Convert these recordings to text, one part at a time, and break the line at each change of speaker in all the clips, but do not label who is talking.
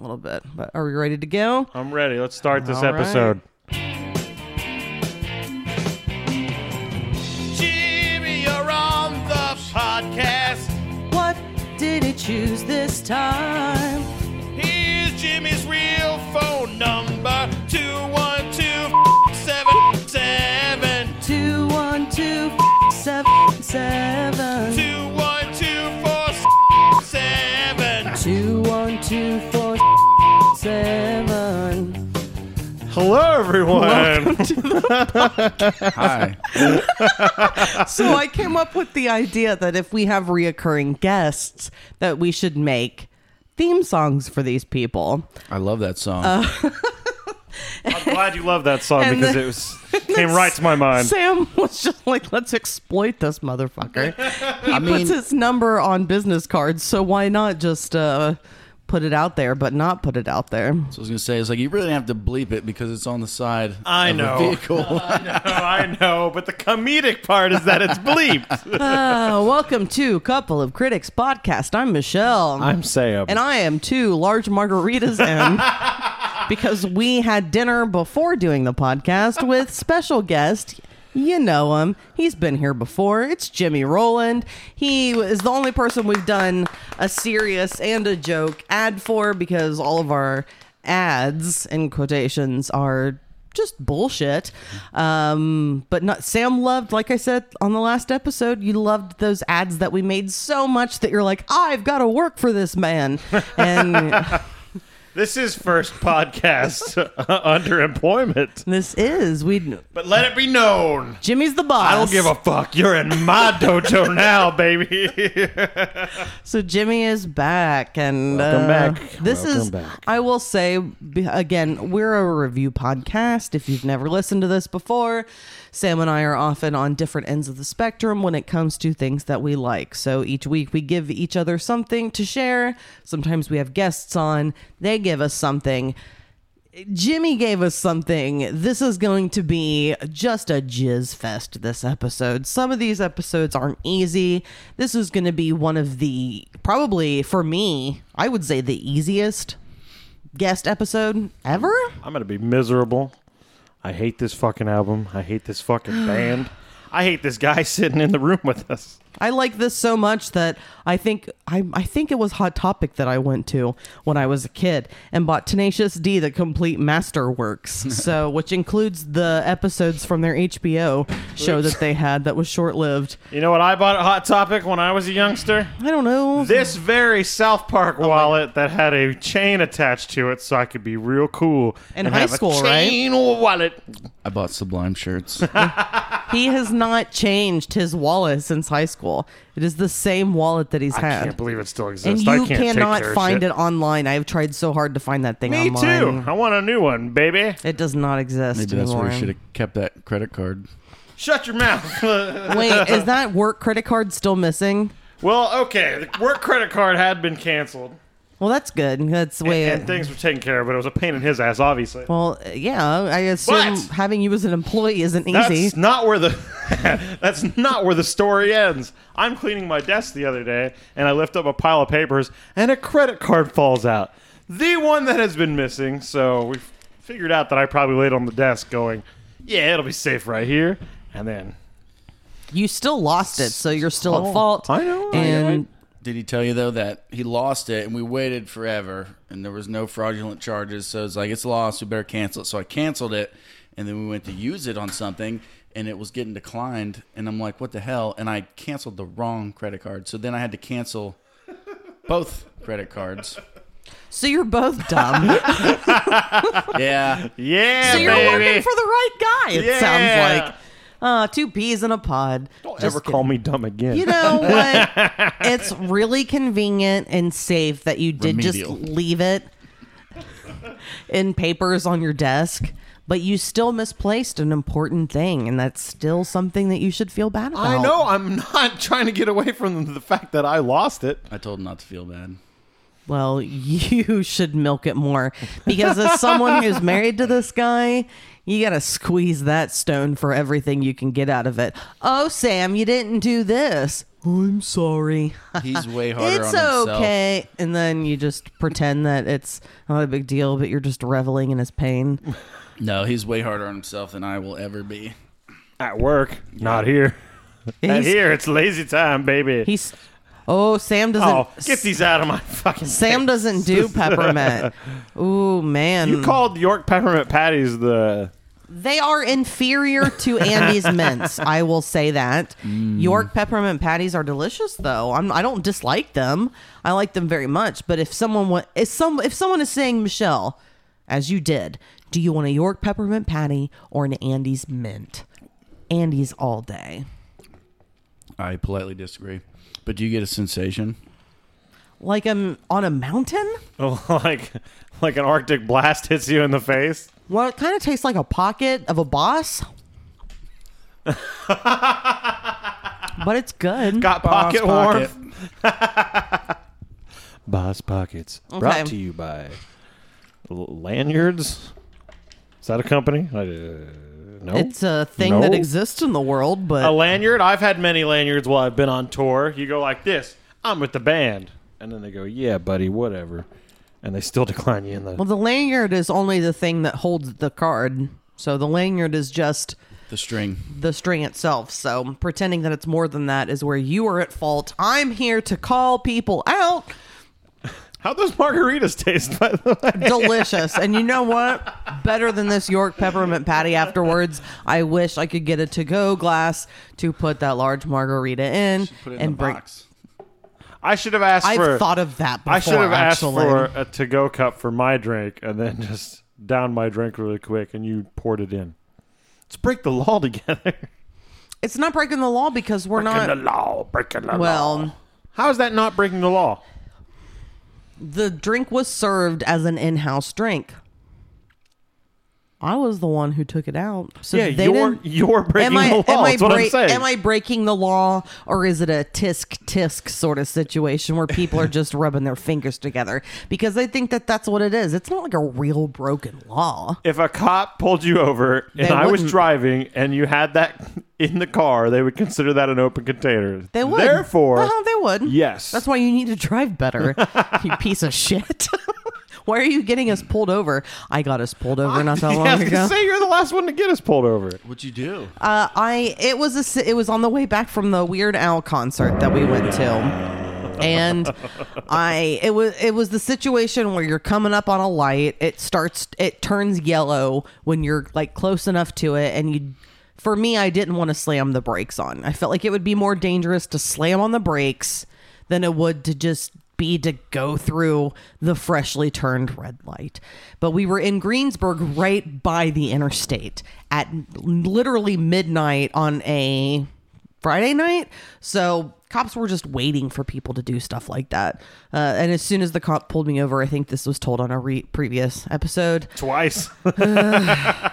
little bit. But are we ready to go?
I'm ready. Let's start this
All right.
episode.
Jimmy, you're on the podcast.
What did he choose this time?
Here's Jimmy's real phone number 212
Two one two f- seven seven.
212
Two one two four seven.
Hello, everyone.
Hi.
So I came up with the idea that if we have reoccurring guests, that we should make theme songs for these people.
I love that song.
I'm glad you love that song
And
because
the-
it was came right to my mind.
Sam was just like, let's exploit this motherfucker. He
I mean,
puts his number on business cards, so why not just uh, put it out there, but not put it out there?
so I was gonna say, it's like you really have to bleep it because it's on the side.
I
of the
know.
vehicle.
Oh, I know, but the comedic part is that it's bleeped.
Uh, welcome to Couple of Critics Podcast. I'm Michelle.
I'm Sam.
and I am two large margaritas in because we had dinner before doing the podcast with special guest. You know him. He's been here before. It's Jimmy Roland. He is the only person we've done a serious and a joke ad for because all of our ads in quotations are just bullshit. Um, but not Sam loved, like I said on the last episode, you loved those ads that we made so much that you're like, I've got to work for this man. And
this is first podcast uh, under employment.
this is we.
But let it be known.
Jimmy's the boss.
I don't give a fuck. You're in my dojo now, baby.
So Jimmy is back, and
Welcome
uh,
back.
This
Welcome
is,
back.
I will say be- again, we're a review podcast. If you've never listened to this before, Sam and I are often on different ends of the spectrum when it comes to things that we like. So each week we give each other something to share. Sometimes we have guests on; they give us something. Jimmy gave us something. This is going to be just a jizz fest this episode. Some of these episodes aren't easy. This is going to be one of the, probably for me, I would say the easiest guest episode ever.
I'm gonna be miserable. I hate this fucking album. I hate this fucking band. I hate this guy sitting in the room with us.
I like this so much that I think I, I think it was Hot Topic that I went to when I was a kid and bought Tenacious D the complete masterworks. so which includes the episodes from their HBO show that they had that was short lived.
You know what I bought at Hot Topic when I was a youngster?
I don't know.
This very South Park wallet that had a chain attached to it, so I could be real cool
In high
have
school,
a
right?
chain wallet.
I bought Sublime shirts.
He has not changed his wallet since high school. It is the same wallet that he's
I
had.
can't believe it still exists.
and
I
you
can't take
cannot
care of
find
shit.
it online. I have tried so hard to find that thing
Me
online.
too. I want a new one, baby.
It does not exist
Maybe that's
anymore.
where you should have kept that credit card.
Shut your mouth.
Wait, is that work credit card still missing?
well, okay. The work credit card had been canceled,
Well, that's good. That's way.
and things were taken care of, but it was a pain in his ass, obviously.
well, yeah, I assume
But-
having you as an employee isn't
That's
easy.
not where the that's not where the story ends. I'm cleaning my desk the other day and I lift up a pile of papers and a credit card falls out. The one that has been missing, so we figured out that I probably laid on the desk going, "Yeah, it'll be safe right here." And then
You still lost it, so you're still
Oh,
at fault.
I know, I know.
And
Did he tell you though that he lost it and we waited forever and there was no fraudulent charges? So it's like it's lost. We better cancel it. So I canceled it, and then we went to use it on something and it was getting declined. And I'm like, what the hell? And I canceled the wrong credit card. So then I had to cancel both credit cards.
so you're both dumb.
Yeah,
yeah,
so you're
baby.
working for the right guy. It sounds
Yeah.
like. Uh, two peas in a pod.
Don't ever call me dumb again.
You know what? it's really convenient and safe that you did
Remedial.
just leave it in papers on your desk, but you still misplaced an important thing, and that's still something that you should feel bad about.
I know I'm not trying to get away from the fact that I lost it.
I told him not to feel bad.
Well, you should milk it more because as someone who's married to this guy, you got to squeeze that stone for everything you can get out of it. Oh, Sam, you didn't do this. I'm sorry.
He's way harder
It's
on himself.
okay. And then you just pretend that it's not a big deal, but you're just reveling in his pain.
No, he's way harder on himself than I will ever be.
At work, not here. At
He's-
here, it's lazy time, baby.
He's oh Sam doesn't
oh, get these out of my fucking.
Sam doesn't do peppermint. Ooh man,
You called York peppermint patties the
they are inferior to Andy's mints. I will say that
Mm.
York peppermint patties are delicious though. I'm, I don't dislike them. I like them very much. But if someone wa- if some if someone is saying Michelle, as you did, do you want a York peppermint patty or an Andy's mint? Andy's all day.
I politely disagree. But do you get a sensation?
Like I'm on a mountain.
like like an Arctic blast hits you in the face.
Well, it kind of tastes like a pocket of a boss. but it's good.
Got pocket
pocket.
warmth. Boss pockets
Okay.
brought to you by L- Lanyards. Is that a company? I, uh, no,
It's a thing that
No.
exists in the world, but
a lanyard. I've had many lanyards while I've been on tour. You go like this. I'm with the band, and then they go, "Yeah, buddy, whatever," and they still decline you in the.
well, the lanyard is only the thing that holds the card. So the lanyard is just
The string.
the string itself. So pretending that it's more than that is where you are at fault. I'm here to call people out.
How those margaritas taste? By the way,
Delicious. and you know what? Better than this York peppermint patty afterwards. I wish I could get a to go glass to put that large margarita in
Put it in
and
the
bring.
box.
I should have asked
I've
for.
thought of that before.
I should have asked
actually.
for a to-go cup for my drink, and then just down my drink really quick, and you poured it in. Let's break the law together.
It's not breaking the law because we're
breaking
not.
the law, breaking the law.
Well,
How is that not breaking the law?
the drink was served as an in-house drink. I was the one who took it out. So
Yeah,
they
you're
didn't-
you're breaking
Am I,
the law.
am, I
That's what I'm
break-
saying.
am I breaking the law or is it a tisk tisk sort of situation where people are just rubbing their fingers together? Because I think that that's what it is. It's not like a real broken law.
if a cop pulled you over
They
and I was
wouldn't.
driving and you had that in the car, they would consider that an open container.
They would.
Therefore,
Uh-huh, they would.
yes.
That's why you need to drive better, you piece of shit. why are you getting us pulled over? I got us pulled over not that
Yeah,
long
I was gonna
ago.
say you're the last one to get us pulled over.
What'd you do?
Uh, I it was a, si- it was on the way back from the Weird Al concert that we went to, and I it was it was the situation where you're coming up on a light. It starts it turns yellow when you're like close enough to it, and you. For me, I didn't want to slam the brakes on. I felt like it would be more dangerous to slam on the brakes than it would to just be to go through the freshly turned red light. But we were in Greensburg right by the interstate at literally midnight on a Friday night. So cops were just waiting for people to do stuff like that. Uh, and as soon as the cop pulled me over, I think this was told on a re- previous episode,
Twice.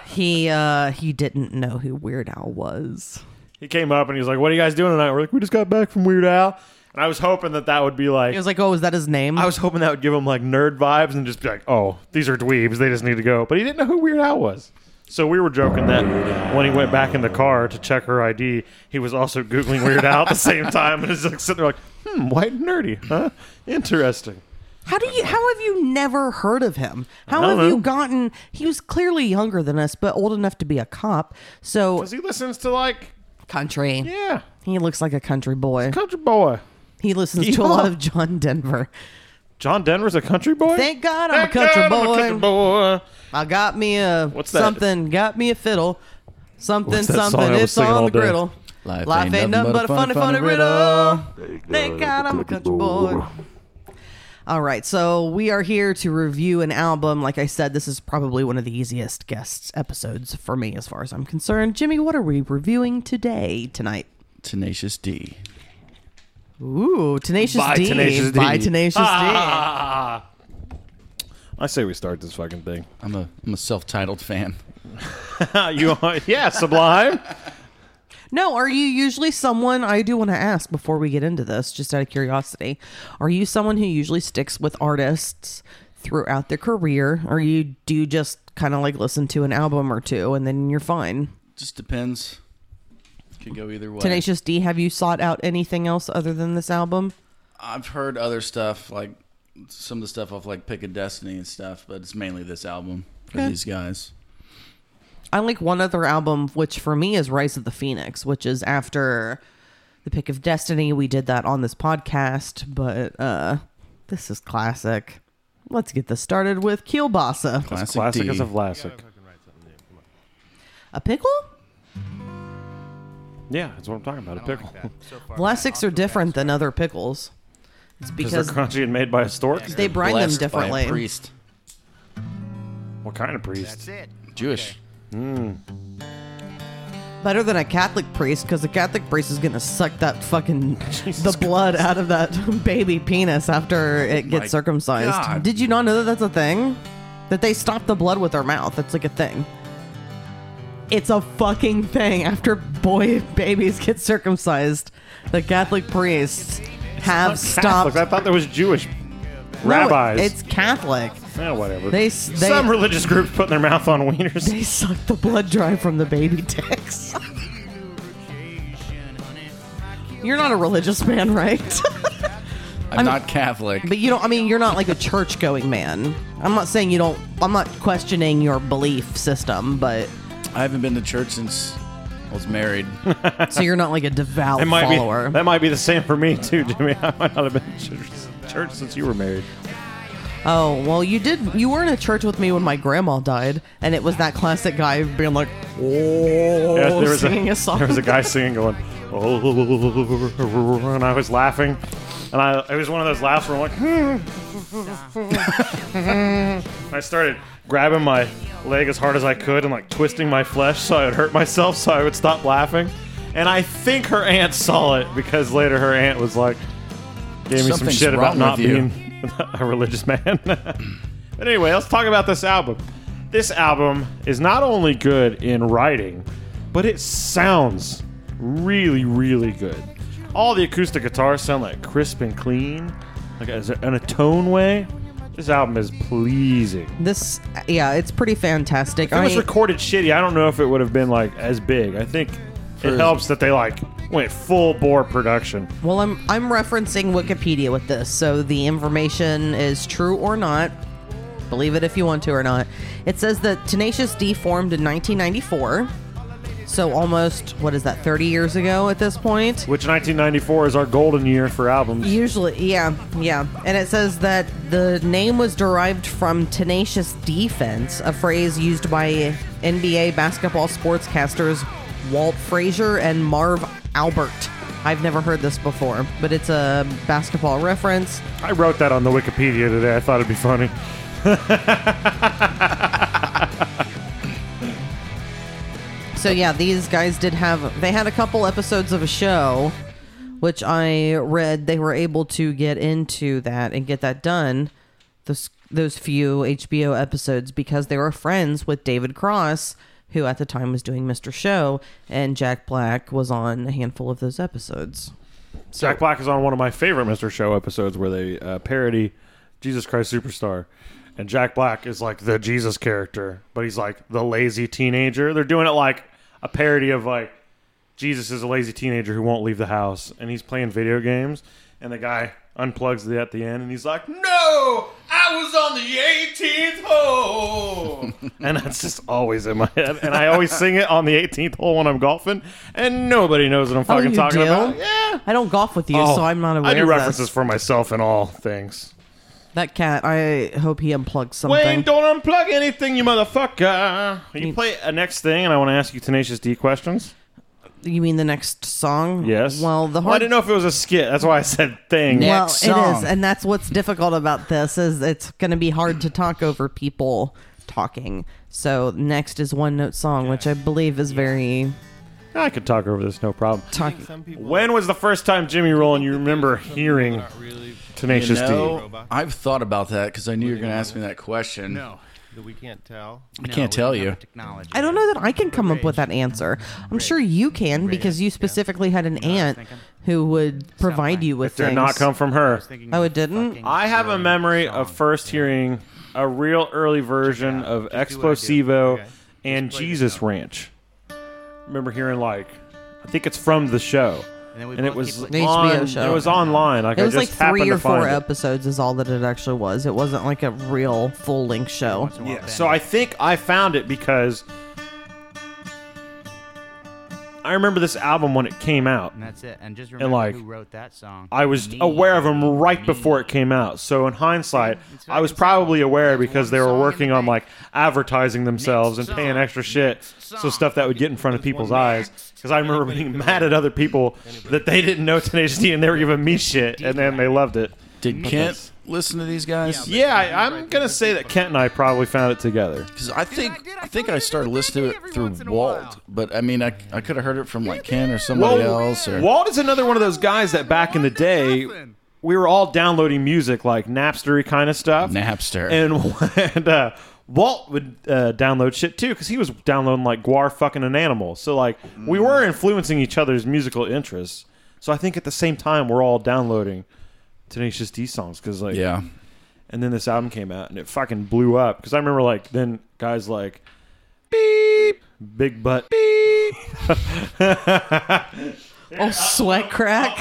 he uh, he didn't know who Weird Al was.
he came up and he was like, "What are you guys doing tonight?" We're like, "We just got back from Weird Al," and I was hoping that that would be like.
He was like, "Oh, is that his name?"
I was hoping that would give him like nerd vibes and just be like, "Oh, these are dweebs. They just need to go." But he didn't know who Weird Al was. So we were joking that when he went back in the car to check her ID, he was also googling Weird Al at the same time, and is like sitting there like, "Hmm, white and nerdy, huh? Interesting."
How do you? How have you never heard of him? How
don't
have
know.
you gotten? He was clearly younger than us, but old enough to be a cop. So
Because he listens to like,
country.
yeah,
He looks like a country boy.
country boy.
He listens to a
Yeah.
lot of John Denver.
John Denver's a country boy.
Thank God I'm a
Thank
country
God I'm
boy.
a country boy.
I got me a
What's that?
something. Got me a fiddle. Something.
What's that
something.
song I was
It's
singing
on
all
the
day?
griddle.
Life
Life
ain't
ain't nothing but a funny, funny riddle. Thank God I'm a country boy. All right, so we are here to review an album. Like I said, this is probably one of the easiest guest episodes for me, as far as I'm concerned. Jimmy, what are we reviewing today, tonight?
Tenacious D.
Ooh, Tenacious
By
D.
Tenacious D. Ah.
By Tenacious D.
I say we start this fucking thing.
I'm a I'm a self-titled fan.
you are, yeah, Sublime.
No, are you usually someone? I do want to ask before we get into this, just out of curiosity. Are you someone who usually sticks with artists throughout their career, or you do you just kind of like listen to an album or two and then you're fine?
Just depends. Could go either way.
Tenacious D, have you sought out anything else other than this album?
I've heard other stuff like some of the stuff off like Pick a Destiny and stuff, but it's mainly this album for
Okay.
these guys.
I like one other album, which for me is Rise of the Phoenix, which is after The Pick of Destiny. We did that on this podcast, but uh this is classic. Let's get this started with Kielbasa.
Classic,
Classic
D.
as a classic.
A pickle?
Yeah, that's what I'm talking about. A pickle.
Vlasics are different than other pickles. It's
Because
because
they're crunchy and made by a stork.
they brine them
Blessed by a
differently.
priest,
What kind of priest?
That's it.
Jewish.
Better than a Catholic priest, because the Catholic priest is gonna suck that fucking the blood out of that baby penis after it gets circumcised.
God.
Did you not know that that's a thing? That they stop the blood with their mouth. That's like a thing. It's a fucking thing. After boy babies get circumcised, the Catholic priests have stopped.
Catholics. I thought there was Jewish
No,
rabbis.
it's Catholic.
Eh, whatever.
They s- they
Some religious groups putting their mouth on wieners.
they suck the blood dry from the baby dicks. You're not a religious man, right?
I'm, not Catholic.
But you don't. I mean, you're not like a church-going man. I'm not saying you don't. I'm not questioning your belief system, but
I haven't been to church since I was married.
so you're not like a devout
That might
follower.
be that might be the same for me too, Jimmy. I might not have been to church, church since you were married.
oh well, you did. You were in a church with me when my grandma died, and it was that classic guy being like, "Oh,"
Yeah, there was
singing
a,
a, song.
There was a guy singing, going, oh, and I was laughing, and I it was one of those laughs where I'm like, And I started grabbing my leg as hard as I could and like twisting my flesh so I would hurt myself, so I would stop laughing. And I think her aunt saw it because later her aunt was like, gave me some
Something's
shit about
wrong
not
with you.
being a religious man. But anyway, let's talk about this album. This album is not only good in writing, but it sounds really, really good. All the acoustic guitars sound like crisp and clean, like as a- in a tone way. This album is pleasing.
this, yeah, it's pretty fantastic.
If it
I
was
mean,
recorded shitty, I don't know if it would have been like as big. I think it helps that they like went full bore production.
Well, I'm I'm referencing Wikipedia with this, so the information is true or not. Believe it if you want to or not. It says that Tenacious D formed in 1994, so almost what is that 30 years ago at this point?
Which 1994 is our golden year for albums.
Usually, yeah, yeah. And it says that the name was derived from tenacious defense, a phrase used by NBA basketball sportscasters Walt Frazier and Marv Albert. I've never heard this before, but it's a basketball reference.
I wrote that on the Wikipedia today. I thought it'd be funny.
So yeah, these guys did have they had a couple episodes of a show which I read they were able to get into that and get that done those those few HBO episodes because they were friends with David Cross who at the time was doing Mr. Show and Jack Black was on a handful of those episodes.
Jack Black is on one of my favorite Mr. Show episodes where they uh, parody Jesus Christ Superstar. And Jack Black is like the Jesus character, but he's like the lazy teenager. They're doing it like a parody of like Jesus is a lazy teenager who won't leave the house and he's playing video games. And the guy unplugs it at the end and he's like, No, I was on the 18th hole. and that's just always in my head. And I always sing it on the 18th hole when I'm golfing. And nobody knows what I'm fucking
Oh, you
talking
do?
about. Yeah.
I don't golf with you
Oh,
so I'm not aware
I do
of
references
this.
for myself in all things.
That cat, I hope he unplugs something.
Wayne, don't unplug anything, you motherfucker. You play a next thing, and I want to ask you tenacious D questions.
you mean the next song?
Yes.
Well, the hard
I didn't know if it was a skit. That's why I said thing.
Yeah.
well,
next
it is,
song.
and that's what's difficult about this is it's going to be hard to talk over people talking. So next is one note song, which I believe is very
I could talk over this, no problem.
talking.
Some people
When was the first time Jimmy Rollin you remember
some people
hearing
aren't really
You
Tenacious D?
know,
Robot.
I've thought about that because I knew you were going to ask me that question.
no that we can't tell.
I can't tell you.
Technology.
I don't know that I can come up with that answer. I'm sure you can because you specifically had an aunt who would provide you with
Did
things.
not come from her.
Oh, it didn't?
I have a memory of first hearing a real early version of
Just do what I do.
Explosivo
Okay.
and
Just play
Jesus Ranch. Remember hearing like, I I think it's from the show.
And then we
And it
both
was
keep
The HBO
on,
show.
It was online. Like
It was
I
like
just happened
three
to
or four
find it.
episodes is all that it actually was. It wasn't like a real full length show.
once in a while,
Yeah. So
bang.
I think I found it because I remember this album when it came out.
And that's it. And just remember
like,
who wrote that song.
I was
Me.
aware of them right before it came out. So in hindsight,
It's
I was
fucking
probably
solid.
aware
That's
because
one
they
song
were
in the
working on
bank.
like advertising themselves
Next
and paying
song.
extra shit.
Next
So stuff that would get in front of
song.
people's
One
eyes.
next.
Because I remember
Anybody
being
could have
mad at other people that they didn't know Tenacious D and they were giving me shit, and then they loved it.
Did Kent listen to these guys?
Yeah, I, I'm gonna say that Kent and I probably found it together.
Because I think
did I
I think
tell
I
you to
started
look at
listening
me
to
every
it through
once in a
Walt,
while?
but I mean I, I could have heard it from like Ken or somebody else or
Walt is another one of those guys that back in the day we were all downloading music like Napstery kind of stuff.
Napster.
And, and uh, Walt would uh, download shit too because he was downloading like Guar fucking an animal. So like we were influencing each other's musical interests. So I think at the same time we're all downloading Tenacious D songs because like
yeah,
and then this album came out and it fucking blew up because I remember like then guys like beep big butt beep
Oh, sweat crack.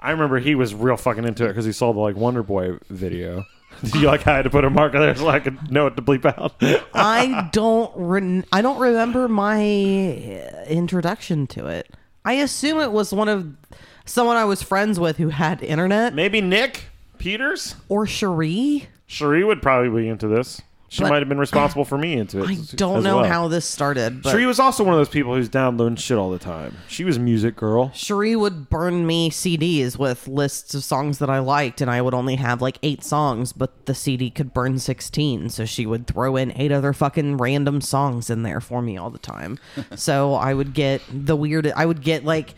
I remember he was real fucking into it because he saw the like Wonder Boy video. Do you like I had to put a marker there so I could know what to bleep out?
I don't re- I don't remember my uh, introduction to it. I assume it was one of someone I was friends with who had internet
Maybe Nick Peters.
or Cherie.
Cherie would probably be into this. She
But-
might have been responsible for me into it.
I
as-
don't
as
know
well.
how this started, but
Cherie was also one of those people who's downloading shit all the time. She was music girl.
Cherie would burn me CDs with lists of songs that I liked, and I would only have like eight songs, but the CD could burn 16. So she would throw in eight other fucking random songs in there for me all the time. so I would get the weird, I would get like,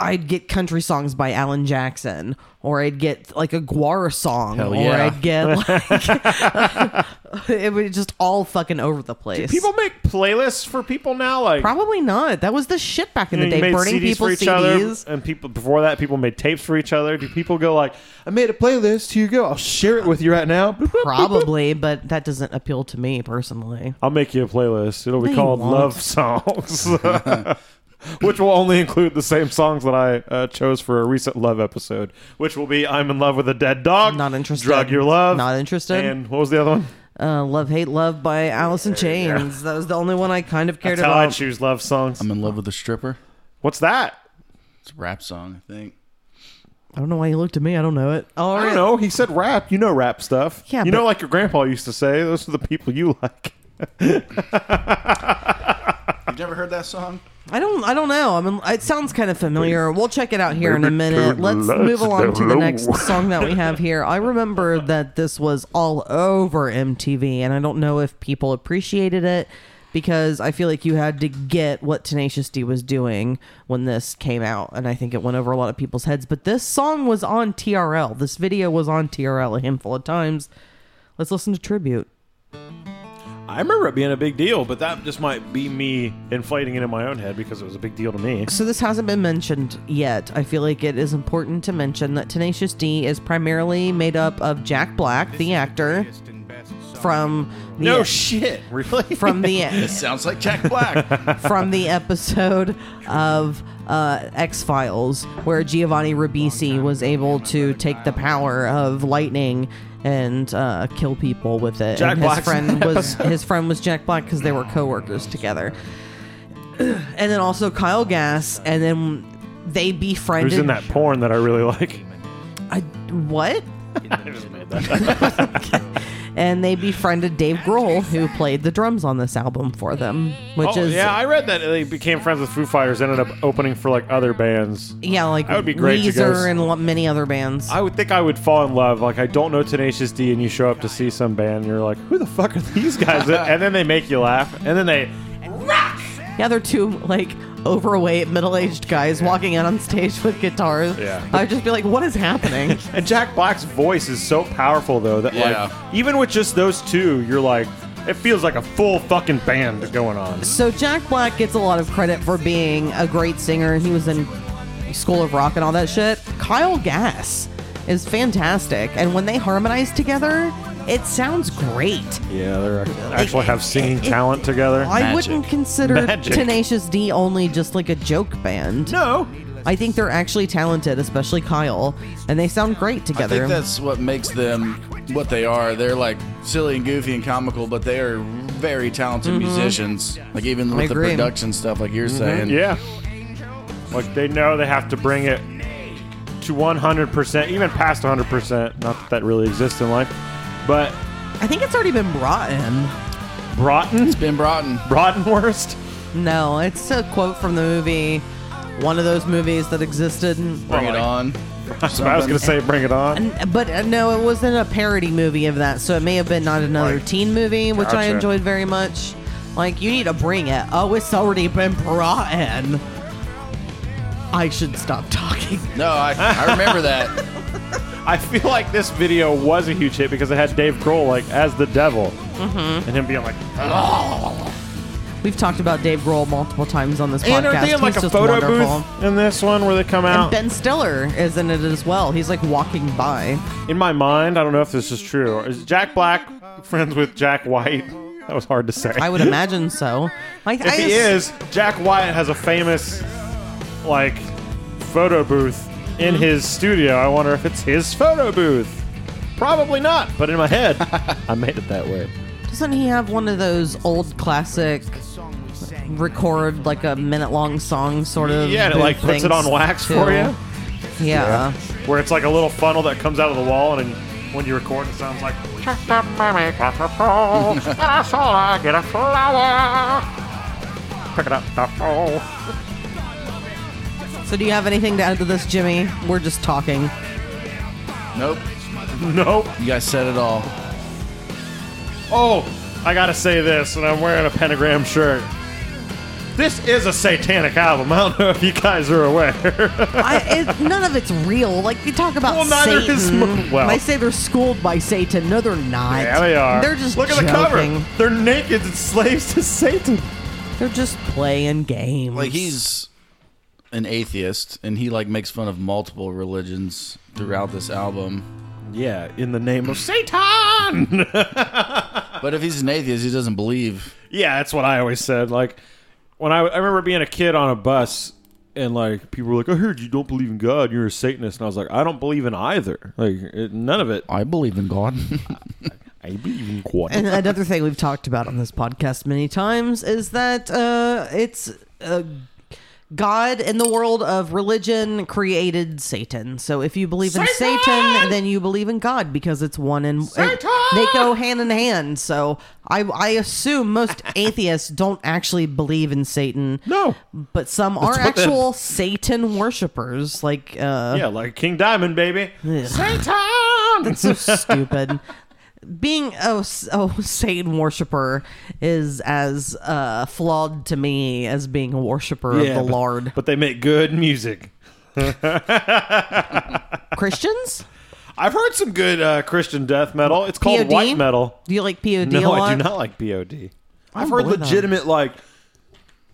I'd get country songs by Alan Jackson, or I'd get like a Guar song,
Hell
or
yeah.
I'd get like, it was just all fucking over the place.
People make playlists for people now. Like
Probably not. That was the shit back in the
you know, you
day.
Mm, made
Burning
CDs
people's
for each
CDs.
other, and people before that, people made tapes for each other. Do people go like, "I made a playlist. Here you go. I'll share it with you right now." Boop, boop, boop, boop.
Probably, but that doesn't appeal to me personally.
I'll make you a playlist. It'll be
No, you
called
won't.
Love Songs, which will only include the same songs that I uh, chose for a recent love episode, which will be "I'm in Love with a Dead Dog,"
Not interested.
Drug Your Love,"
Not interested.
and what was the other one?
Uh, Love, Hate, Love by Alice in Chains. That was the only one I kind of cared
That's how I
about.
choose love songs.
I'm in love with a stripper.
What's that?
It's a rap song, I think.
I don't know why you looked at me. I don't know it. Oh, All
I
right.
don't know. He said rap. You know rap stuff.
Yeah,
You
but-
know, like your grandpa used to say, those are the people you like.
You've never heard that song?
I don't. I don't know. I mean, it sounds kind of familiar. We'll check it out here in a
Baby,
minute.
turn
Let's
the
move
lights
along to the
down
next
low.
song that we have here. I remember that this was all over MTV, and I don't know if people appreciated it because I feel like you had to get what Tenacious D was doing when this came out, and I think it went over a lot of people's heads. But this song was on TRL. This video was on TRL a handful of times. Let's listen to tribute.
I remember it being a big deal, but that just might be me inflating it in my own head because it was a big deal to me.
So this hasn't been mentioned yet. I feel like it is important to mention that Tenacious D is primarily made up of Jack Black, the actor from the
No shit. Really?
from
It
the
sounds like Jack Black.
from the episode of uh, X Files where Giovanni Ribisi was able to take the power of lightning and uh, kill people with it.
Jack
and his
Black's in
friend
the
was his friend was Jack Black because they were coworkers together. and then also Kyle Gass, and then they befriended.
Who's in that porn that I really like?
I what? and they befriended Dave Grohl, who played the drums on this album for them, which
oh,
is
yeah, I read that they became friends with Foo Fighters, ended up opening for like other bands.
yeah, like
That would be great to go s-
Weezer and lo- many other bands.
I would think I would fall in love. Like I don't know Tenacious D, and you show up to see some band, and you're like, "Who the fuck are these guys?" and then they make you laugh, and then they
yeah, they're two like overweight middle-aged guys walking out on stage with guitars.
Yeah.
I'd just be like, what is happening?
And Jack Black's voice is so powerful though that
Yeah.
like even with just those two, you're like it feels like a full fucking band going on.
So Jack Black gets a lot of credit for being a great singer. He was in School of Rock and all that shit. Kyle Gass is fantastic, and when they harmonize together, It sounds great.
Yeah, they actually have singing talent together.
I
Magic.
wouldn't consider
Magic.
Tenacious D only just like a joke band.
No.
I think they're actually talented, especially Kyle, and they sound great
I
together.
think that's what makes them what they are. They're like silly and goofy and comical, but they are very talented musicians. Like even with the
agree.
production stuff, like you're saying.
Yeah. Like they know they have to bring it to 100%, even past 100%. Not that that really exists in life, but
I think it's already been brought in.
Broughton,
Ben Broughton.
Broughtonwurst.
No, it's a quote from the movie, one of those movies that existed.
Bring
Well,
it
like-
on.
So I was gonna say, bring it on.
And- But uh, no, it wasn't a parody movie of that, so it may have been not another
Right.
teen movie, which I
Gotcha.
enjoyed very much. Like, you need to bring it. Oh, it's already been brought in. I should stop talking.
No, I, I remember that.
I feel like this video was a huge hit because it had Dave Grohl like as the devil,
Mm-hmm.
and him being like,
We've talked about Dave Grohl multiple times on this
and
podcast.
are they in like
He's
a
just
photo
wonderful.
booth in this one where they come
And
out?
Ben Stiller is in it as well. He's like walking by.
in my mind, I don't know if this is true. Is Jack Black friends with Jack White? That was hard to say.
I would imagine so. Like,
if
I
he
just-
is, Jack Wyatt has a famous like photo booth in his studio. I wonder if it's his photo booth. Probably not, but in my head, I made it that way.
Doesn't he have one of those old classic record like a minute long song sort of?
Yeah, and it
booth
like puts it on
things,
wax
too?
for you,
Yeah.
where it's like a little funnel that comes out of the wall, and when you record, it sounds like. Just a mermaid got her fall, and I saw her get a flower. Pick it up, the fall.
So do you have anything to add to this, Jimmy? We're just talking.
Nope.
Nope.
You guys said it all.
Oh, I gotta say this, and I'm wearing a pentagram shirt. This is a satanic album. I don't know if you guys are aware.
I, it, none of it's real. Like you talk about
Well, neither
Satan.
is mo- well.
I say they're schooled by Satan. No, they're not.
yeah, they are.
They're just
look at the
joking.
cover. They're naked and slaves to Satan.
They're just playing games.
Like he's an atheist, and he like makes fun of multiple religions throughout this album.
Yeah, in the name of Satan.
But if he's an atheist, he doesn't believe.
yeah, that's what I always said. Like when I, I remember being a kid on a bus, and like people were like, "I heard you don't believe in God. You're a Satanist." And I was like, "I don't believe in either. Like it, none of it.
I believe in God.
I believe in God."
And another thing we've talked about on this podcast many times is that uh, it's uh, God in the world of religion created Satan. So if you believe in Satan, then you believe in God because it's one and it- they go hand in hand. So I, I assume most atheists don't actually believe in Satan.
no,
But some are
what they-
actual Satan worshippers, like uh,
yeah, like King Diamond, baby.
that's so stupid. Being a, a Satan worshiper is as uh, flawed to me as being a worshiper of the
but-
Lord.
But they make good music.
Christians?
I've heard some good uh, Christian death metal. It's called
POD?
white metal.
Do you like POD a
No,
lot?
I do not like POD. I've
don't
heard
believe that.
legitimate like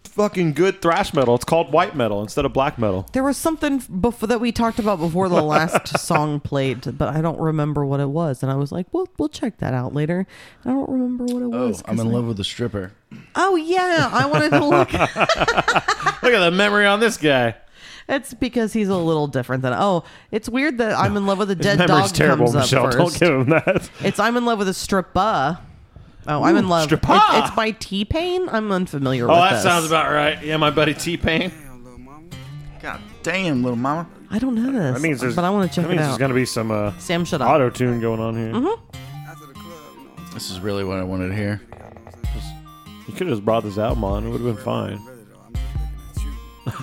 fucking good thrash metal. It's called white metal instead of black metal.
There was something before that we talked about before the last song played, but I don't remember what it was. And I was like, "Well, we'll check that out later." I don't remember what it
oh,
was. 'cause
I'm in
I-
love with a stripper.
Oh yeah, I wanted to look.
Look at the memory on this guy.
That's because he's a little different than. Oh, it's weird that I'm in love with a dead
Memory's
dog
terrible,
comes up
Michelle.
first.
Don't give him that.
It's I'm in love with a stripper. Oh, I'm in love.
stripper.
It- it's by T Pain. I'm unfamiliar
Oh,
with
that
this.
sounds about right. Yeah, my buddy T Pain.
God damn, little mama.
I don't know this.
That means there's.
but I want to check
that
it
means
out.
There's gonna be some uh,
Sam, shut up.
auto tune going on here.
Mm-hmm.
This is really what I wanted to hear.
You could have just brought this album on. It would have been fine.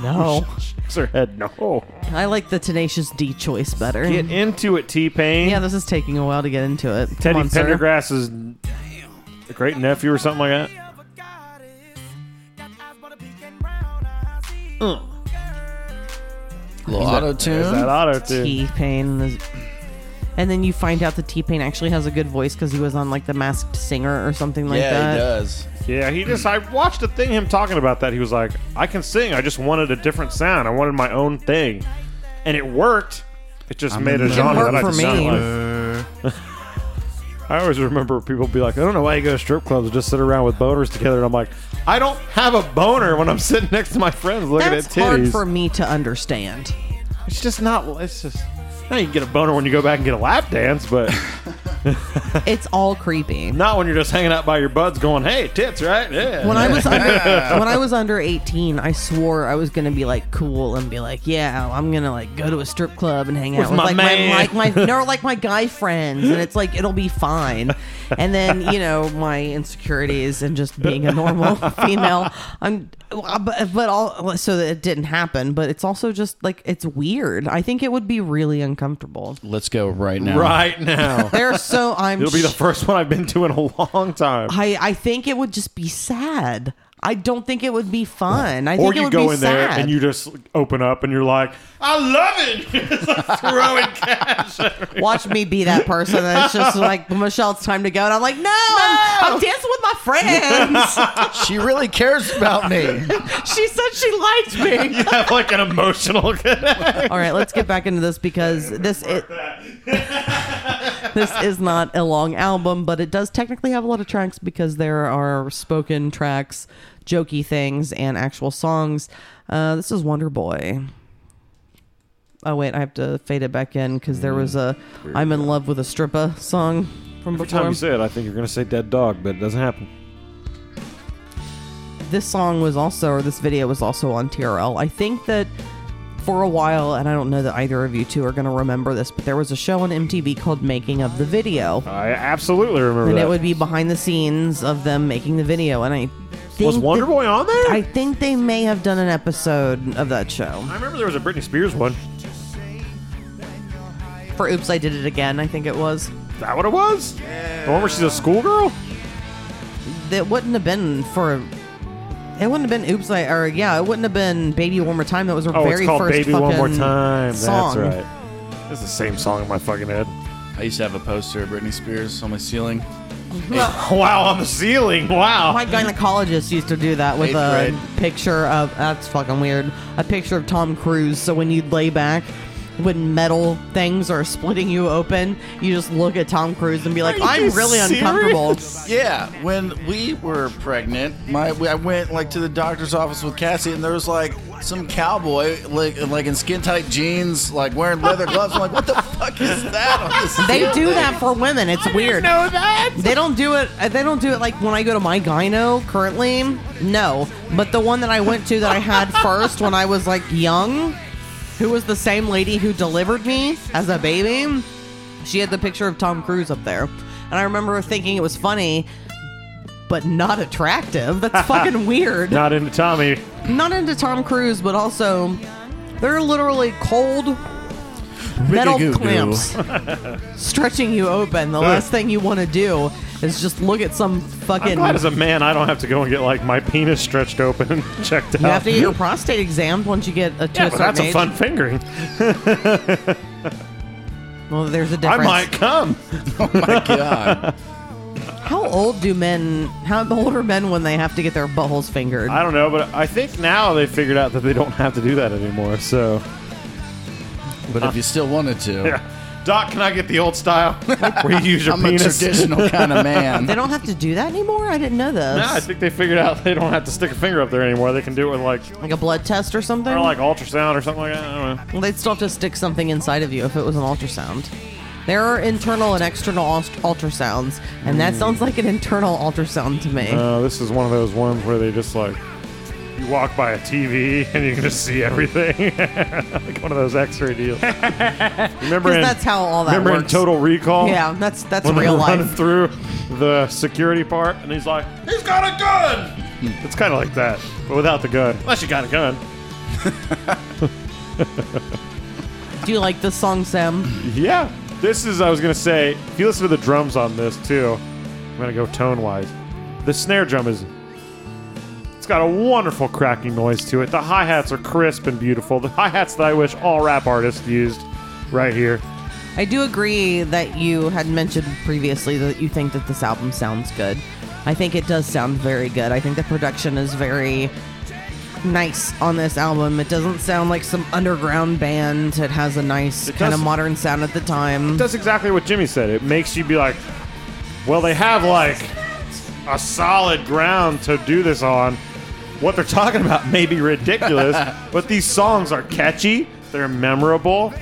No,
Shakes her head. No.
I like the Tenacious D choice better.
Get into it, T Pain.
yeah, this is taking a while to get into it. Come
Teddy
on, sir.
Pendergrass's great nephew or something like that.
little auto tune.
Is that auto tune?
T Pain. is- And then you find out that T Pain actually has a good voice because he was on like The Masked Singer or something like
yeah,
that.
he does.
Yeah, he just. I watched a thing him talking about that. He was like, "I can sing. I just wanted a different sound. I wanted my own thing, and it worked. It just made a
in
genre
love
that I
with
just sounded
you.
like. I always remember people be like, I don't know why you go to strip clubs and just sit around with boners together. And I'm like, I don't have a boner when I'm sitting next to my friends looking
That's
at titties.
hard for me to understand.
It's just not. It's just. Now you can get a boner when you go back and get a lap dance, but
It's all creepy.
not when you're just hanging out by your buds going, hey, tits, right? Yeah.
When I was under, when I was under 18, I swore I was gonna be like cool and be like, yeah, I'm gonna like go to a strip club and hang out with
my
like
man.
my like my no like my guy friends, and it's like it'll be fine. And then you know my insecurities and just being a normal female. I'm uh, but, but all so that it didn't happen. But it's also just like it's weird. I think it would be really uncomfortable.
Let's go right now.
right now.
They're so I'm.
It'll be the
sh-
first one I've been to in a long time.
I I think it would just be sad. I don't think it would be fun. I
Or
think it
you
would
go
be
in there
sad.
and you just open up and you're like, I love it. It's like throwing cash.
watch me be that person that's just like Michelle, it's time to go, and I'm like, no, I'm, I'm dancing with my friends.
She really cares about me.
she said she liked me.
You have like an emotional connection.
All right, let's get back into this because this it, this is not a long album, but it does technically have a lot of tracks because there are spoken tracks, jokey things, and actual songs. Uh, this is Wonder Boy. Oh wait, I have to fade it back in because there was a "I'm in Love with a Stripper" song from
Mm. Every
before.
time you say it, I think you're going to say dead dog, but it doesn't happen.
this song was also, or this video was also on TRL. I think that for a while, and I don't know that either of you two are going to remember this, but there was a show on MTV called Making of the Video.
I absolutely remember
And
that.
it would be behind the scenes of them making the video. And I think.
was Wonder
that-
Boy on there?
I think they may have done an episode of that show.
I remember there was a Britney Spears one.
For Oops, I Did It Again, I think it was.
Is that what it was? The one where she's a schoolgirl?
It wouldn't have been for. It wouldn't have been Oops, I. Or yeah, it wouldn't have been Baby One More Time. That was her
Oh,
very
it's called
first
Baby One More
fucking
Time.
Song.
That's right. It's the same song in my fucking head.
I used to have a poster of Britney Spears on my ceiling.
Wow, on the ceiling. Wow.
Oh My gynecologist used to do that with
Eighth
a
grade.
picture of that's fucking weird. A picture of Tom Cruise. So when you lay back, when metal things are splitting you open, you just look at Tom Cruise and be like,
Are you
"I'm really
serious?
uncomfortable."
Yeah, when we were pregnant, my we- I went like to the doctor's office with Cassie, and there was like some cowboy like like in skin tight jeans, like wearing leather gloves. I'm like, what the fuck is that? On this
They
ceiling?"
do that for women. It's weird. They don't do it. uh, They don't do it like when I go to my gyno currently. No, but the one that I went to that I had first when I was like young, who was the same lady who delivered me as a baby, she had the picture of Tom Cruise up there, and I remember thinking it was funny. But not attractive. That's fucking weird.
Not into Tommy.
Not into Tom Cruise, but also they're literally cold metal
Rigagoogoo.
clamps stretching you open. The last thing you want to do is just look at some
I'm
fucking.
glad as a man I don't have to go and get like my penis stretched open and checked out.
You have to get your prostate examined once you get a to
Yeah,
a
but
certain
that's a
age.
fun fingering.
Well, there's a
I
difference.
might come.
My God,
How old do men? How old are men when they have to get their buttholes fingered?
I don't know, but I think now they figured out that they don't have to do that anymore. So,
but if you still wanted to,
Doc, can I get the old style where you use your
I'm a
penis?
traditional kind of man.
they don't have to do that anymore. I didn't know this.
Nah, I think they figured out they don't have to stick a finger up there anymore. They can do it with like
like a blood test or something.
or like ultrasound or something like that. I don't know.
They'd still have to stick something inside of you if it was an ultrasound. There are internal and external ult- ultrasounds, and that sounds like an internal ultrasound to me.
Hmm. Uh, this is one of those ones where they just like you walk by a TV and you can just see everything, like one of those X-ray deals. remember, in,
Because that's how all that
remember in
works.
Total Recall?
yeah, that's that's
when
real
they're running
life.
through the security part, and he's like, "He's got a gun." it's kind of like that, but without the gun. Unless you got a gun.
Do you like this song, Sam?
Yeah, this is. I was gonna say, if you listen to the drums on this too, I'm gonna go tone wise. The snare drum is. It's got a wonderful cracking noise to it. The hi hats are crisp and beautiful. The hi hats that I wish all rap artists used, right here.
I do agree that you had mentioned previously that you think that this album sounds good. I think it does sound very good. I think the production is very nice on this album. It doesn't sound like some underground band. It has a nice
It
kind of
does-
modern sound at the time.
That's exactly what Jimmy said. It makes you be like, Well, they have like a solid ground to do this on. What they're talking about may be ridiculous, but these songs are catchy. They're memorable.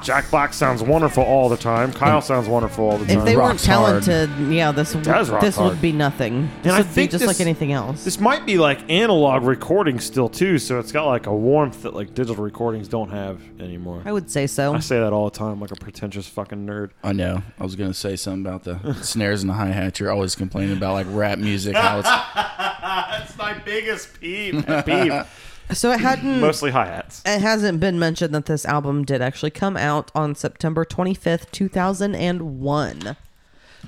Jackbox sounds wonderful all the time. Kyle sounds wonderful all the time.
If they weren't
Rocks hard.
talented, yeah, this would,
Does rock
this
hard.
would be nothing.
And
this
I
would be
think
just
this-
like anything else.
This might be like analog recording still too, so it's got like a warmth that like digital recordings don't have anymore.
I would say so.
I say that all the time, like a pretentious fucking nerd.
I know. I was gonna say something about the snares and the hi hats. You're always complaining about like rap music. How it's
That's my biggest peeve. peeve.
So it hadn't.
Mostly hi hats.
it hasn't been mentioned that this album did actually come out on September 25th, 2001.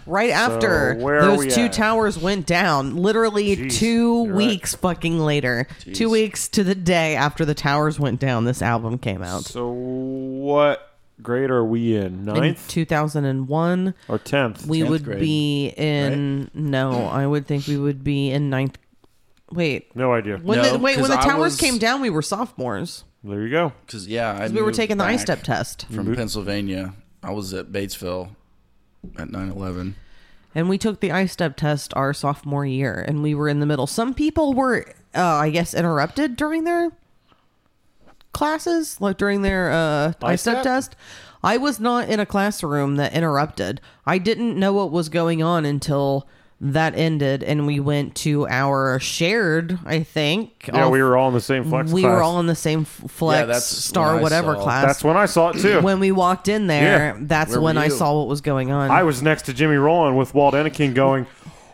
Right after
where are we
those two
at?
towers went down, literally
Jeez,
two
you're right.
weeks fucking later, two weeks to the day after the towers went down, this album came out.
So what grade are we in?
In
Ninth
2001,
or tenth?
we
Tenth
would
grade,
be in. No, I would think we would be in ninth. Wait.
No idea.
When
No,
the, wait, when
'cause
the
I
towers
was-
came down, we were sophomores.
There you go.
because yeah, I
We were
moved
taking the
back
I step test.
from Pennsylvania. I was at Batesville at 9/11.
and we took the iStep test our sophomore year, and we were in the middle. Some people were, uh, I guess, interrupted during their classes, like during their uh,
iStep?
iStep test. I was not in a classroom that interrupted. I didn't know what was going on until that ended, and we went to our shared, I think.
Yeah,
all-
we were all in the same flex
Oh, we
class.
were all in the same f- flex
Yeah, that's
star
what I
whatever
saw.
class.
That's when I saw it too.
when we walked in there,
Yeah.
that's
Where were
when I
you?
saw what was going on.
I was next to Jimmy Rollin with Walt Enneking going,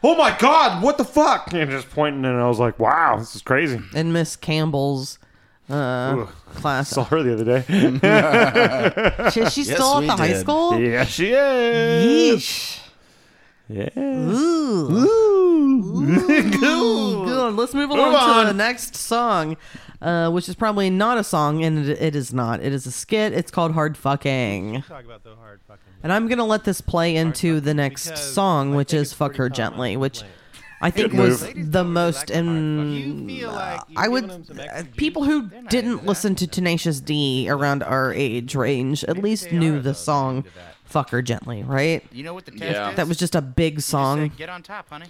"Oh my God, what the fuck!" and just pointing, and I was like, "Wow, this is crazy."
in Miss Campbell's uh,
Ugh.
class.
Saw her the other day.
Is she still at
we
the high
did.
school?
yeah, she is.
Yeesh.
Yeah.
Ooh. Ooh. Good. Let's move along
on.
to the next song, uh, which is probably not a song, and it, it is not. It is a skit. It's called Hard Fucking.
talk about the hard fucking.
And I'm going to let this play into the next
Because
song,
I
which
think
is
it's
Fuck
pretty
Her
common
Gently,
to
which
play.
I think
move.
was the most.
You
in,
feel like you've
I
given
would.
them some extra
uh,
juice.
People who didn't listen to Tenacious D around our age range at least
they are,
knew
though.
the song
They're into that.
Fuck Her Gently, right?
You know what the test
Yeah.
is?
That was just a big
Just say,
song.
Get on top, honey.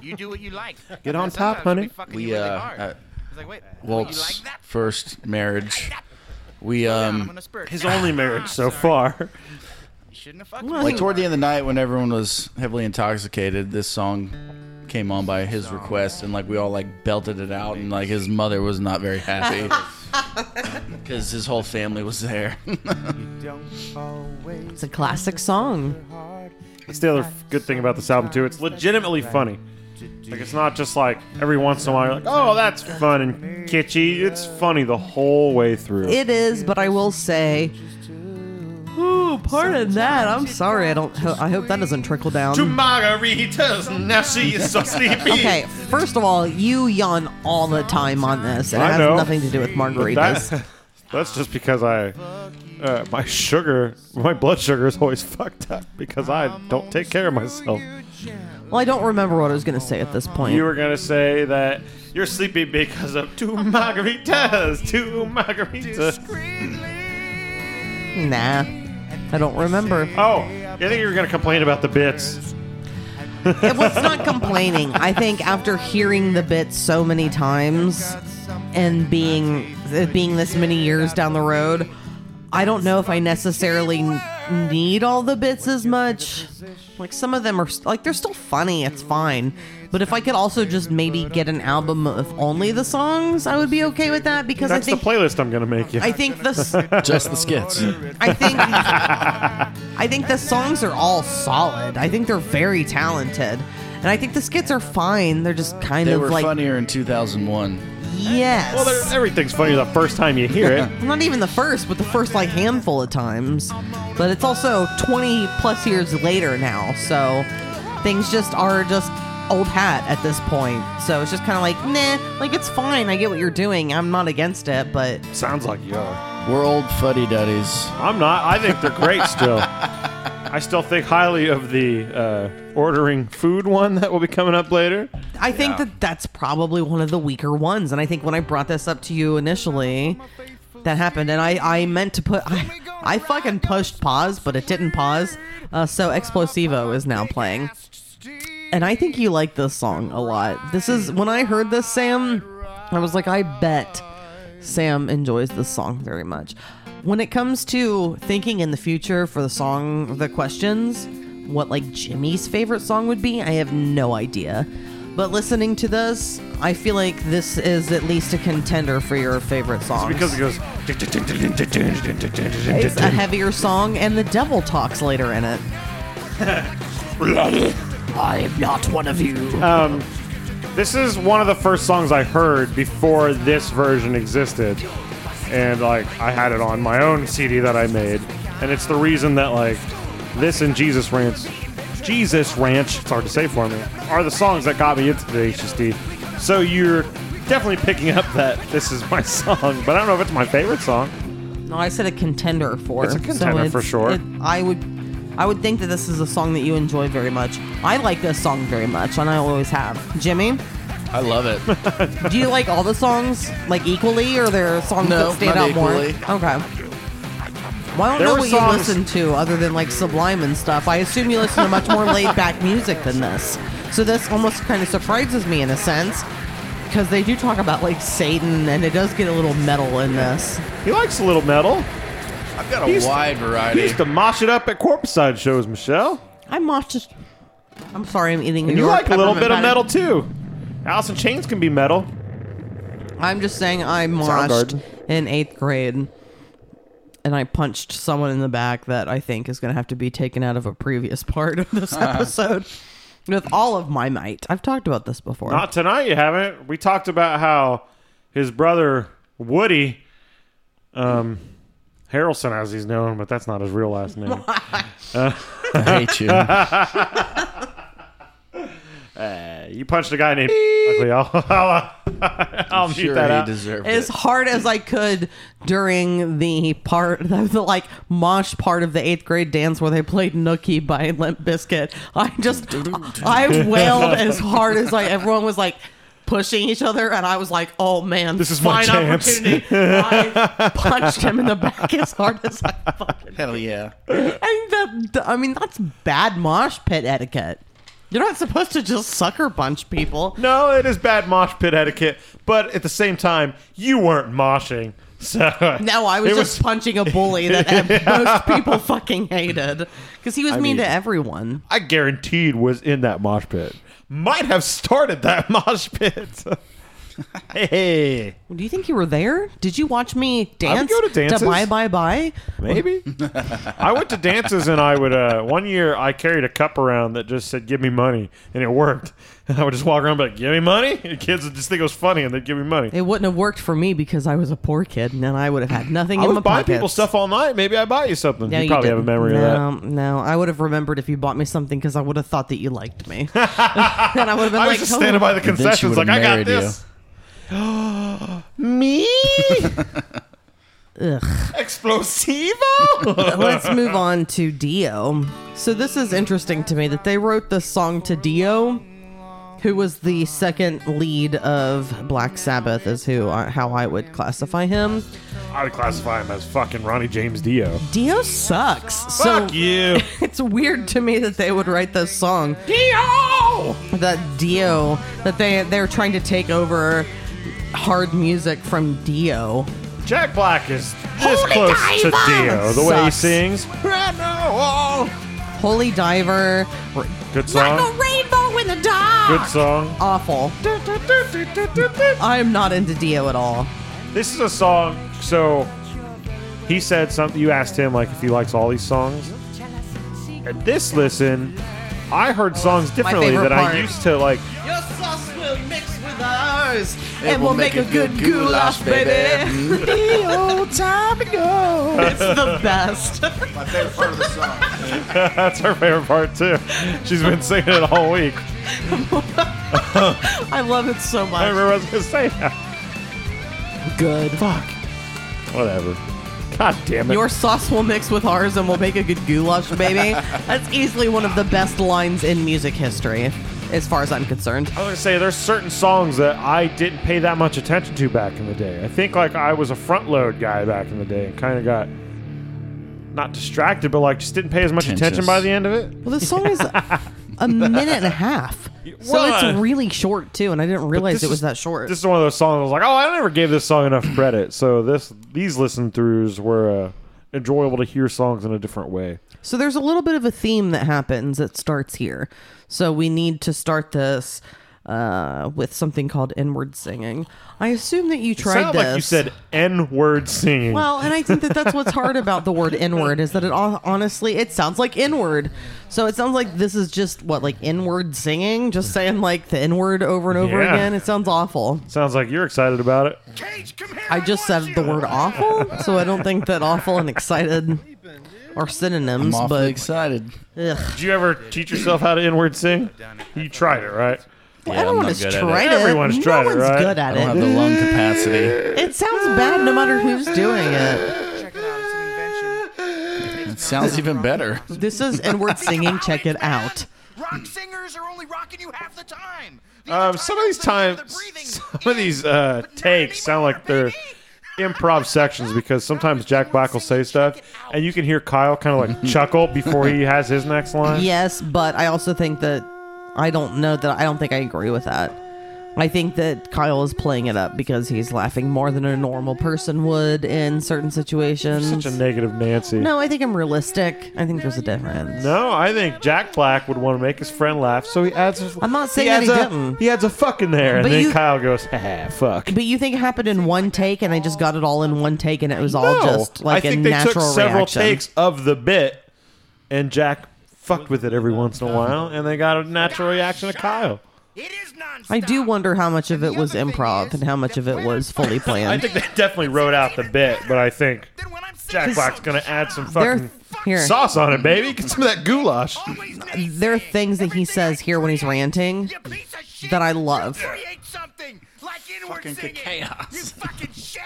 You do what you like.
Get on
And
top,
sometimes
honey.
We, fucking
We,
you really
uh,
hard.
uh,
I was like, wait, you
Walt's
like that?
first marriage. We
I'm
um
gonna spurt.
His only marriage so far.
You shouldn't have fucking.
Well,
me.
like toward the end of the night when everyone was heavily intoxicated, this song came on by his request, and like we all like belted it out, and like his mother was not very happy because his whole family was there.
It's a classic song.
That's the other f- good thing about this album too. It's legitimately funny. Like it's not just like every once in a while, you're like, oh, that's fun and kitschy. It's funny the whole way through.
It is, but I will say. Ooh, pardon that. I'm sorry. I don't. ho- I hope that doesn't trickle down.
margaritas, now she is so sleepy.
Okay, first of all, you yawn all the time on this, and it
I
has
know.
nothing to do with margaritas.
That, that's just because I, uh, my sugar, my blood sugar is always fucked up because I don't take care of myself.
Well, I don't remember what I was gonna say at this point.
You were gonna say that you're sleepy because of two margaritas, two margaritas.
nah, I don't remember.
Oh, I think you were gonna complain about the bits.
it was not complaining. I think after hearing the bit so many times and being it being this many years down the road, I don't know if I necessarily n- need all the bits as much. Like some of them are st- like they're still funny, it's fine. But if I could also just maybe get an album of only the songs, I would be okay with that because
That's
I think
the playlist I'm gonna make you.
I think the s-
Just the skits.
I think I think the songs are all solid. I think they're very talented. And I think the skits are fine. They're just kind
They
of
were
like
funnier in 2001.
yes.
well, there- everything's funny the first time you hear it.
not even the first, but the first like handful of times. But it's also 20 plus years later now, so things just are just old hat at this point. So it's just kind of like, nah, like it's fine. I get what you're doing. I'm not against it, but
Sounds like you are.
We're old fuddy duddies.
I'm not. I think they're great still. I still think highly of the uh, ordering food one that will be coming up later.
I think that that's probably one of the weaker ones. And I think when I brought this up to you initially, that happened. And I, I meant to put, I, I fucking pushed pause, but it didn't pause. Uh, so Explosivo is now playing. And I think you like this song a lot. This is when I heard this, Sam, I was like, I bet Sam enjoys this song very much. When it comes to thinking in the future for the song, the questions, what like Jimmy's favorite song would be, I have no idea. But listening to this, I feel like this is at least a contender for your favorite song.
Because it goes.
It's a heavier song, and the devil talks later in it. Uh,
This is one of the first songs I heard before this version existed. And like I had it on my own CD that I made. And it's the reason that like this and Jesus Ranch Jesus Ranch, it's hard to say for me, are the songs that got me into the HSD. So you're definitely picking up that this is my song, but I don't know if it's my favorite song.
No, I said a contender for.
It's a contender for sure.
I would, I would think that this is a song that you enjoy very much. I like this song very much, and I always have. Jimmy,
I love it.
do you like all the songs like equally, or there are songs
No,
that stand
not
out more?
equally.
Okay. Well, I don't
There
know
were
what you
songs-
listen to other than like Sublime and stuff. I assume you listen to much more laid back music than this. So this almost kind of surprises me in a sense because they do talk about like Satan and it does get a little metal in this.
He likes a little metal.
I've got a
He's-
wide
He
variety.
used to mosh it up at Corpside shows, Michelle.
I'm off to. I'm sorry, I'm eating.
And
New
you
York
like a little bit of
peppermint
metal
patty.
too. Alice in Chains can be metal.
I'm just saying, I marched
Soundgarden.
in eighth grade, and I punched someone in the back that I think is going to have to be taken out of a previous part of this
Uh-huh.
episode with all of my might. I've talked about this before.
Not tonight, you haven't. We talked about how his brother Woody, um, Harrelson as he's known, but that's not his real last name.
I hate you.
you punched a guy named. Luckily, I'll, I'll, I'll mute
sure,
that
he
out.
deserved
as
it.
hard as I could during the part, the like mosh part of the eighth grade dance where they played Nookie by Limp Biscuit. I just, I wailed as hard as I. Everyone was like pushing each other, and I was like, "Oh man,
This is my
fine
chance."
opportunity." I punched him in the back as hard as I fucking.
Hell yeah.
And that, I mean, that's bad mosh pit etiquette. You're not supposed to just sucker punch people.
No, it is bad mosh pit etiquette, but at the same time, you weren't moshing. So
No, I was
it
just punching a bully that most people fucking hated because he was mean,
mean-
to everyone.
I guaranteed was in that mosh pit. Might have started that mosh pit. hey,
Do you think you were there? Did you watch me dance?
go to dances.
bye bye bye.
maybe. I went to dances and I would. Uh, one year I carried a cup around that just said "Give me money" and it worked. And I would just walk around and be like, "Give me money." And kids would just think it was funny and they'd give me money.
It wouldn't have worked for me because I was a poor kid, and then I would have had nothing
I
in my
would buy
pocket.
people stuff all night. Maybe I bought you something. you, probably have a memory of that.
No, no, I would have remembered if you bought me something because I would have thought that you liked me. and I would have been
I was
like,
just
"Oh,
standing by the
then she
concessions,
would've
like I got
married you."
this. Me?
ugh.
Explosivo?
Let's move on to Dio. So this is interesting to me that they wrote this song to Dio, who was the second lead of Black Sabbath, is who I, how I would classify him.
I would classify him as fucking Ronnie James Dio.
Dio sucks. So
Fuck you.
it's weird to me that they would write this song. Dio. That Dio that they they're trying to take over hard music from Dio.
Jack Black is this close to Dio. The way he
Sucks.
sings.
Holy Diver, r-
Good song.
rainbow in the dark.
Good song.
Awful. I'm not into Dio at all.
This is a song. So he said something. You asked him like if he likes all these songs. At this listen, I heard songs differently
favorite
that I
part.
used to like.
Your sauce will mix with ours,
and we'll make a good goulash, baby.
the old time ago. It's the best.
My favorite part of the song.
That's her favorite part too. She's been singing it all week.
I love it so
I
much.
remember what I was gonna say. Now.
Good.
Fuck. Whatever. God damn it.
Your sauce will mix with ours, and we'll make a good goulash, baby. That's easily one of the best lines in music history, as far as I'm concerned.
I was gonna say there's certain songs that I didn't pay that much attention to back in the day. I think like I was a front load guy back in the day and kind of got not distracted, but like just didn't pay as much attention
Pretentious.
by the end of it.
Well, the song is a minute and a half, so
Well,
it's
uh,
really short too. And I didn't realize
this
it was
is-
that short.
This is one of those songs I was like, oh, I never gave this song enough credit. So this these listen throughs were uh, enjoyable to hear songs in a different way.
So there's a little bit of a theme that happens that starts here. So we need to start this uh, with something called inward singing. I assume that you tried
Sounded
this.
like you said N word singing.
Well, and I think that that's what's hard about the word inward is that it hon- honestly it sounds like inward. So it sounds like this is just what like inward singing, just saying like the inward over and over
Yeah.
again. It sounds awful.
Sounds like you're excited about it.
Cage, come here.
I just said the word awful, so I don't think that awful and excited are synonyms.
I'm awfully
but
excited.
ugh.
Did you ever teach yourself how to N-word sing? You tried it, right?
Yeah, I'm
everyone
not
has
good at it.
tried it.
Everyone's
no
tried it,
one's
right?
good
I
at
don't
it.
have the lung capacity.
It sounds bad no matter who's doing it.
Check it out. It's an invention.
It sounds even better.
This is inward singing. Check it out.
Rock singers are only rocking you half the time. The other
Um, some of these
they're
times,
breathing
some of
in,
these uh,
but not
takes sound
anymore,
like they're
baby.
improv sections because sometimes Jack Black will say stuff, and you can hear Kyle kind of like chuckle before he has his next line.
Yes, but I also think that I don't know that I don't think I agree with that. I think that Kyle is playing it up because he's laughing more than a normal person would in certain situations.
Such a negative Nancy.
no, I think I'm realistic. I think there's a difference.
No, I think Jack Black would want to make his friend laugh, so he adds. i
I'm not saying that he
a,
didn't.
He adds a fuck in there, and
But
then
you-
Kyle goes, "Ha, fuck."
But you think it happened in one take, and I just got it all in one take, and it was all
No,
just like
I think
a
they
natural
took several
reaction.
takes of the bit, and Jack fucked with it every once in a while, and they got a natural reaction to Kyle.
It is nonsense.
I do wonder how much of it was improv and how much of it was fully
I
planned.
think they definitely wrote out the bit, but I think
Then when I'm sick,
Jack Black's gonna add some
There,
fucking
here,
sauce on it, baby. Get some of that goulash.
always
there are things that he says here when he's ranting.
You piece of shit.
that I love.
You create something like inward
Fucking
singing.
chaos.
You fucking shit.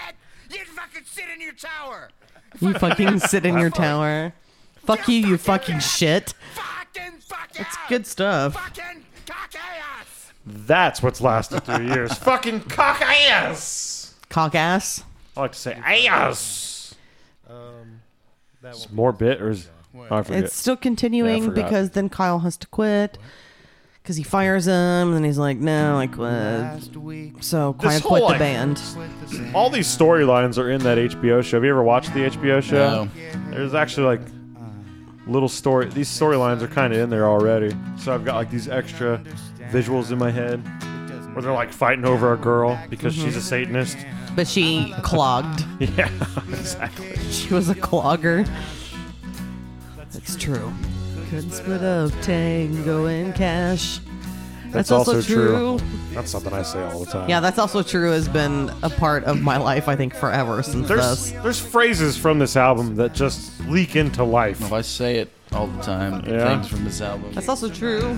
You fucking sit in your tower.
You fucking sit in your tower. Fuck you, you fucking shit.
Fucking fuck
It's good stuff.
Fucking cock ass.
That's what's lasted three years. fucking cock ass.
Cock ass.
I like to say ass.
That
It's more bit or is oh, I forget.
It's still continuing
Yeah, I forgot.
because then Kyle has to quit. Because he fires him, and he's like, no, I quit.
Last week,
So
This
Kyle quit
whole,
the
like-
band.
with the
All these storylines are in that HBO show. Have you ever watched the HBO show?
No.
There's actually like little story. These storylines are kind of in there already. So I've got like these extra visuals in my head where they're like fighting over a girl because she's a Satanist.
But she clogged.
Yeah, exactly.
She was a clogger. That's true. Couldn't split up tango and cash. That's, also, true.
That's something I say all the time.
Yeah, that's also true has been a part of my life, I think, forever since
There's
this.
there's phrases from this album that just leak into life.
If I say it all the time,
Yeah.
things from this album.
That's also true.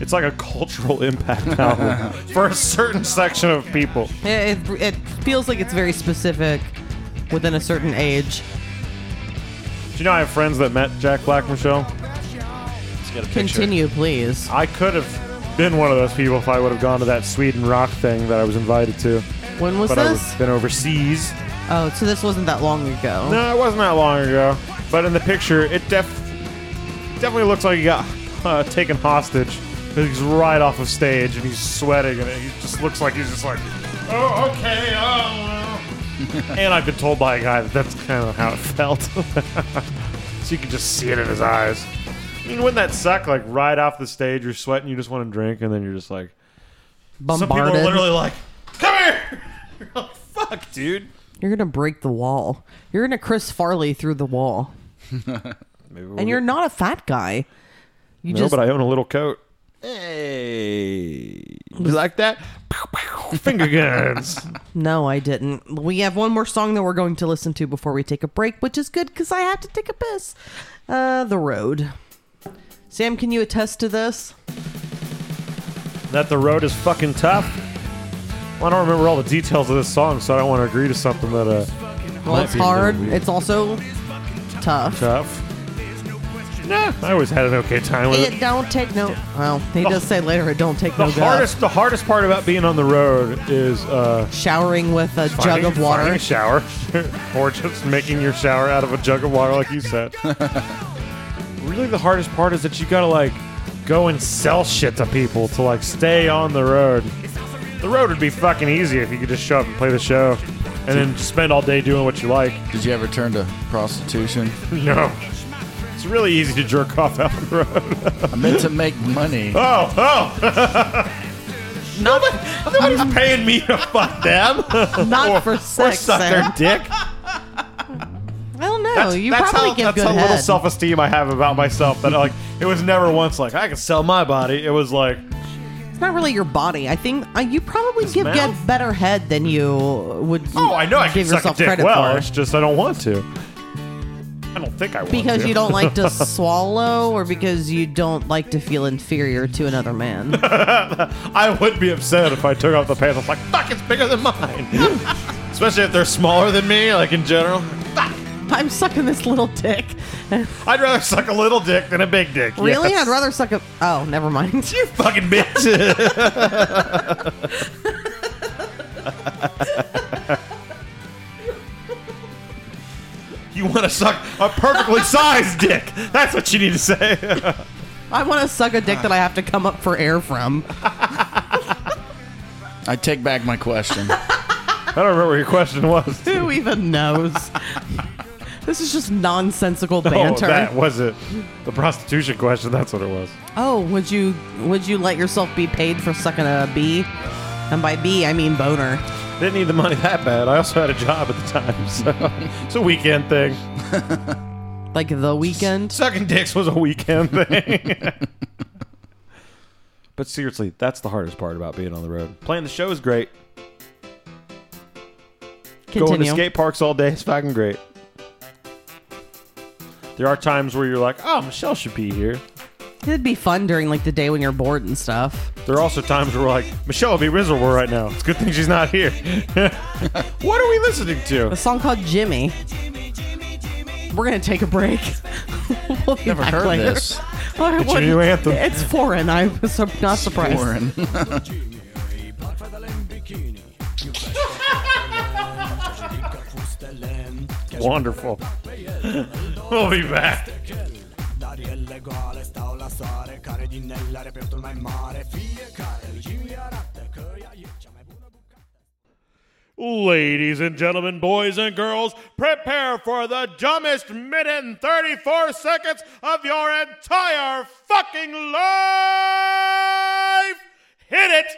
It's like a cultural impact album for a certain section of people.
It, it, it feels like it's very specific within a certain age.
Do you know I have friends that met Jack Black, Michelle?
Continue, please.
I could have been one of those people if I would have gone to that Sweden rock thing that I was invited to,
When was
but I would
this?
have been overseas.
Oh, so this wasn't that long ago.
No, it wasn't that long ago. But in the picture, it def- definitely looks like he got uh, taken hostage. He's right off of stage and he's sweating, and he just looks like he's just like, oh, okay, oh. well." and I've been told by a guy that that's kind of how it felt. so you can just see it in his eyes. I mean, wouldn't that suck? Like right off the stage, you're sweating, you just want to drink, and then you're just like, some people
Bombarded.
are literally like, come here. You're like, Fuck, dude.
You're gonna break the wall. You're gonna Chris Farley through the wall.
Maybe we'll
And you're
get-
not a fat guy. You
no,
just
but I own a little coat. Hey, you like that? Pew, pew, Finger guns.
no, I didn't. We have one more song that we're going to listen to before we take a break, which is good because I have to take a piss. Uh, the road. Sam, can you attest to this?
that the road is fucking tough. Well, I don't remember all the details of this song, so I don't want to agree to something that uh
Well, it's hard. It's also tough.
tough. Nah, I always had an okay time with it.
It don't take no. Well, he does say later it don't take
Oh. The
no
hardest, the hardest part about being on the road is uh,
guff. Showering with a
finding-
jug of water.
finding a shower, or just making your shower out of a jug of water, like you said. really, the hardest part is that you gotta like go and sell shit to people to like stay on the road. The road would be fucking easy if you could just show up and play the show, and then spend all day doing what you like.
Did you ever turn to prostitution?
No. It's really easy to jerk off out on the road.
I meant to make money.
Oh, oh! Nobody, nobody's paying me to fuck them.
Not for
or
sex,
suck
Sam.
their dick.
I don't know. you
that's
probably
how,
give
that's
good
how
head.
little self-esteem I have about myself. That like, it was never once like I can sell my body. It was like,
it's not really your body. I think uh, you probably give
mouth?
get better head than you would.
oh, I know I can
give
suck a
yourself
dick
credit
well. It's
for
just I don't want to. I don't think I want to.
because you don't like to swallow, or because you don't like to feel inferior to another man.
I would be upset if I took off the pants. I was like, fuck, it's bigger than mine. Especially if they're smaller than me, like in general.
I'm sucking this little dick.
I'd rather suck a little dick than a big dick.
Really,
yes.
I'd rather suck a. Oh, never mind.
You fucking bitch. you want to suck a perfectly sized dick. That's what you need to say.
I want to suck a dick that I have to come up for air from.
I take back my question.
I don't remember what your question was.
Who even knows? this is just nonsensical banter.
Oh, that was it. The prostitution question. That's what it was.
Oh, would you would you let yourself be paid for sucking a bee? And by bee, I mean boner.
Didn't need the money that bad. I also had a job at the time, so it's a weekend thing.
Like the weekend.
Sucking dicks was a weekend thing. but seriously, that's the hardest part about being on the road. Playing the show is great. Going to
Continue.
skate parks all day is fucking great. There are times where you're like, oh, Michelle should be here.
It'd be fun during like the day when you're bored and stuff.
There are also times where we're like, Michelle would be miserable right now. It's a good thing she's not here. what are we listening
A
to?
song called Jimmy. We're gonna take a break. we'll be
Never
back
heard
later.
this.
I
It's your
wouldn't-
new anthem.
It's foreign. I'm so not surprised.
Warren.
Wonderful. we'll be back.
Dare legale stau la sare Care din nellare pe totul mai mare Fiecare îi arată că ea e cea mai bună bucată
Ladies and gentlemen, boys and girls, prepare for the dumbest minute and 34 seconds of your entire fucking life! Hit it!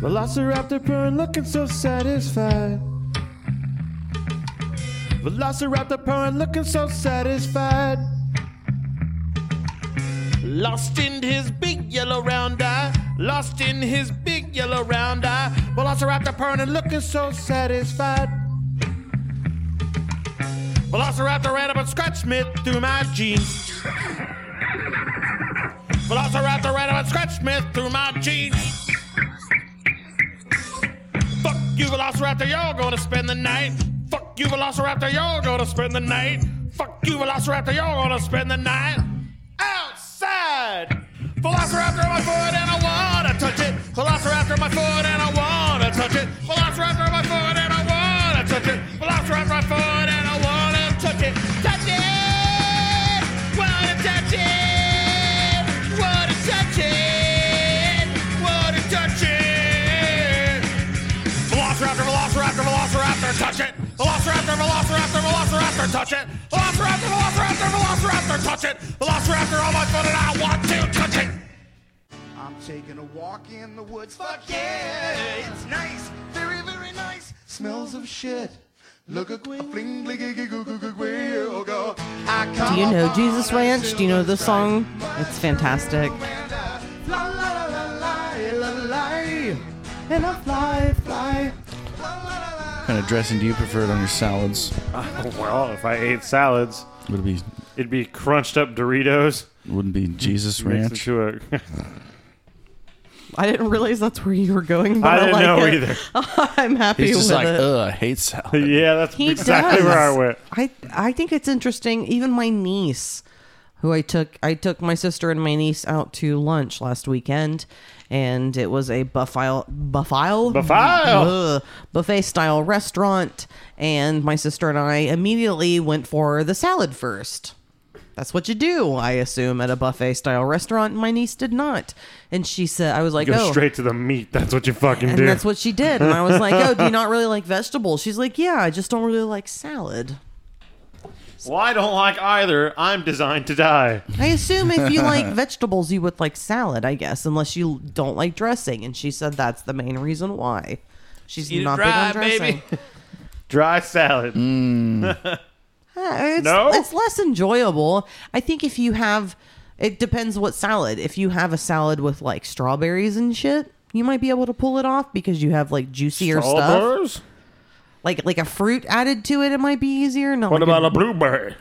Velociraptor Pern looking so satisfied. Velociraptor Pern looking so satisfied.
Lost in his big yellow round eye. Lost in his big yellow round eye. Velociraptor purring, looking so satisfied. Velociraptor ran up and scratched me through my jeans. Velociraptor ran up and scratched me through my jeans. Fuck you, Velociraptor, y'all gonna spend the night. Fuck you, Velociraptor, y'all gonna spend the night. Fuck you, Velociraptor, y'all gonna spend the night. Outside! Velociraptor on my foot and I wanna touch it. Velociraptor on my foot and I wanna touch it. Velociraptor on my foot and I wanna touch it. Velociraptor on my foot and I wanna touch it. Touch it! Wanna touch it! Wanna touch it! Wanna touch it! Velociraptor, Velociraptor, Velociraptor, touch it. Velociraptor, Velociraptor, Velociraptor, touch it. Velociraptor, Velociraptor, Velociraptor, touch it. Velociraptor on my foot and I want to touch it.
I'm taking a walk in the woods. Fuck yeah, it's nice, very very nice. Smells of shit. Look a fling bliggy goo goo goo goo go. I come
Do you know
upon
Jesus
a
Ranch? Do you know this
silver
song?
stripe.
It's fantastic.
La la la la la la la, and I fly fly. La la la la
kind of dressing do you prefer it on your salads?
Well, if I ate salads,
Would it be
it'd be crunched up Doritos
wouldn't be Jesus
mixed
Ranch?
into a.
I didn't realize that's where you were going. But
I
I
didn't
like
know
it.
either.
I'm happy
He's
with
just like,
it.
ugh, I hate salad.
yeah, that's
He
exactly
does.
where I went.
I I think it's interesting. Even my niece, who I took I took my sister and my niece out to lunch last weekend, and it was a buffile buffile
Buffile!
Ugh. buffet style restaurant. And my sister and I immediately went for the salad first. That's what you do, I assume, at a buffet style restaurant. And my niece did not, and she said, "I was like,
Go
oh,
straight to the meat. That's what you fucking
and
do.
that's what she did. And I was like, "Oh, do you not really like vegetables?" She's like, "Yeah, I just don't really like salad."
well, I don't like either. I'm designed to die.
I assume if you like vegetables, you would like salad, I guess, unless you don't like dressing. And she said that's the main reason why. She's
Eat it
not big on
dry, baby.
dressing.
Dry salad.
Mm, Uh, it's,
No?
it's less enjoyable. I think if you have, it depends what salad. If you have a salad with like strawberries and shit, you might be able to pull it off because you have like juicier stuff,
Strawberries?
like like a fruit added to it. It might be easier. Not
What
like
about a blueberry?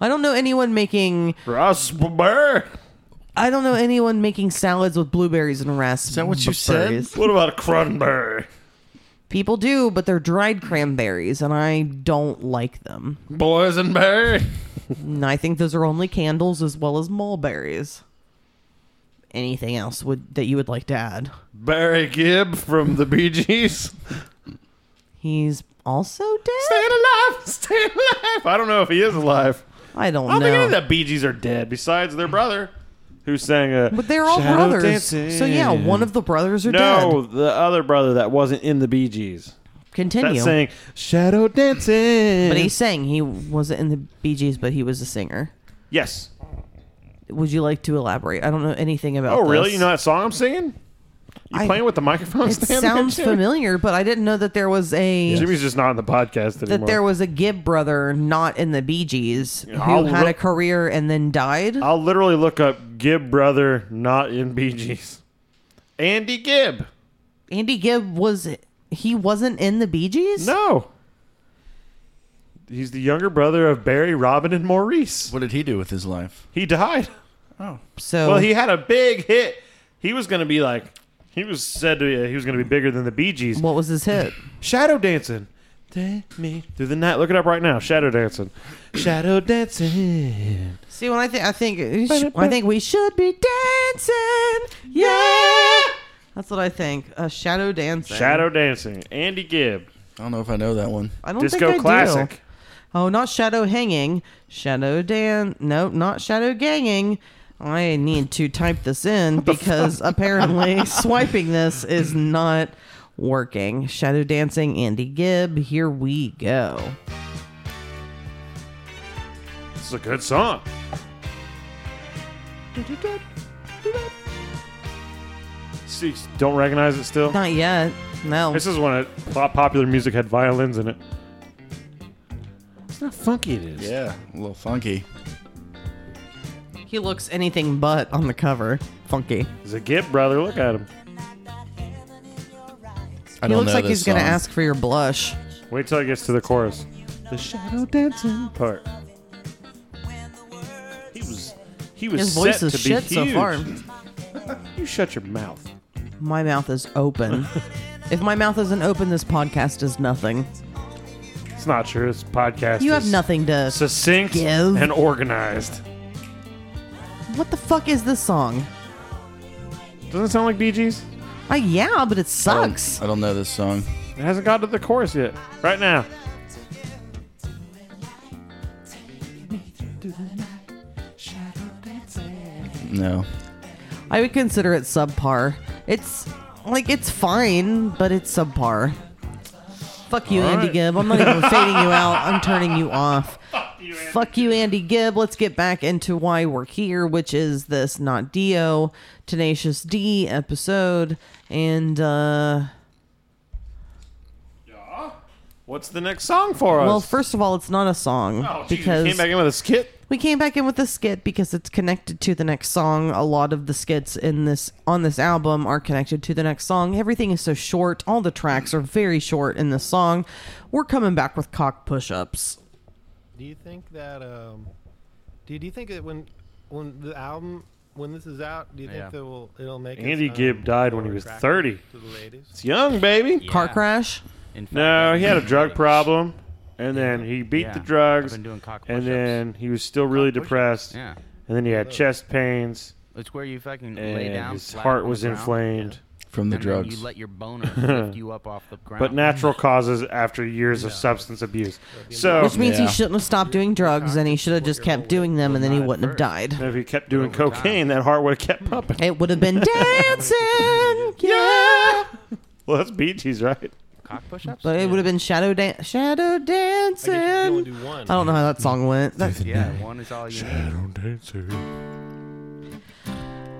I don't know anyone making.
Raspberry?
I don't know anyone making salads with blueberries and raspberries.
that what you said?
What about a cranberry?
People do, but they're dried cranberries, and I don't like them.
Boysenberry?
And I think those are only candles as well as mulberries. Anything else would that you would like to add?
Barry Gibb from the Bee Gees?
He's also dead.
Staying alive! Staying alive! I don't know if he is alive.
I don't
I don't think any
know.
of the Bee Gees are dead besides their brother who sang a.
but they're all brothers, so yeah, one of the brothers are
No,
dead.
the other brother that wasn't in the Bee Gees. That
Continue.
sang Shadow Dancing.
but he sang. He wasn't in the Bee Gees, but he was a singer.
Yes.
Would you like to elaborate? I don't know anything about.
Oh, really?
this.
You know that song I'm singing? You
I-
playing with the microphone
It
stand?
sounds
there, too?
familiar, but I didn't know that there was a.
Jimmy's just not on the podcast anymore.
that there was a Gibb brother not in the Bee Gees who
I'll
had a
look-
career and then died.
I'll literally look up Gibb brother not in Bee Gees. Andy Gibb.
Andy Gibb was he wasn't in the Bee Gees?
No. He's the younger brother of Barry, Robin, and Maurice.
What did he do with his life?
He died.
So
Well, he had a big hit. He was going to be like, he was said to be, he was going to be bigger than the Bee Gees.
what was his hit?
Shadow dancing. Take me through the night. Look it up right now. Shadow dancing. Shadow dancing.
See, when I think I think it sh- I think we should be dancing. Yeah. That's what I think. A shadow dancing.
Shadow dancing. Andy Gibb.
I don't know if I know that one.
I don't think I
Disco
do.
classic.
Oh, not shadow hanging. Shadow dan. No, not shadow ganging. I need to type this in because apparently swiping this is not working. Shadow dancing, Andy Gibb. Here we go.
This is a good song. See, don't recognize it still.
Not yet. No.
This is when it, pop- popular music had violins in it. It's not funky. It is.
Yeah, a little funky.
He looks anything but on the cover. Funky.
It's a Gibb brother. Look at him.
I
He
don't
looks
know
like
this
he's going to
song.
ask for your blush.
Wait till it gets to the chorus. The shadow dancing part. He was. He was
His
set
voice is
to be
shit so
huge.
far.
You shut your mouth.
My mouth is open. if my mouth isn't open, this podcast is nothing.
It's not true. This podcast.
You have
is
nothing to.
Succinct
Give.
and organized.
What the fuck is this song?
Doesn't it sound like Bee Gees?
Uh, yeah, but it
I don't-
sucks.
I don't know this song.
It hasn't got to the chorus yet. Right now.
No.
I would consider it subpar. It's like it's fine, but it's subpar. Fuck you, Andy
right.
Gibb. I'm not even fading you out. I'm turning you off. Fuck you, Andy Gibb. Let's get back into why we're here, which is this not Dio, Tenacious D episode, and uh
What's the next song for us?
well, first of all, it's not a song
oh, geez, you
because
came back in with a skit.
We came back in with a skit because it's connected to the next song. A lot of the skits in this on this album are connected to the next song. Everything is so short. All the tracks are very short in this song. We're coming back with cock push-ups.
Do you think that um, do you- do you think that when when the album when this is out, do you
Yeah.
think that will it'll make us,
Andy
um,
Gibb died when he
more
was
attractive
30.
to the ladies?
It's young, baby.
Car
Yeah.
crash.
In fact,
No,
I've
he had a
been
drug
doing-
problem, and then he beat
Yeah.
the drugs,
I've been doing cock
and
push-ups.
then he was still really depressed,
Yeah.
and then he had chest pains,
It's where you fucking lay
and
down.
his
flat
heart
on
was
the ground,
inflamed.
from the
and then
drugs.
You let your boner lift you up off the ground.
But natural causes after years of substance abuse.
Oh,
So
Which means
Yeah.
he shouldn't have stopped doing drugs and he should have just kept doing them and then he wouldn't have died.
if he kept doing cocaine, that heart would have kept pumping.
It would have been dancing, yeah.
Hmm.
Well, that's Bee Gees, right?
cock push-ups.
But it would have been shadow dan- shadow dancing.
I guess you can only
I
do one.
don't know how that song went. That's
yeah, one is all you need.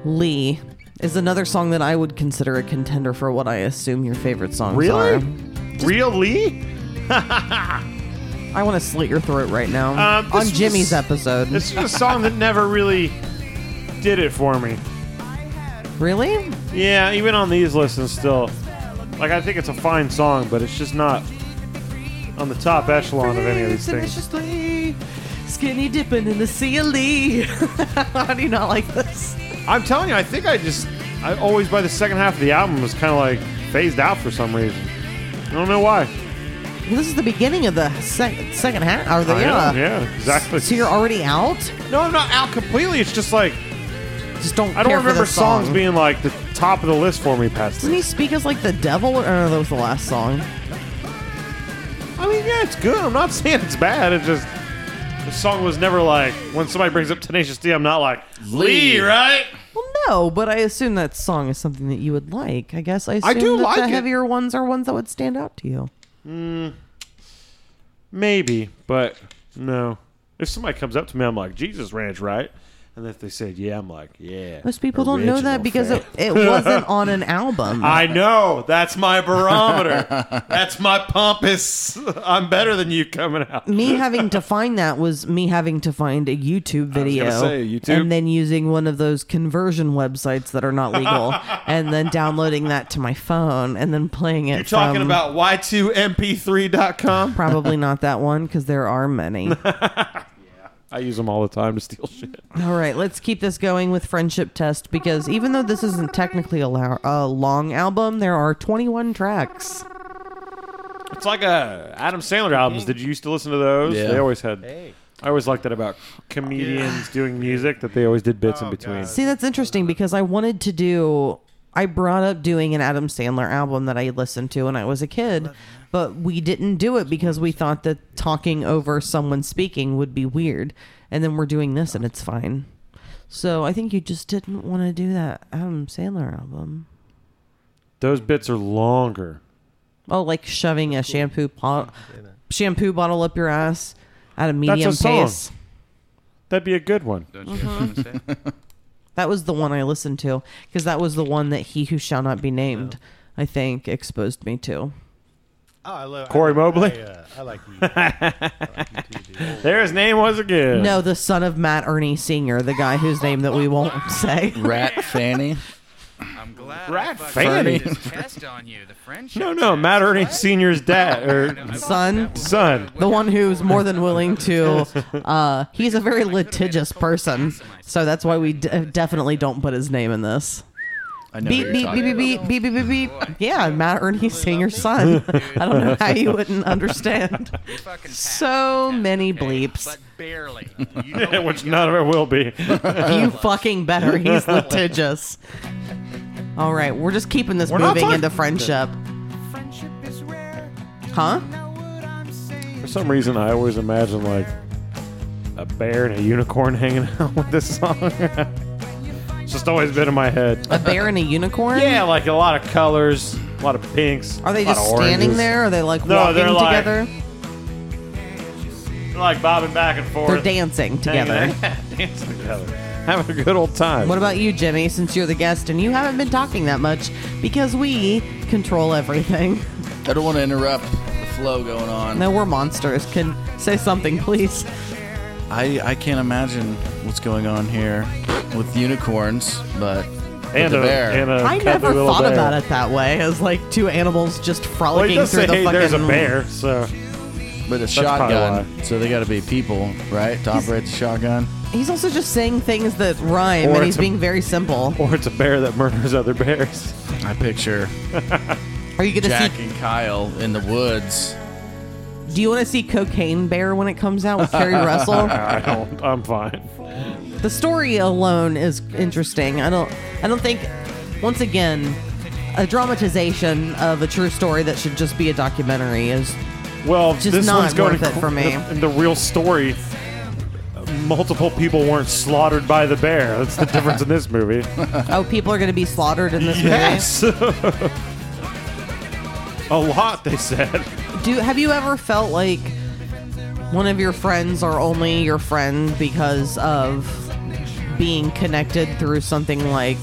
Lee is another song that I would consider a contender for what I assume your favorite songs
Really?
are.
Really?
I want to slit your throat right now
Um, this
on
was-
Jimmy's episode.
This is a song that never really did it for me.
really?
Yeah, even on these listens, still. Like, I think it's a fine song, but it's just not on the top echelon of any of these things.
Deliciously Skinny dipping in the sea of Lee. How do you not like this?
I'm telling you, I think I just, I always by the second half of the album was kind of like phased out for some reason. I don't know why.
Well, this is the beginning of the sec- second half, or the
I
yeah.
am, yeah, exactly.
So you're already out.
no, I'm not out completely. It's just like
Just don't.
I don't
care for
remember
this song.
songs being like the top of the list for me past.
Doesn't he speak as like the devil? Or, oh, that was the last song.
I mean, yeah, it's good. I'm not saying it's bad. It's just the song was never like when somebody brings up Tenacious D, I'm not like
Lee, right?
Well, no, but I assume that song is something that you would like. I guess I assume
do
that
like
the
it.
heavier ones are ones that would stand out to you.
maybe, but no. If somebody comes up to me, I'm like Jesus Ranch, right? And if they said yeah, I'm like yeah.
Most people don't know that
Original
because it,
fact.
it wasn't on an album.
I know. That's my barometer. that's my pompous. I'm better than you coming out.
me having to find that was me having to find a YouTube video
say, YouTube.
and then using one of those conversion websites that are not legal and then downloading that to my phone and then playing it.
You're talking
from-
about y2mp3.com?
probably not that one because there are many.
I use them all the time to steal shit.
All right, let's keep this going with Friendship Test because even though this isn't technically a, lo- a long album, there are 21 tracks.
It's like uh, Adam Sandler albums. Did you used to listen to those?
Yeah.
They always had. I always liked that about comedians doing music that they always did bits in between.
See, that's interesting because I wanted to do. I brought up doing an Adam Sandler album that I listened to when I was a kid, but we didn't do it because we thought that talking over someone speaking would be weird. And then we're doing this and it's fine. So I think you just didn't want to do that Adam Sandler album.
Those bits are longer.
Oh, like shoving a shampoo pot, shampoo bottle up your ass at a
That's
medium
a song.
pace.
That'd be a good one.
Don't you have something to say?
That was the one I listened to because that was the one that he who shall not be named, I think, exposed me to.
Oh, I love
Corey
I,
Mobley?
I, uh, I like you. I like you too, dude.
There his name was again.
No, the son of Matt Ernie Singer, the guy whose name that we won't say.
Rat Fanny.
I'm glad
Rat
I
Fanny.
fucking did this test on you, the friendship.
No, no, Matt Ernie Senior's dad or
Son,
son.
the one who's more than willing to. Uh, he's a very litigious person, so that's why we d- definitely don't put his name in this.
I know
Beep
who
beep
you're
beep beep beep beep beep beep. beep. Yeah, Matt Ernie Singer's son. I don't know how you wouldn't understand.
Fucking passed,
So many bleeps.
But barely. You know what
Which none of it will be.
You fucking better. He's litigious. All right, we're just keeping this
We're not
moving
talking-
into friendship. Huh?
For some reason, I always imagine like a bear and a unicorn hanging out with this song. it's just always been in my head.
A bear and a unicorn?
Yeah, like a lot of colors, a lot of pinks.
Are they
a lot
just
of
standing
oranges.
there? Are they like
No,
walking
they're like-
together?
They're like bobbing back and forth.
They're dancing together.
hanging out, dancing together, having a good old time.
What about you, Jimmy, since you're the guest and you haven't been talking that much because we control everything?
talking- I don't want to interrupt the flow going on.
Uh,
No, we're monsters. Can say something, please.
I, I can't imagine what's going on here with unicorns, but
And
with
a,
the bear.
and a
I
cuddly
never
little
thought
bear.
about it that way. As like two animals just
Well, he
frolicking
does
through
say,
the
"Hey,
fucking.
there's a bear," so
but
probably
a shotgun, so they got to be people, right? To operate the shotgun.
He's also just saying things that rhyme,
Or
and
it's
he's
a-
being very simple.
or it's a bear that murders other bears.
I picture
Are you gonna
Jack
see?
and Kyle in the woods.
Do you want to see Cocaine Bear when it comes out with Carrie Russell?
I don't. I'm fine.
the story alone is interesting. I don't I don't think once again a dramatization of a true story that should just be a documentary is
Well,
Just
this
not
one's going
worth
to
it for me.
The, the real story. Multiple people weren't slaughtered by the bear. That's the difference in this movie.
oh people are going to be slaughtered in this
Yes. a lot, they said.
movie. Do have you ever felt like one of your friends are only your friend because of being connected through something like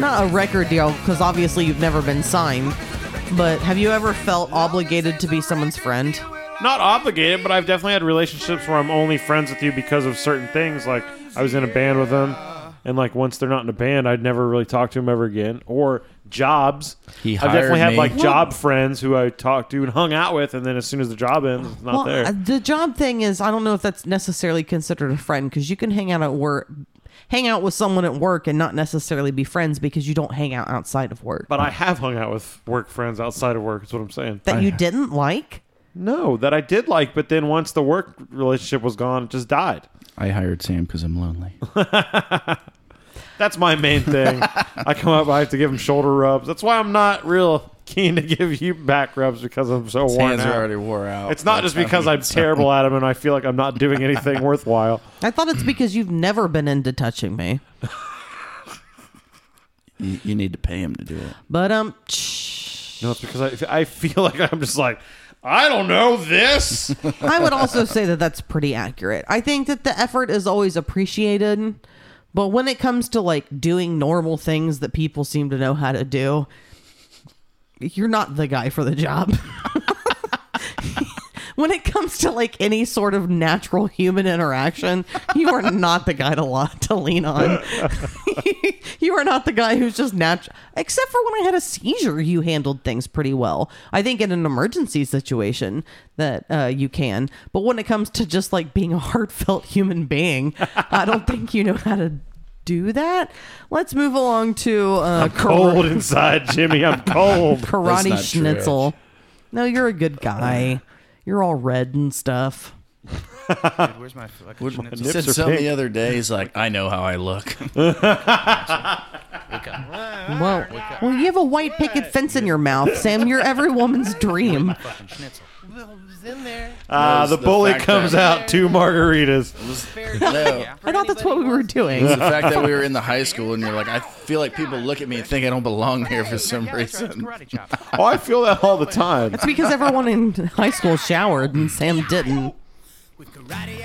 not a record deal because obviously you've never been signed, but have you ever felt obligated to be someone's friend?
Not obligated, but I've definitely had relationships where I'm only friends with you because of certain things. Like I was in a band with them, and like once they're not in a band, I'd never really talk to them ever again. Or jobs.
He
I've definitely
hired
had
me.
like job friends who I talked to and hung out with, and then as soon as the job ends, it's not
well,
there.
uh, The job thing is, I don't know if that's necessarily considered a friend because you can hang out at work, hang out with someone at work, and not necessarily be friends because you don't hang out outside of work
But I have hung out with work friends outside of work. Is what I'm saying.
that you didn't like.
No, that I did like, but then once the work relationship was gone, it just died.
I hired Sam because I'm lonely.
That's my main thing. I come up, I have to give him shoulder rubs. That's why I'm not real keen to give you back rubs because I'm so
His
worn
hands are
out.
already wore out.
It's not just because I'm terrible at him and I feel like I'm not doing anything worthwhile.
I thought it's because you've never been into touching me.
You, you need to pay him to do it.
But um, tsh.
No, it's because I, I feel like I'm just like, I don't know this.
I would also say that that's pretty accurate. I think that the effort is always appreciated, but when it comes to like doing normal things that people seem to know how to do, you're not the guy for the job. when it comes to like any sort of natural human interaction, you are not the guy to lo- to lean on. you are not the guy who's just natural. Except for when I had a seizure, you handled things pretty well. I think in an emergency situation that uh, you can, but when it comes to just like being a heartfelt human being, I don't think you know how to. Do that. Let's move along to uh, Cor-
cold inside, Jimmy. I'm cold.
karate
That's not true.
schnitzel. No, you're a good guy. You're all red and stuff.
Dude, where's my fucking
He
schnitzel?
said
are
something
pink.
the other day. He's like, I know how I look.
Well, well, you have a white picket fence in your mouth, Sam. You're every woman's dream.
Fucking schnitzel.
Well, it was in there.
Ah, the
the
bully
fact
comes
that-
out two margaritas.
Fair
No.
game.
I thought that's what we were
The
doing.
fact that we were in the high school and you're like, I feel like people look at me and think I don't belong here for some
Yeah, that's right, it's
reason.
karate chop.
Oh, I feel that all the time.
It's because everyone in high school showered and Sam didn't.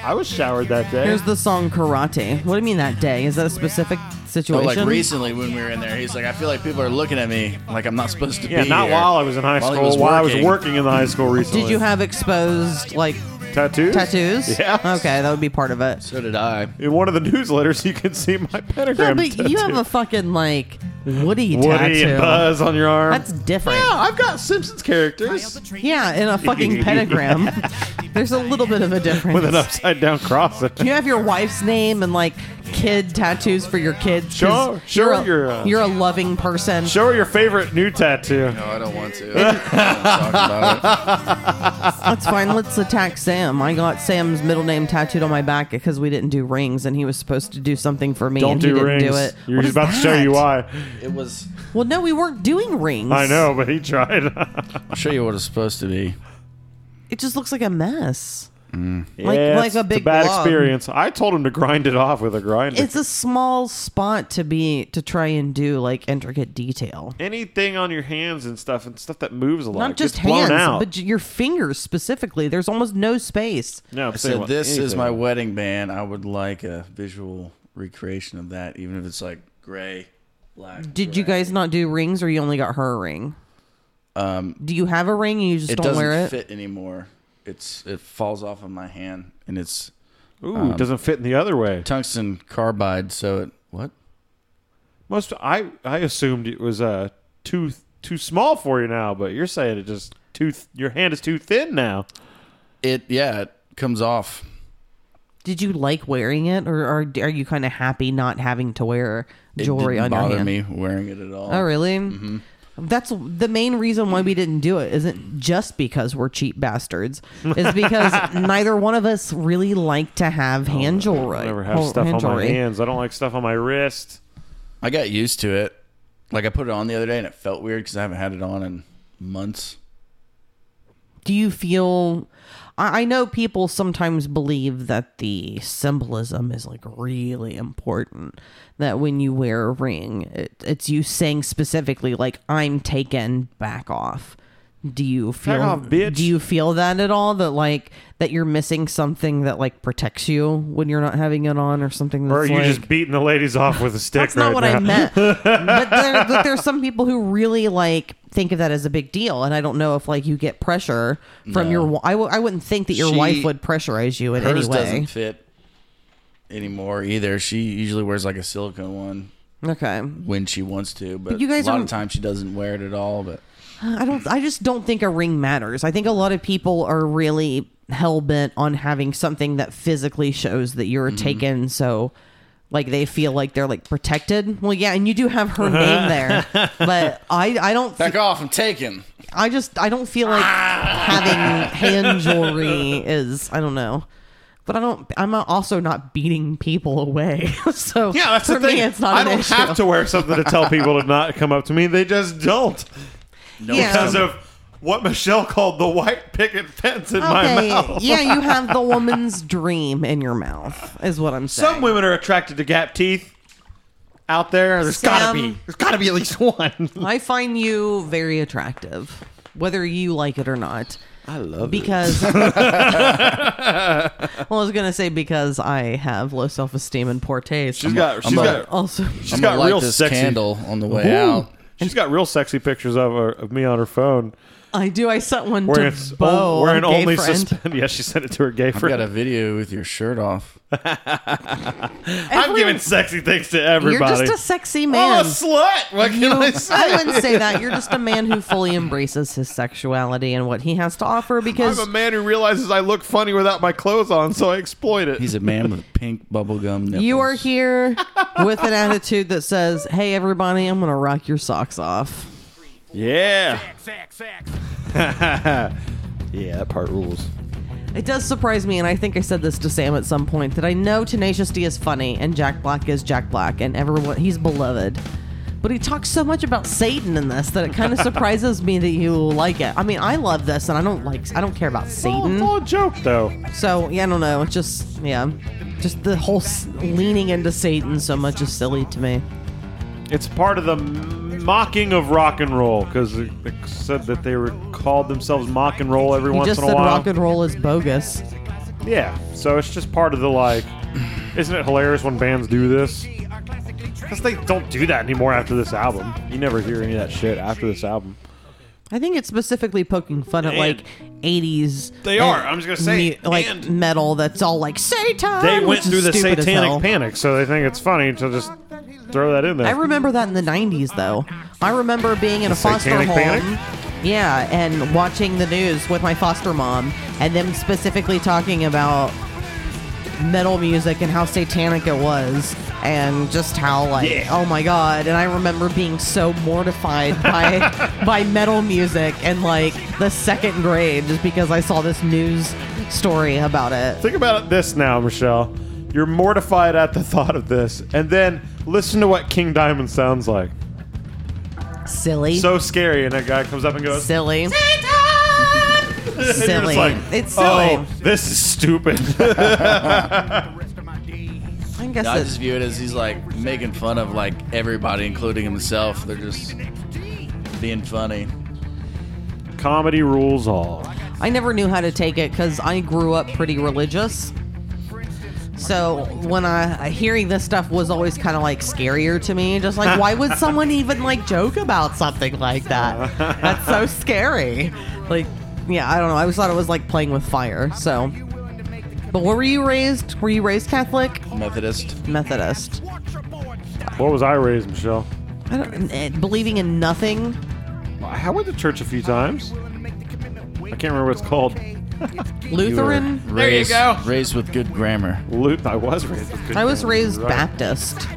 I was showered that day.
Here's the song Karate. What do you mean that day? Is that a specific
But
situation?
like recently when we were in there, he's like, I feel like people are looking at me like I'm not supposed to
Yeah,
be
not
here.
while I was in high
While he
school.
was
while I was
working.
working in the high school recently.
Did you have exposed like
tattoos?
tattoos?
Yeah.
Okay, that would be part of it.
So did I.
In one of the newsletters, you can see my
No,
pentagram.
but you
tattoo.
have a fucking like Woody,
Woody
tattoo.
and Buzz on your arm.
That's different.
yeah, I've got Simpsons characters
Yeah, in a fucking pentagram. There's a little bit of a difference.
with an upside down cross. in it.
you have your wife's name and like kid tattoos for your kids. 'cause
Sure,
You're
sure,
a,
you're uh, a-
you're a loving person.
Show her your favorite new tattoo.
No, I don't want to. I don't wanna talk about it.
That's fine. Let's attack Sam. I got Sam's middle name tattooed on my back because we didn't do rings and he was supposed to do something for me
Don't
and he
do
didn't
rings.
do it.
You're
What
just
is
about to show you
that?
why.
It was.
Well, no, we weren't doing rings.
I know, but he tried.
I'll show you what it's supposed to be.
It just looks like a mess. Like,
yeah,
like
it's,
a
it's
big
a bad
blob.
experience. I told him to grind it off with a grinder.
It's a small spot to be to try and do like intricate detail.
Anything on your hands and stuff, and stuff that moves a lot,
not just
gets blown
hands,
out.
but your fingers specifically. There's almost no space.
no, I'm
I
saying
said,
what-
This is
anything.
my wedding band. I would like a visual recreation of that, even if it's like gray, black.
Did you
gray.
guys not do rings, or you only got her a ring? Um, do you have a ring and you just
It
don't
doesn't
wear it?
fit anymore. It's it falls off of my hand, and it's
Ooh, it doesn't fit in the other way.
tungsten carbide. So it what?
Most I I assumed it was uh too too small for you now, but you're saying it just too th- your hand is too thin now.
It yeah, it comes off.
Did you like wearing it, or are are you kind of happy not having to wear
It
jewelry on
didn't
your
bother
hand?
me Mm-hmm. wearing it at all.
Oh, really? That's the main reason why we didn't do it. Isn't just because we're cheap bastards. Is because neither one of us really like to have hand jewelry.
I never have
Well,
stuff
hand
on my
jewelry.
hands. I don't like stuff on my wrist.
I got used to it. Like I put it on the other day and it felt weird because I haven't had it on in months.
Do you feel? I, I know people sometimes believe that the symbolism is like really important. That when you wear a ring, it, it's you saying specifically like "I'm taken back off." Do you feel?
off, bitch.
Do you feel that at all? That like that you're missing something that like protects you when you're not having it on, or something. That's
Or are you
like,
just beating the ladies off with a stick?
that's not
right
what
now?
I meant. but there, but there's some people who really like think of that as a big deal, and I don't know if like you get pressure from your. wi- I w- I wouldn't think that your
She-
wife would pressurize you in
Hers
any way.
doesn't fit anymore either. She usually wears like a silicone one
Okay,
when she wants to, but,
But you guys
a lot
aren't-
of times she doesn't wear it at all. But
I don't. I just don't think a ring matters. I think a lot of people are really hell bent on having something that physically shows that you're
Mm-hmm.
taken. So. Like they feel like they're like protected. Well, yeah, and you do have her name there, but I I don't
back off, I'm taken.
I just I don't feel like
Ah.
having hand jewelry is I don't know. But I don't. I'm also not beating people away. so
Yeah, that's
for
the thing.
me, it's not
I
an
don't
issue.
have to wear something to tell people to not come up to me. They just don't
yeah.
because of what Michelle called the white picket fence in my
okay.
mouth.
yeah, you have the woman's dream in your mouth, is what I'm saying.
Some women are attracted to gap teeth. Out there, There's gotta
Sam.
be. There's gotta be at least one.
I find you very attractive, whether you like it or not. I love because. well, I was gonna say because I have low self esteem and poor taste.
She's got. She's
I'm a-
got.
also.
She's
I'm
got
gonna light
real
this
sexy.
candle on the way out.
She's got real sexy pictures of her, of me on her phone.
I do. I sent one
Wearing,
to
it's,
Bo.
wearing
our gay
oh, only
friend.
suspend. Yeah, she sent it to her gay
I've got
friend.
a video with your shirt off.
I'm giving sexy things to
You're
everybody.
just a sexy
I'm
man.
a slut. What can I say?
I wouldn't say that. You're just a man who fully embraces his sexuality and what he has to offer because
I'm a man who realizes I look funny without my clothes on, so I exploit it.
He's a man with pink bubblegum nipples.
you are here with an attitude that says, "Hey, everybody, I'm gonna rock your socks off."
Yeah. yeah, that part rules.
It does surprise me, and I think I said this to Sam at some point that I know Tenacious D is funny, and Jack Black is Jack Black, and everyone he's beloved. But he talks so much about Satan in this that it kind of surprises me that you like it. I mean, I love this, and I don't like I don't care about Satan.
It's all a joke, though.
So yeah, I don't know. It's just yeah, just the whole s- leaning into Satan so much is silly to me.
It's part of the m- mocking of rock and roll because they they said that they were called themselves mock and roll every
He
once
just
in a
said
while.
rock and roll is bogus.
yeah, so it's just part of the like. Isn't it hilarious when bands do this? Because they don't do that anymore after this album. You never hear any of that shit after this album.
I think it's specifically poking fun at like 80s.
They
uh,
are. I'm just gonna say,
mu- like
and-
metal that's all like Satan.
They went
which is
through the
stupid as hell.
satanic panic, so they think it's funny to just throw that in there.
I remember that in the 90s though. I remember being in a foster
satanic
home.
panic?
Yeah, and watching the news with my foster mom and them specifically talking about metal music and how satanic it was and just how like oh my god and i remember being so mortified by by metal music and like the second grade just because i saw this news story about it
Think about this now, Michelle. You're mortified at the thought of this, and then listen to what King Diamond sounds like.
silly
So scary, and a guy comes up and goes,
silly
and you're just
silly.
like,
It's silly.
Oh, this is stupid.
i guess
I
it's
just view it as he's like making fun of like everybody, including himself. They're just being funny.
Comedy rules all.
I never knew how to take it because I grew up pretty religious. So when I hearing this stuff was always kind of like scarier to me. Just like, why would someone even like joke about something like that? That's so scary. Like, yeah, I don't know. I always thought it was like playing with fire. So, but But where were you raised? Were you raised Catholic?
Methodist.
Methodist.
What was I raised, Michelle?
I don't, eh, believing in nothing.
I went to church a few times. I can't remember what it's called.
Lutheran.
There you go. Raised with good grammar.
Luke, I was raised. with good
I was
things,
raised
right.
Baptist.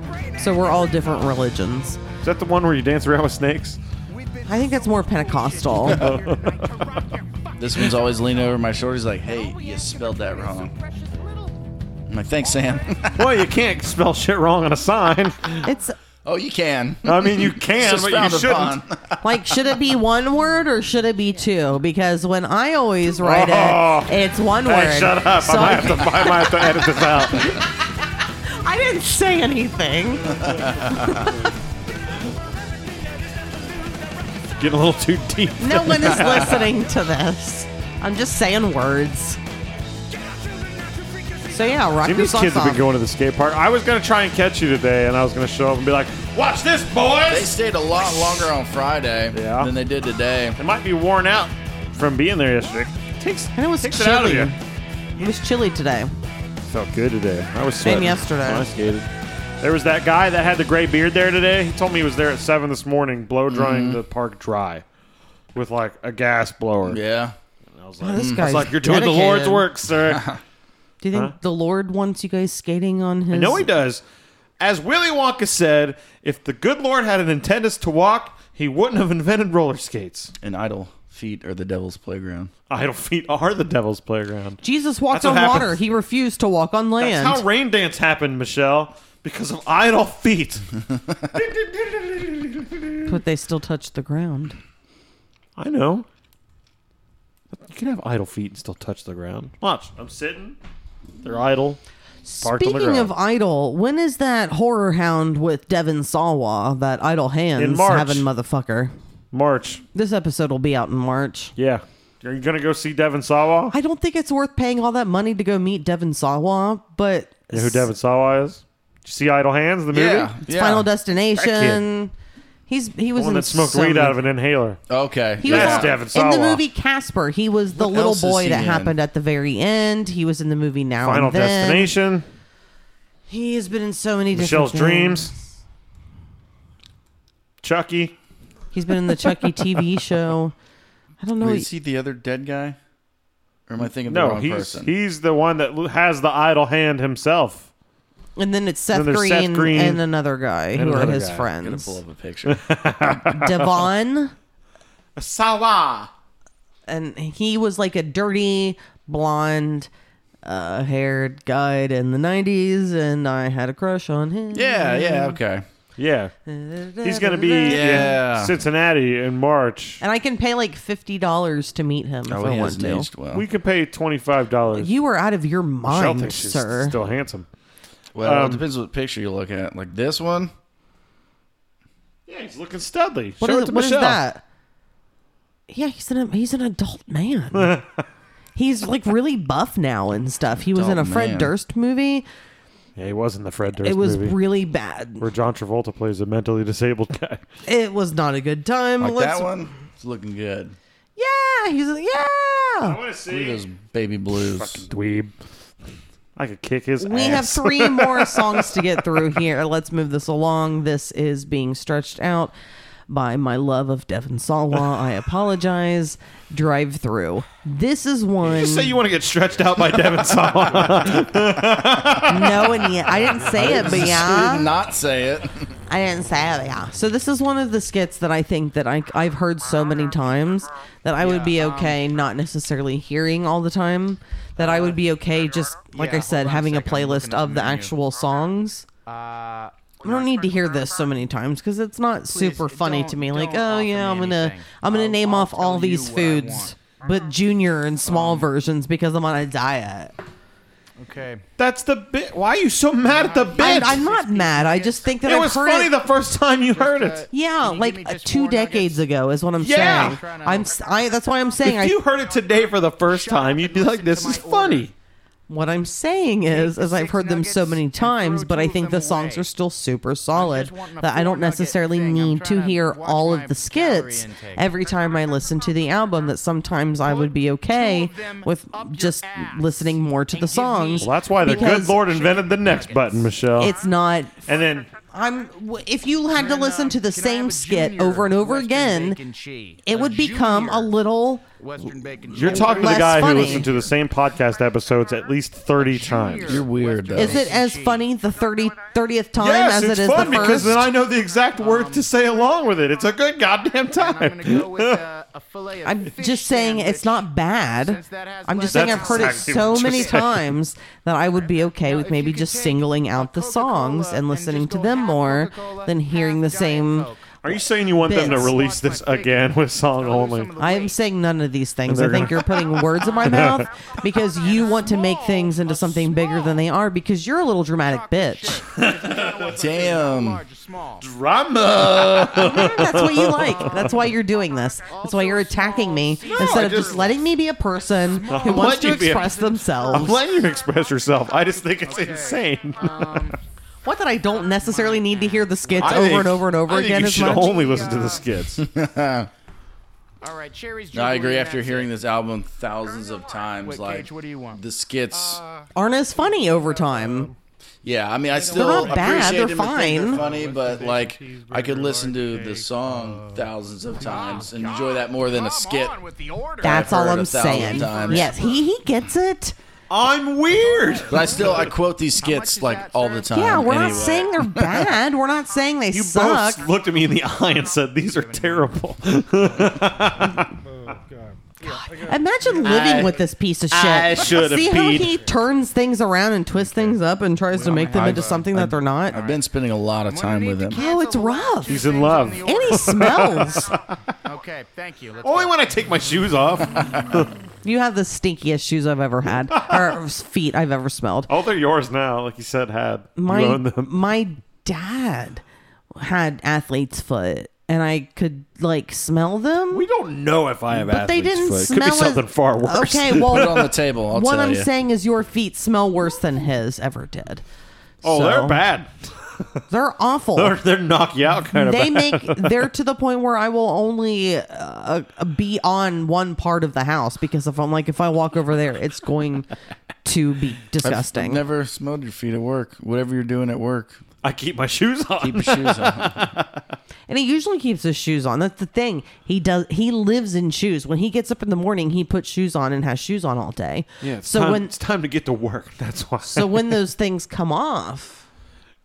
So we're all different religions.
Is that the one where you dance around with snakes?
I think that's more Pentecostal.
This one's always leaning over my shoulder. He's like, "Hey, Oh, you spelled that wrong." I'm like, "Thanks, Sam."
well, you can't spell shit wrong on a sign.
it's
oh, you can.
I mean, you can,
It's
but you
frowned
shouldn't.
upon.
like should it be one word or should it be two? Because when I always write
Oh.
it, it's one word.
Hey, shut up!
So
I
I,
might have to. I might have to edit this out.
I didn't say anything.
Getting a little too deep.
No one is listening to this. I'm just saying words. So yeah, rock
See,
your
these
socks
kids have
off.
been going to the skate park. I was gonna try and catch you today, and I was gonna show up and be like, "Watch this,
They
boys!"
stayed a lot longer on Friday
Yeah.
than they did today.
It might be worn out from being there yesterday. Takes
and it was
takes it out of
chilly.
you.
It was chilly today.
Felt good today. I was
Same
sweating
yesterday.
when I skated. There was that guy that had the gray beard there today. He told me he was there at seven this morning, blow drying
Mm-hmm.
the park dry with like a gas blower.
Yeah.
And I was
Oh,
like,
this
I was
guy's
Hmm. like, "You're doing the
dedicated.
Lord's work, sir."
Do you think
Huh?
the Lord wants you guys skating on his?
I know he does. As Willy Wonka said, if the good Lord had an intendus to walk, he wouldn't have invented roller skates.
And idle feet are the devil's playground.
Idle feet are the devil's playground.
Jesus walked
That's what
on water.
happens.
He refused to walk on land.
That's how rain dance happened, Michelle, because of idle feet.
but they still touch the ground.
I know. You can have idle feet and still touch the ground. Watch, I'm sitting. They're idle. Parked on the
Speaking of
ground.
Idol, when is that horror hound with Devin Sawa, that Idol Hands
In March.
having motherfucker?
March.
This episode will be out in March.
Yeah. Are you gonna go see Devin Sawa?
I don't think it's worth paying all that money to go meet Devin Sawa, but
You know who Devin Sawa is? Did you see Idle Hands, the movie?
Yeah.
it's Final Destination. He's he
The
was
one
in
that smoked
so
weed
many-
out of an inhaler.
Okay.
He
That's
was
Devin
in the
Sawa.
movie Casper. He was the little
else is
boy
he
that
in?
happened at the very end. He was in the movie Now
Final
and Then.
Destination.
He has been in so many
Michelle's
different things.
Dreams. Chucky.
He's been in the Chucky TV show. I don't know.
Wait, is he the other dead guy? Or am I thinking the
No,
wrong
he's
person?
he's the one that l- has the idle hand himself.
And then it's Seth,
then there's
Green,
Seth Green
and another guy who are
another
his
guy.
Gonna
friends.
pull up a picture.
Devon, Ah.
Sawa.
and he was like a dirty blonde uh, haired guy in the 90s, and I had a crush on him.
yeah, yeah, okay.
Yeah, he's gonna be
Yeah.
in Cincinnati in March.
And I can pay like $50 to meet him
Oh,
if I want
he hasn't
to.
aged well.
We could pay twenty five dollars.
You are out of your
Michelle
mind,
thinks she's
sir.
still handsome.
well,
um,
it depends what picture you look at. Like this one?
Yeah, he's looking studly.
What
Show
is
it to
what is
Michelle.
that? Yeah, he's an he's an adult man. he's like really buff now and stuff. He was in a
Adult
Fred
man.
Durst movie.
Yeah, he was in the Fred Durst
it was
movie
really bad.
where John Travolta plays a mentally disabled guy.
It was not a good time.
Like
Let's-
that one? It's looking good.
Yeah, he's yeah.
want to
Look at those baby blues.
dweeb. I could kick his.
We have
ass.
three more songs to get through here. Let's move this along. This is being stretched out by my love of Devin Sawa. I apologize. Drive through. This is one.
Just say you want to get stretched out by Devin Sawa.
no, and yeah, I didn't say it, but yeah.
Did not say it.
I didn't say it, yeah. So this is one of the skits that I think that I I've heard so many times that I would be okay not necessarily hearing all the time. That I would be okay just like I
yeah,
said
hold on a
having a
second, I'm
playlist
looking at
of
the
the
menu.
actual songs.
Uh,
I don't need to hear this so many times because it's not super funny to
don't-
me. Like,
don't
oh
offer
yeah,
me
I'm gonna
anything.
I'm gonna
I'll-
name
I'll
off all
tell
these
you what I want. Um,
foods, but junior and small versions because I'm on a diet.
okay.
That's the bit. Why are you so mad at the bit?
I'm, I'm not mad. I just think that
it
I've
was
heard
funny
it-
the first time you heard
uh,
it.
Yeah,
Can you give
like
me
uh,
just
two
more
decades ago is what I'm
Yeah.
saying. I'm s- I that's why I'm saying
If
I
you heard it today for the first time, you'd be like, "This is funny."
What I'm saying is,
the
as I've
six
heard them so
nuggets
many
and
times,
throw
but I
two of
think
them
the songs
away.
are still super solid
wanting a
that I don't
four-nugget
necessarily
thing. I'm
need
trying
to
to
hear
watch
all
my
of the
calorie
skits
intake.
every time I listen to the album. That sometimes I would be okay
two of them
with
up your
just
ass
listening more to the
and give me-
songs.
Well, that's why the good
because
Lord invented the next button, Michelle.
It's not
and then
I'm. w- If you had to
Can, uh,
listen to the
can I have
same
a
skit
junior
over and over
Western
again,
bacon cheese?
it
A
would become a
junior
little.
Western bacon
you're
cheese.
talking to the
Less
guy
funny.
who listened to the same podcast episodes at least 30 times.
You're weird, though.
Is it as funny the 30, 30th time
Yes,
as it
it's
is
fun
the
because
first?
then I know the exact words to say along with it. It's a good goddamn
Um, And I'm
time.
gonna go with uh, a fillet of
I'm
fish
just saying it's
sandwich.
not bad.
Since that has
I'm just
less
saying I've
That's
heard it
exactly
so
what you
many
said.
times that I would be okay
Now,
with
if
maybe
you could
just
take
singling
a
out the songs
Coca-Cola
and listening
just
to
go
them
half
more
Coca-Cola,
than
half
hearing the
Diet
same.
Coke.
Are you saying you want them to
Bits.
release this again with song only?
I am saying none of these things. I
they're
think
gonna-
you're putting words in my mouth because you want to make things into something bigger than they are because you're a little dramatic bitch.
Damn.
Large or small.
That's what you like. That's why you're doing this. That's why you're attacking me instead
I
of just
just-
letting me be a person who
I'm
wants
letting
to
you be a-
express
I'm
themselves.
letting you express yourself. I just think it's insane.
What that I don't necessarily need to hear the skits
I
over
think-
and over and over
I think
again
You
as
should
much.
only listen to the skits.
All right, cherries.
No, I agree.
Jubilee,
After
that's
hearing
it.
this album thousands of times,
Wait,
like
Cage, what do you want?
the skits.
Aren't as funny over time.
yeah, I mean, I still
not bad,
appreciate
they're
them and think
fine.
They're funny, but like,
cheeseburger,
I could listen to
large
the
cake,
song thousands of times and enjoy that more than a skit.
Come on with the order.
That's all
heard
I'm
a thousand
saying.
times.
Yes, he he gets it.
I'm weird.
But I still, I quote these
much
skits
is
like
that,
all
sir?
the time.
yeah, we're not
Um, anyway.
saying they're bad. We're not saying they
You
suck.
both looked at me in the eye and said, "These are terrible."
Imagine living
I-
with this piece of shit.
I should have
See how
peed.
he turns things around and twists things up and tries to make them into something that they're not.
I've been spending a lot of time with him.
Oh, it's rough.
He's in love.
And he smells.
Okay, thank you. Let's
Oh,
Only
go.
when I take my shoes off.
You have the stinkiest shoes I've ever had, or feet I've ever smelled.
Oh, they're yours now. Like you said, had you own
my
them.
my dad had athlete's foot, and I could like smell them.
We don't know if I have
but they
athlete's
didn't
foot.
smell
Could be something
as,
far worse.
Okay, well,
Put it on the table. I'll
what
tell
I'm
you.
saying is your feet smell worse than his ever did.
oh,
So,
they're bad.
They're awful.
They're, they're knock you out kind of
they
bad.
make they're to the point where I will only uh, be on one part of the house because if I'm like if I walk over there, it's going to be disgusting.
Never smelled your feet at work. Whatever you're doing at work,
I keep my shoes on.
keep your shoes on.
And he usually keeps his shoes on. That's the thing. He does. He lives in shoes. When he gets up in the morning, he puts shoes on and has shoes on all day.
Yeah, it's
so
time,
when
it's time to get to work. That's why.
so when those things come off,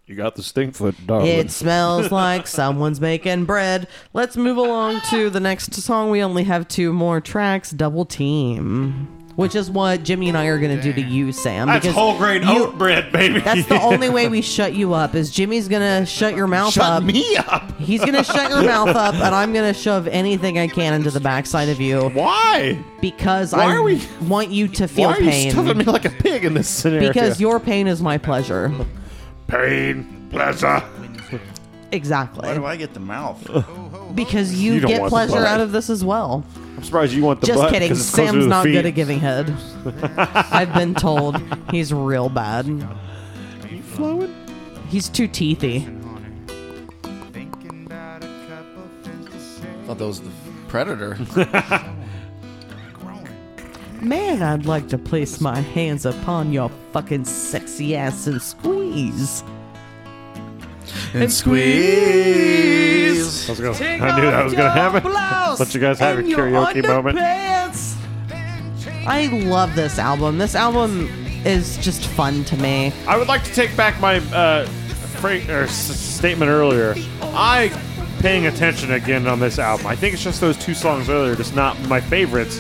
you got the stink foot, darling.
it smells like someone's making bread. Let's move along to the next song. We only have two more tracks. Double team, which is what Jimmy and I are going to do to you, Sam.
That's
because
whole grain oat bread, baby.
That's the only way we shut you up. Is Jimmy's gonna shut your mouth
Shut
up?
me up.
He's gonna shut your mouth up, and I'm gonna shove anything I can into the backside of you.
Why?
because
Why
I
are we-
want you to feel
Why are you stuffing me
pain.
like a pig in this scenario?
Because your pain is my pleasure.
pain, pleasure.
Exactly.
I get the mouth?
Because you,
You don't
get
want the
pleasure
butt.
out of this as well.
I'm surprised you want the
Just
butt,
kidding.
'cause it's closer to
Sam's
the
not good
feet.
at giving head. I've been told he's real bad.
Flowing.
He's too teethy.
thought that was the predator.
Man, I'd like to place my hands upon your fucking sexy ass and squeeze.
and squeeze.
I, was gonna, I knew that was going to happen. Let you guys have your karaoke moment.
moment. I love this album. This album is just fun to me.
I would like to take back my uh, fra- or s- statement earlier. I paying attention again on this album. I think it's just those two songs earlier, just not my favorites.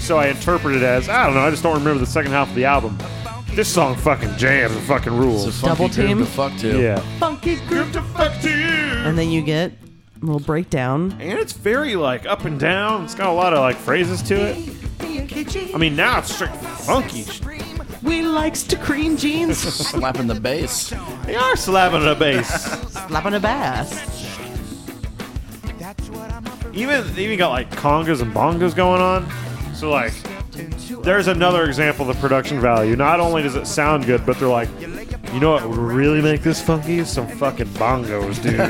So I interpret it as I don't know. I just don't remember the second half of the album. This song fucking jams and fucking
It's a
rules.
funky
Double
group
team.
to fuck to.
Yeah,
Funky group to fuck to you. And then you get a little breakdown.
and it's very like up and down. It's got a lot of like phrases to it. I mean, now it's straight funky.
We likes to cream jeans.
Slapping the bass.
They are slapping the bass.
Slapping a bass.
Even they even got like congas and bongos going on. So like There's another example of the production value. Not only does it sound good, but they're like, you know what would really make this funky? is Some fucking bongos, dude.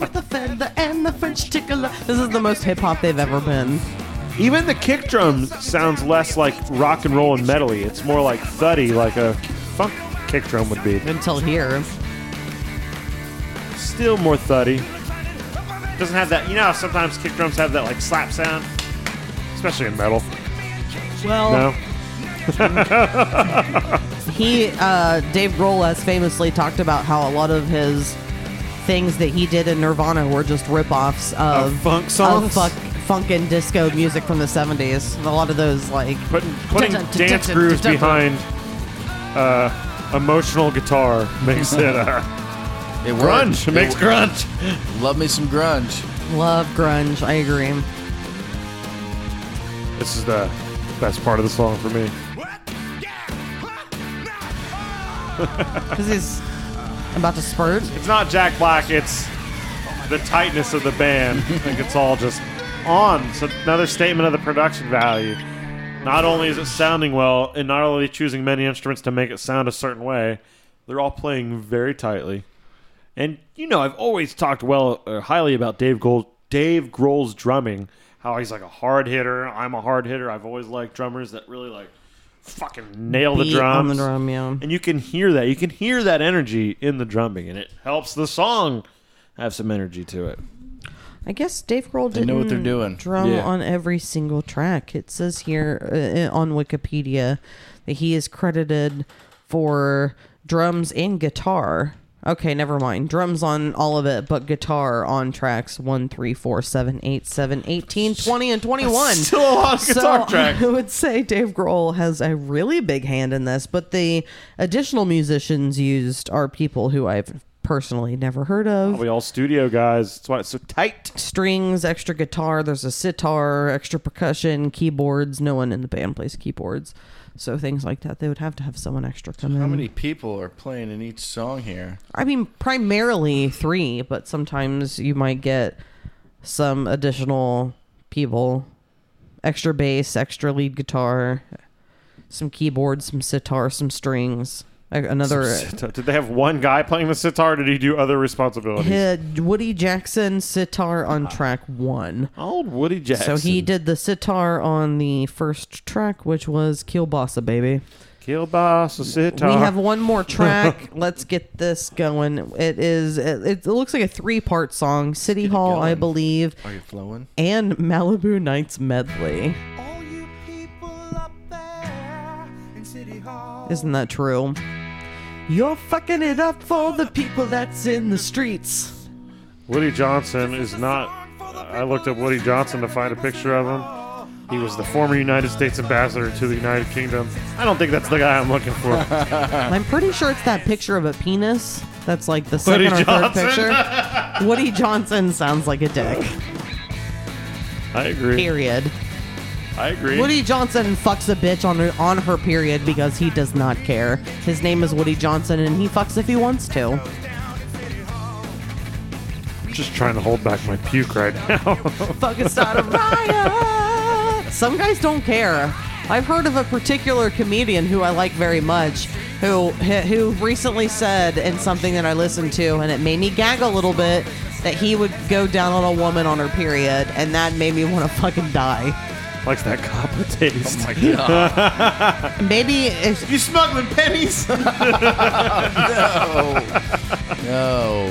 with the feather and the French tickler. This is the most hip hop they've ever been.
Even the kick drum sounds less like rock and roll and metally. It's more like thuddy, like a funk kick drum would be.
Until here.
Still more thuddy. Doesn't have that. You know, how sometimes kick drums have that like slap sound, especially in metal.
Well,
No.
he uh, Dave Grohl has famously talked about how a lot of his things that he did in Nirvana were just rip-offs of,
Of funk songs?
of fuck, funk and disco music from the 70s. And a lot of those like
Putting putting dance grooves behind uh, emotional guitar makes it uh,
It worked.
grunge. It
It
makes
wor-
grunge.
Love me some grunge.
love grunge. I agree.
This is the best part of the song for me.
Because he's about to spurt.
It's not Jack Black. It's the tightness of the band. I think it's all just on. It's another statement of the production value. Not only is it sounding well, and not only choosing many instruments to make it sound a certain way, they're all playing very tightly. And you know, I've always talked well, uh, highly about Dave Gold, Dave Grohl's drumming. How he's like a hard hitter. I'm a hard hitter. I've always liked drummers that really like fucking nail the
Beat on the
drums.
drum, yeah.
And you can hear that. You can hear that energy in the drumming, and it helps the song have some energy to it.
I guess Dave Grohl
They
didn't
know what they're doing.
drum
Yeah.
on every single track. It says here uh, uh, on Wikipedia that he is credited for drums and guitar. Okay, never mind. Drums on all of it, but guitar on tracks 1, 3, 4, 7, 8, 7, 18, 20, and 21.
Still a lot of guitar
so
track.
I would say Dave Grohl has a really big hand in this, but the additional musicians used are people who I've personally never heard of
We all studio guys. That's why it's so tight.
strings, extra guitar. There's a sitar, extra percussion, keyboards. No one in the band plays keyboards, so things like that. They would have to have someone extra come in.
How many people are playing in each song here?
I mean, primarily three, but sometimes you might get some additional people, extra bass, extra lead guitar, some keyboards, some sitar, some strings. A- Another
Did they have one guy playing the sitar? Or did he do other responsibilities?
hit Woody Jackson sitar on track one.
Old Woody Jackson.
So he did the sitar on the first track, which was Kill Bossa Baby.
Kill boss a sitar.
We have one more track. Let's get this going. It is. It, it looks like a three-part song: City Hall, I
going.
believe,
Are you flowing?
and Malibu Nights medley.
All you people up there in City Hall.
Isn't that true? You're fucking it up for the people that's in the streets.
Woody Johnson is not. I looked up Woody Johnson to find a picture of him. He was the former United States ambassador to the United Kingdom. I don't think that's the guy I'm looking for.
I'm pretty sure it's that picture of a penis. That's like the second
Woody
or
Johnson.
third picture. Woody Johnson sounds like a dick.
I agree.
Period.
I agree.
Woody Johnson fucks a bitch on her, on her period because he does not care. His name is Woody Johnson and he fucks if he wants to.
I'm just trying to hold back my puke right now.
Fuck it's not a riot. Some guys don't care. I've heard of a particular comedian who I like very much who who recently said in something that I listened to and it made me gag a little bit that he would go down on a woman on her period and that made me want to fucking die.
Likes that copper taste.
Maybe if
you smuggling pennies?
No.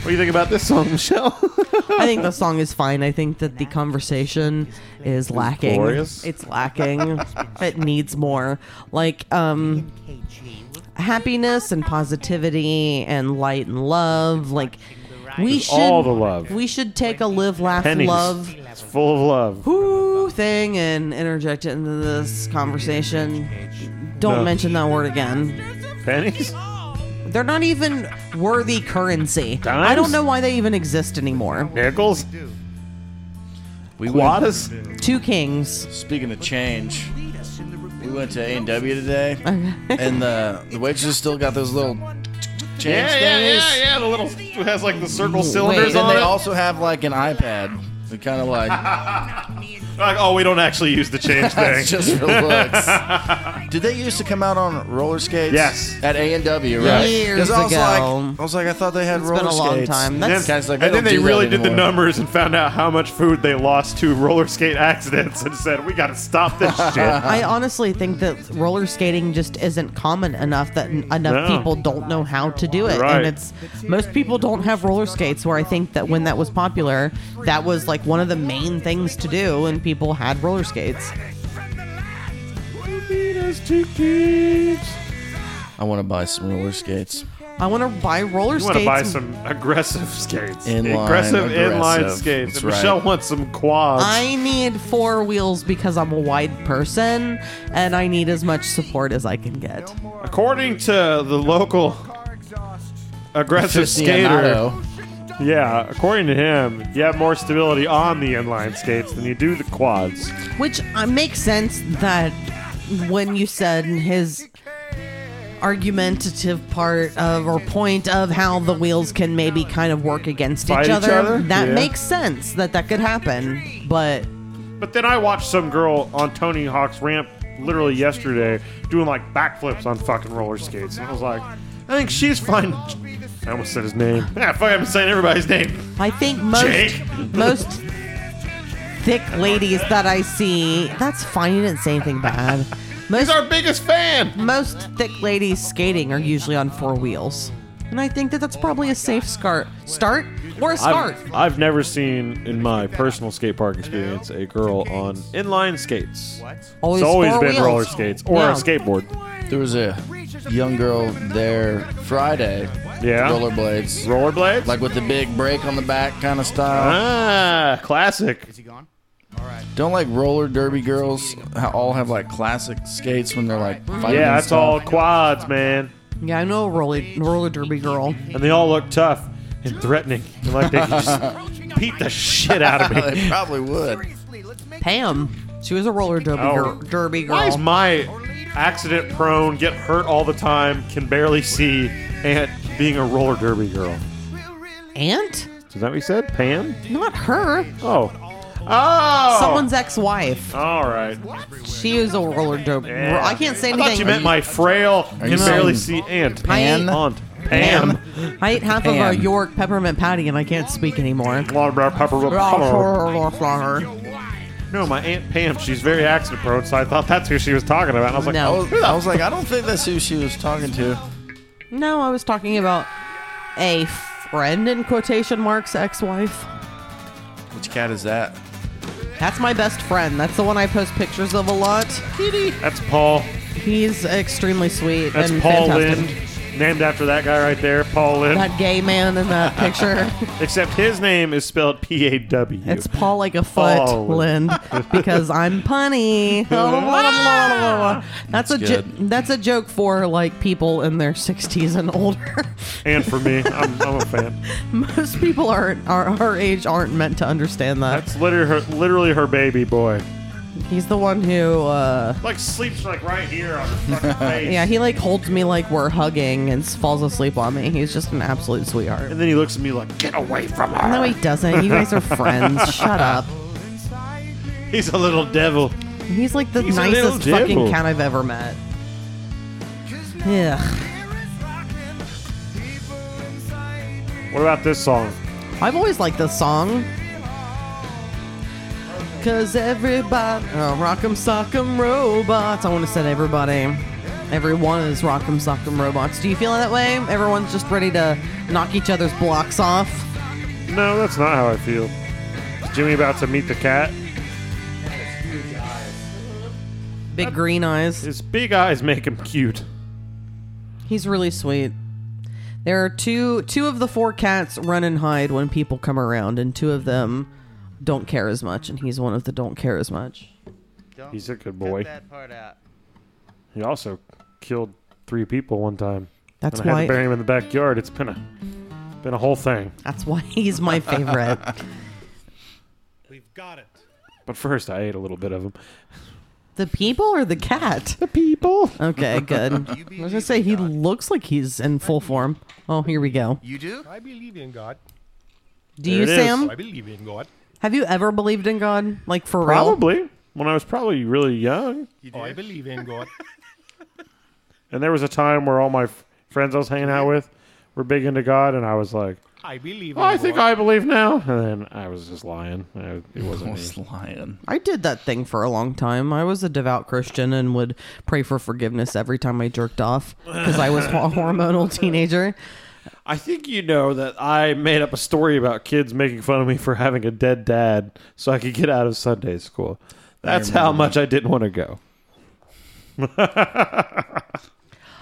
What do you think about this song, Michelle?
I think the song is fine. I think that the conversation is lacking.
glorious.
It's lacking. it needs more. Like um happiness and positivity and light and love. Like we should
all the love.
We should take a live, laugh,
Pennies.
love
It's full of love.
whoo thing and interject it into this conversation. Don't
No.
mention that word again.
Pennies?
They're not even worthy currency. I
Dimes?
don't know why they even exist anymore.
Nickels?
We went,
Quadas?
Two kings.
speaking of change, we went to A&W today, and the, the waitress still got those little change
Yeah, yeah, yeah,
things.
yeah. The little it has like the circle
Wait,
cylinders
and
on
And they
it.
also have like an iPad. We kind of like
Like, oh, we don't actually use the change thing.
it's just for looks. Did they used to come out on roller skates?
Yes.
At A and W, right?
Years
'Cause I was
ago.
Like, I was like, I thought they had
It's
roller
been a long
skates.
time. That's-
Guys, like,
and then
don't
they
do that
really did the
anymore.
numbers and found out how much food they lost to roller skate accidents and said, we got to stop this shit.
I honestly think that roller skating just isn't common enough that n- enough
No.
people don't know how to do it,
Right.
and it's most people don't have roller skates. Where I think that when that was popular, that was like one of the main things to do, and people had roller skates.
I want to buy some roller skates.
I want to buy roller
You
skates.
want to buy some aggressive skates.
Inline,
aggressive, inline
aggressive.
skates.
That's
And Michelle
right.
wants some quads.
I need four wheels because I'm a wide person, and I need as much support as I can get.
According to the local aggressive skater,
Aficionado.
yeah, according to him, you have more stability on the inline skates than you do the quads.
Which uh, makes sense that when you said his argumentative part of or point of how the wheels can maybe kind of work against
Fight
each
each
other,
other?
that
Yeah.
makes sense that that could happen. But
But then I watched some girl on Tony Hawk's ramp literally yesterday doing like backflips on fucking roller skates. And I was like, I think she's fine. I almost said his name. Yeah, fuck, I'm saying everybody's name.
I think most
Jake.
most thick ladies that I see, that's fine. You didn't say anything bad. Most
Our biggest fan.
most thick ladies skating are usually on four wheels. And I think that that's probably a safe scar- start or a start.
I've, I've never seen in my personal skate park experience a girl on inline skates.
Always
It's always
four
been
wheels.
roller skates or
Yeah.
a skateboard.
There was a young girl there Friday.
Yeah.
Rollerblades.
Rollerblades?
like with the big brake on the back kind of style.
ah, classic.
Don't like roller derby girls ha- all have like classic skates when they're like fighting.
Yeah,
and
that's
stuff?
all quads, man.
Yeah, I know a roller, roller derby girl.
And they all look tough and threatening. And like they can just beat the shit out of me.
They probably would.
Pam. She was a roller derby,
Oh.
girl, derby girl.
Why is my accident prone, get hurt all the time, can barely see, and being a roller derby girl?
Aunt?
Is that what you said? Pam?
Not her.
Oh. Oh!
Someone's ex-wife.
All right.
She was a roller derby.
Yeah.
I can't say
I
anything.
thought you meant my frail,
you
can barely see
saying
aunt.
Pan?
Aunt.
Pam.
Pam.
I ate half of
Pam.
a York peppermint patty and I can't speak anymore.
Oh. No, my aunt Pam. She's very accident prone, so I thought that's who she was talking about. And I was like,
I
No.
was, I was like, I don't think that's who she was talking to.
No, I was talking about a friend in quotation marks ex-wife.
Which cat is that?
That's my best friend. That's the one I post pictures of a lot.
that's Paul.
He's extremely sweet
That's
and
Paul
fantastic.
Lind, named after that guy right there, Paul Lind.
That gay man in that picture.
Except his name is spelled P A W.
It's Paul like a foot,
Paul.
Lynn, because I'm punny.
Ah!
that's a jo-
good.
that's a joke for like people in their 60s and older.
And for me, I'm, I'm a fan.
Most people aren't are her age aren't meant to understand that.
That's literally her, literally her baby boy.
He's the one who, uh,
Like sleeps like right here on the fucking face.
yeah, he like holds me like we're hugging and s- falls asleep on me. He's just an absolute sweetheart.
And then he looks at me like, get away from her.
No, he doesn't. You guys are friends. Shut up.
He's a little devil.
He's like the
He's a little
nicest fucking
devil.
cat I've ever met. Yeah.
What about this song?
I've always liked this song. Cause everybody, oh, Rock'em Sock'em Robots. I want to say to everybody. Everyone is Rock'em Sock'em Robots. Do you feel that way? Everyone's just ready to knock each other's blocks off.
No, that's not how I feel. Is Jimmy about to meet the cat?
Big green eyes.
His big eyes make him cute.
He's really sweet. There are two two of the four cats run and hide when people come around, and two of them don't care as much, and he's one of the don't care as much.
He's a good boy.
that part out.
He also killed three people one time.
That's
and I had to
why
bury him in the backyard. It's been a been a whole thing.
that's why he's my favorite.
We've got it.
But first, I ate a little bit of him.
the people or the cat?
The people.
Okay, good. I was gonna say he looks like he's in full form. Oh, here we go.
You do?
I believe in God.
Do
There
you,
it is.
Sam?
I believe in God.
Have you ever believed in God? Like for real?
Probably when I was probably really young,
Oh, I believe in God.
and there was a time where all my f- friends I was hanging out with were big into God, and I was like,
I believe in
"Oh,
God.
I think I believe now, and then I was just lying. I, it wasn't. me.
was lying.
I did that thing for a long time. I was a devout Christian and would pray for forgiveness every time I jerked off because I was a hormonal teenager.
I think you know that I made up a story about kids making fun of me for having a dead dad so I could get out of Sunday school. That's how much I didn't want to go.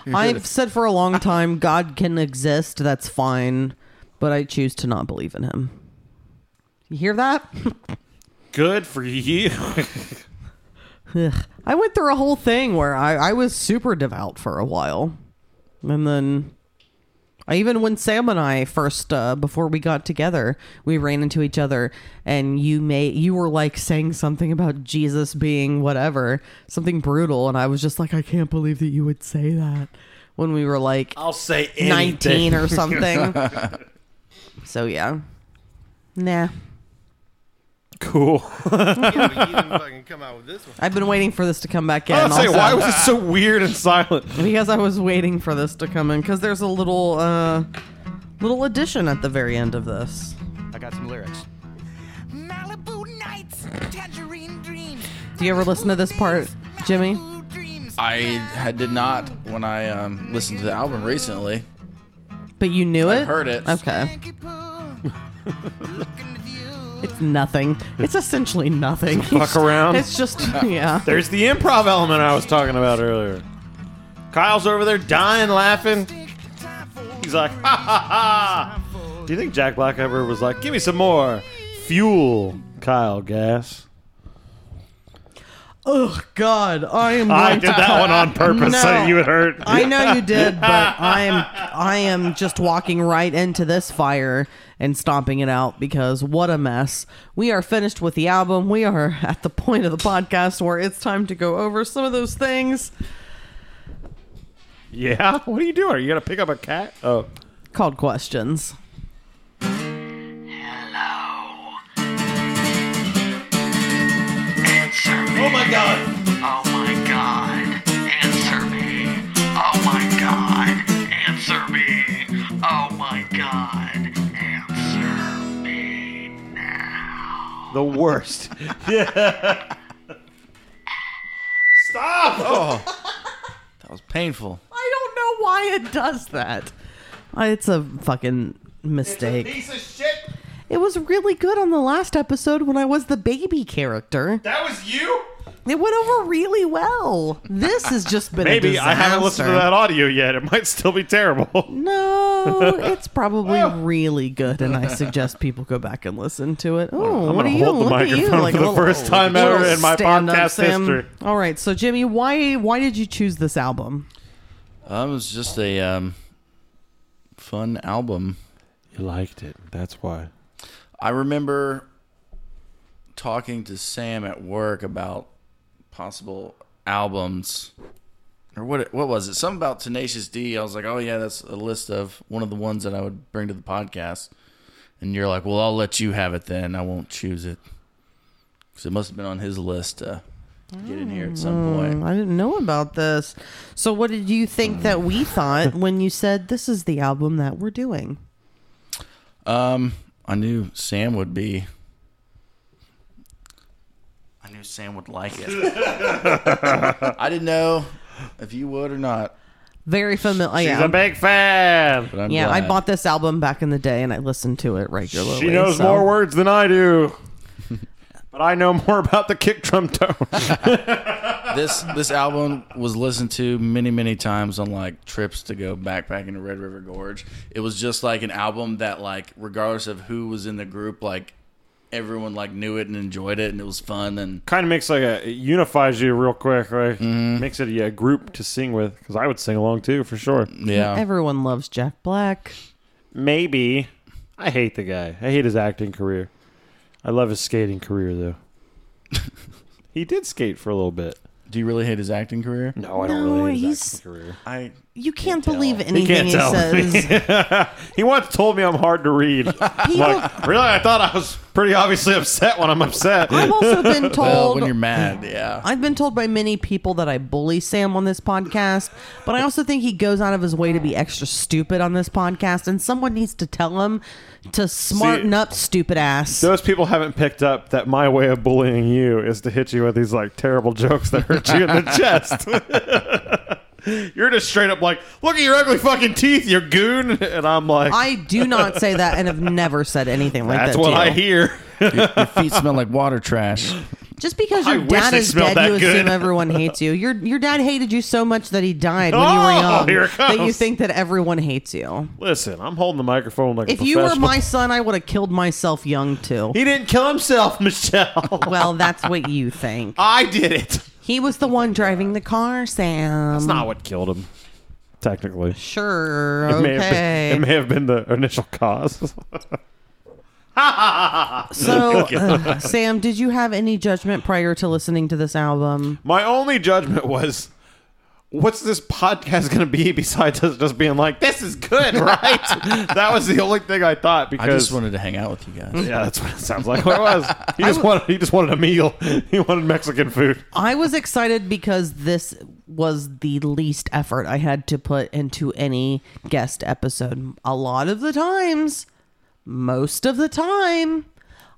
I've said for a long time, God can exist. That's fine, but I choose to not believe in Him. You hear that?
Good for you.
Ugh. I went through a whole thing where I, I was super devout for a while. And then I even when Sam and I first uh, before we got together, we ran into each other and you may you were like saying something about Jesus being whatever, something brutal and I was just like I can't believe that you would say that when we were like
I'll say
19 or something. so yeah. Nah.
cool.
Yeah, but you didn't fucking come out with this one.
I've been waiting for this to come back in.
I'll say
also.
why was it so weird and silent?
because I was waiting for this to come in because there's a little uh little addition at the very end of this.
I got some lyrics.
Malibu nights, tangerine dreams.
Do you ever listen to this part, Jimmy? Uh.
Malibu dreams.
I had, did not when I um, listened to the album recently.
But you knew
I
it.
heard it.
Okay,
Yankee pool. Looking at you.
it's nothing. It's essentially nothing.
Fuck around.
It's just yeah.
There's the improv element I was talking about earlier. Kyle's over there dying laughing. He's like, ha ha ha. Do you think Jack Black ever was like, give me some more fuel, Kyle gas?
Oh God, I am.
I
going
did
to-
that one on purpose so
No.
you would hurt.
I know you did, but I am I am just walking right into this fire and stomping it out because what a mess. We are finished with the album. We are at the point of the podcast where it's time to go over some of those things
Yeah? What are you doing? Are you going to pick up a cat? Oh.
called questions.
Oh my god.
Oh my god, answer me. Oh my god, answer me. Oh my god, answer me now.
The worst. Stop!
Oh. That was painful.
I don't know why it does that. Uh, It's a fucking mistake.
Piece of shit.
It was really good on the last episode when I was the baby character.
That was you?
It went over really well. This has just been a
Maybe I haven't listened to
disaster.
that audio yet. It might still be terrible.
No, it's probably really good, and I suggest people go back and listen to it. Oh,
I'm
what are
gonna
you?
hold the
Look at you,
microphone
like
for
a
the
little-
first time
little
ever in my
stand-up,
podcast
Sam.
history.
All right, so Jimmy, why why did you choose this album?
Um, it was just a um, fun album.
You liked it. That's why.
I remember talking to Sam at work about possible albums, or what? What was it? Something about Tenacious D. I was like, oh yeah, that's a list of one of the ones that I would bring to the podcast. And you're like, well, I'll let you have it then. I won't choose it because it must have been on his list to get in here at some
Mm.
point.
I didn't know about this. So, what did you think that we thought when you said this is the album that we're doing?
Um, I knew Sam would be. I knew Sam would like it. I didn't know if you would or not.
Very familiar.
She's
Yeah,
a big fan.
But I'm
yeah I
glad.
bought this album back in the day, and I listened to it regularly.
She knows
so-
more words than I do. but I know more about the kick drum tone.
this. This album was listened to many, many times on like trips to go backpacking to Red River Gorge. It was just like an album that, like, regardless of who was in the group, like everyone like knew it and enjoyed it, and it was fun. And
kind of makes like a it unifies you real quick, right? Makes it a, a group to sing with because I would sing along too for sure.
yeah,
Everyone loves Jack Black.
Maybe I hate the guy. I hate his acting career. I love his skating career though. he did skate for a little bit.
do you really hate his acting career? Uh,
No, I
don't
don't
No,
really
really hate his he's-
career.
I
you can't believe
He
anything
can't
he,
tell.
says.
me. he once told me I'm hard to read. I'm like, really? I thought I was pretty obviously upset when I'm upset.
I've also been told
when you're mad, yeah.
I've been told by many people that I bully Sam on this podcast, but I also think he goes out of his way to be extra stupid on this podcast, and someone needs to tell him to smarten up, stupid ass.
Those people haven't picked up that my way of bullying you is to hit you with these like terrible jokes that hurt you in the chest. You're just straight up like, look at your ugly fucking teeth, you goon, and I'm like,
I do not say that and have never said anything like
that's
that.
what
to you.
I hear.
Your, your feet smell like water trash.
Just because your
I wish
dad
they
is
smelled
dead, you
that
assume
good.
everyone hates you. Your your dad hated you so much that he died when you were
Oh,
young
here it
that you
comes.
think that everyone hates you.
Listen, I'm holding the microphone like a
If you were
professional.
my son, I would have killed myself young too.
he didn't kill himself, Michelle.
Well, that's what you think.
I did it.
He was the one driving the car, Sam.
That's not what killed him, technically.
Sure.
It may, have
okay.
been, it may have been the initial cause.
so, uh, Sam, did you have any judgment prior to listening to this album?
My only judgment was, what's this podcast going to be besides us just being like, this is good, right? that was the only thing I thought
I
because.
just wanted to hang out with you guys.
yeah, that's what it sounds like. What it was. He just wanted. He just wanted a meal. He wanted Mexican food.
I was excited because this was the least effort I had to put into any guest episode. A lot of the times, most of the time,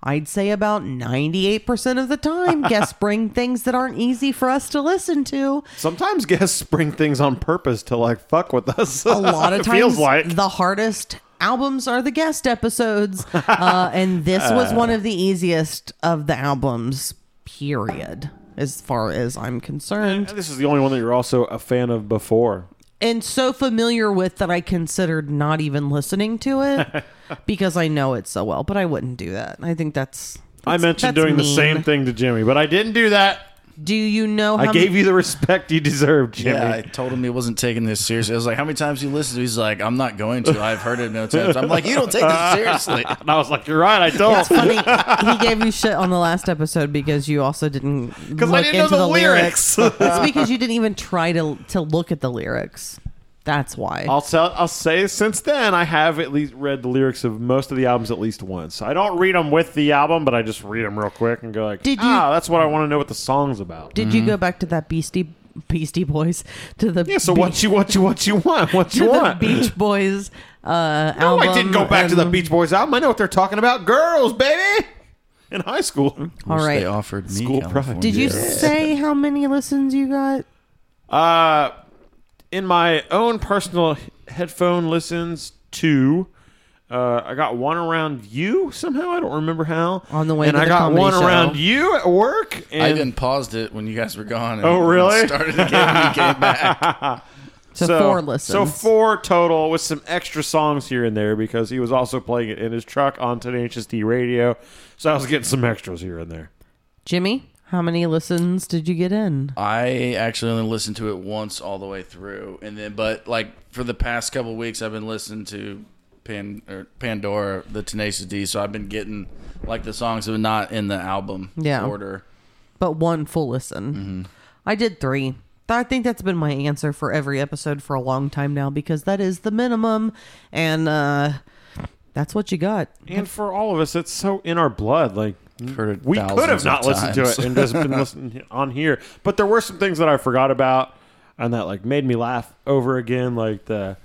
I'd say about 98% of the time, guests bring things that aren't easy for us to listen to.
Sometimes guests spring things on purpose to like fuck with us.
a lot of
it
times
feels like
the hardest albums are the guest episodes uh, and this was one of the easiest of the albums period as far as i'm concerned
this is the only one that you're also a fan of before.
and so familiar with that i considered not even listening to it because i know it so well but i wouldn't do that i think that's
I
that's
mentioned doing the
mean.
same thing to Jimmy, but I didn't do that.
do you know how
I gave you the respect you deserve, Jimmy.
Yeah, I told him he wasn't taking this seriously. I was like, "How many times you listen to?" it?" He's like, "I'm not going to. I've heard it no times." I'm like, "You don't take this seriously."
and I was like, "You're right, I don't."
it's funny he gave you shit on the last episode because you also didn't
Because
look
I didn't know
into
the,
the
lyrics.
It's because you didn't even try to to look at the lyrics. That's why.
I'll tell, I'll say since then I have at least read the lyrics of most of the albums at least once. I don't read them with the album, but I just read them real quick and go like,
Did you-
"Ah, that's what I want to know what the song's about."
Did you go back to that Beastie Beastie Boys to the
Mm. yeah, so
Be-
what you what you what you want? What
to
you
the
want?
Beach Boys uh,
no,
album?
I didn't go back to the
and-
Beach Boys album. I know what they're talking about, girls, baby, in high school.
All
Which
right.
They offered me
School pride.
California.
Did you say how many listens you got?
Uh, in my own personal headphone listens to. Uh, I got one around you somehow. I don't remember how.
On the way
and
to
I
the
got
comedy
one
show.
around you at work. And
I even paused it when you guys were gone. And
Oh, really?
Started again when you came back.
So, four listens.
So four total with some extra songs here and there because he was also playing it in his truck on Tenacious D radio. So I was getting some extras here and there.
Jimmy, how many listens did you get in?
I actually only listened to it once all the way through, and then but like for the past couple weeks, I've been listening to Pan or Pandora, the Tenacious D. So I've been getting like the songs that were not in the album
Yeah.
order.
But one full listen. I did three. I think that's been my answer for every episode for a long time now because that is the minimum, and uh, that's what you got.
And for all of us, it's so in our blood. Like
Heard it
we could
thousands
have
of
not listened to
times.
it and just been listening on here. But there were some things that I forgot about and that like made me laugh over again. Like the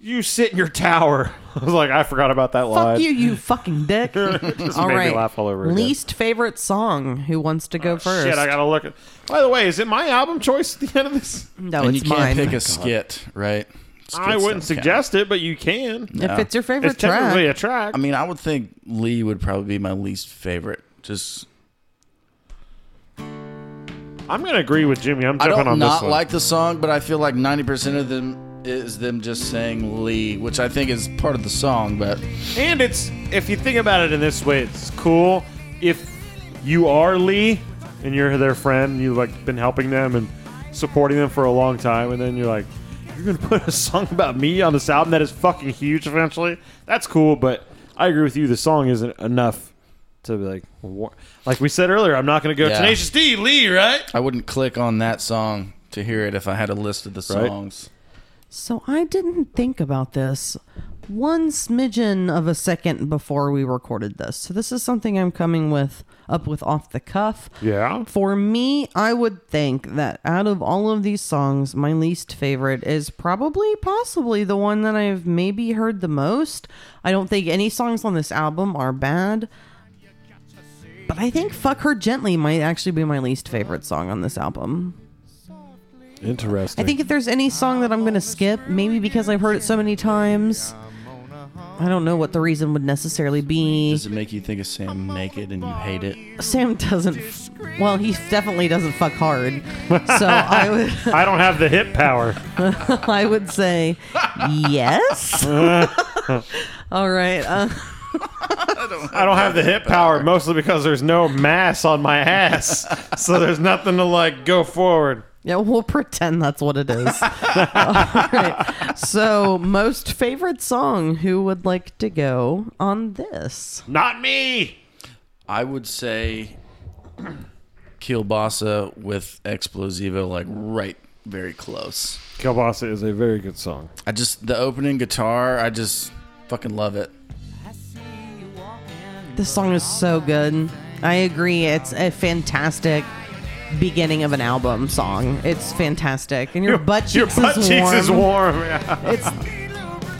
you sit in your tower. I was like, I forgot about that line.
Fuck you, you fucking dick.
Just made me laugh all over again.
Least favorite song. Who wants to go first?
Shit, I gotta look at. By the way, is it my album choice at the end of this?
no, Oh,
and you
it's
can't
mine.
Oh,
pick a skit, right? Skits
I wouldn't
don't count.
suggest it, but you can.
if it's your favorite
It's technically
track,
a track.
I mean, I would think Lee would probably be my least favorite. Just
I'm gonna agree with Jimmy. I'm
I
jumping
don't
on
not
this one.
like the song, but I feel like ninety percent of them is them just saying Lee, which I think is part of the song. But
and it's if you think about it in this way, it's cool if you are Lee and you're their friend. And you've like been helping them and supporting them for a long time, and then you're like, you're gonna put a song about me on this album that is fucking huge. Eventually, that's cool. But I agree with you. The song isn't enough to be like, war- like we said earlier. I'm not gonna go
Yeah.
Tenacious D Lee, right?
I wouldn't click on that song to hear it if I had a list of the
Right.
songs.
So I didn't think about this one smidgen of a second before we recorded this. So this is something I'm coming with up with off the cuff.
Yeah.
For me, I would think that out of all of these songs, my least favorite is probably possibly the one that I've maybe heard the most. I don't think any songs on this album are bad. But I think Fuck Her Gently might actually be my least favorite song on this album.
Interesting.
I think if there's any song that I'm going to skip, maybe because I've heard it so many times, I don't know what the reason would necessarily be.
Does it make you think of Sam naked and you hate it?
Sam doesn't. F- well, he definitely doesn't fuck hard. So I would.
I don't have the hip power.
I would say yes. All right. Uh,
I don't have the hip power mostly because there's no mass on my ass, so there's nothing to like go forward.
yeah, we'll pretend that's what it is. All right. So, most favorite song. Who would like to go on this?
Not me.
I would say Kielbasa with Explosivo, like right very close.
Kielbasa is a very good song.
I just, the opening guitar, I just fucking love it.
This song is so good. I agree. It's a fantastic beginning of an album song. It's fantastic. And your, butt cheeks,
Your butt
is,
cheeks
warm.
is warm. yeah.
It's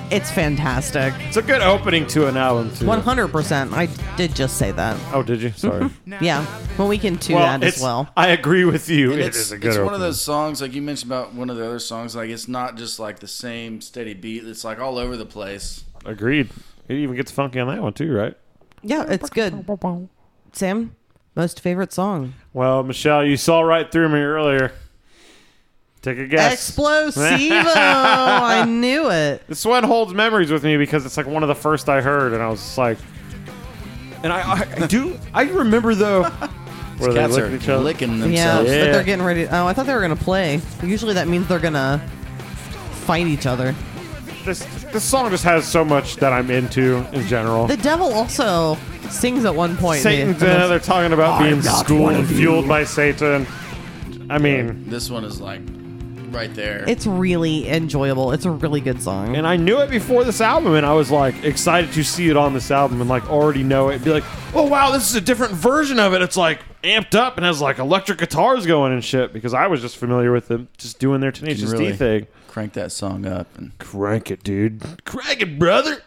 it's fantastic.
It's a good opening to an album too.
100%. I did just say that.
Oh, did you? Sorry.
Yeah. Well, we can do that as
it's-
well.
I agree with you.
And
It
it's,
is a good.
it's one of
opening.
those songs like you mentioned about one of the other songs like it's not just like the same steady beat it's like all over the place
Agreed. It even gets funky on that one too, right?
Yeah, it's good. Sam, most favorite song?
Well, Michelle, you saw right through me earlier. Take a guess.
Explosivo. I knew it.
This one holds memories with me because it's like one of the first I heard, and I was just like, and I, I, I do I remember though. Where they
cats
look
are
at each other.
Yeah,
licking themselves
Yeah.
but they're getting ready. Oh, I thought they were going to play. Usually that means they're going to fight each other.
This this song just has so much that I'm into in general.
The devil also sings at one point.
Satan's in
They-
it. They're talking about being schooled and fueled by Satan. I mean,
this one is like right there
It's really enjoyable. It's a really good song.
and I knew it before this album, and I was like excited to see it on this album, and like already know it, and be like, oh wow, this is a different version of it. It's like amped up and has like electric guitars going and shit because I was just familiar with them just doing their Tenacious
really-
D thing.
crank that song up and
Crank it, dude. Crank it, brother.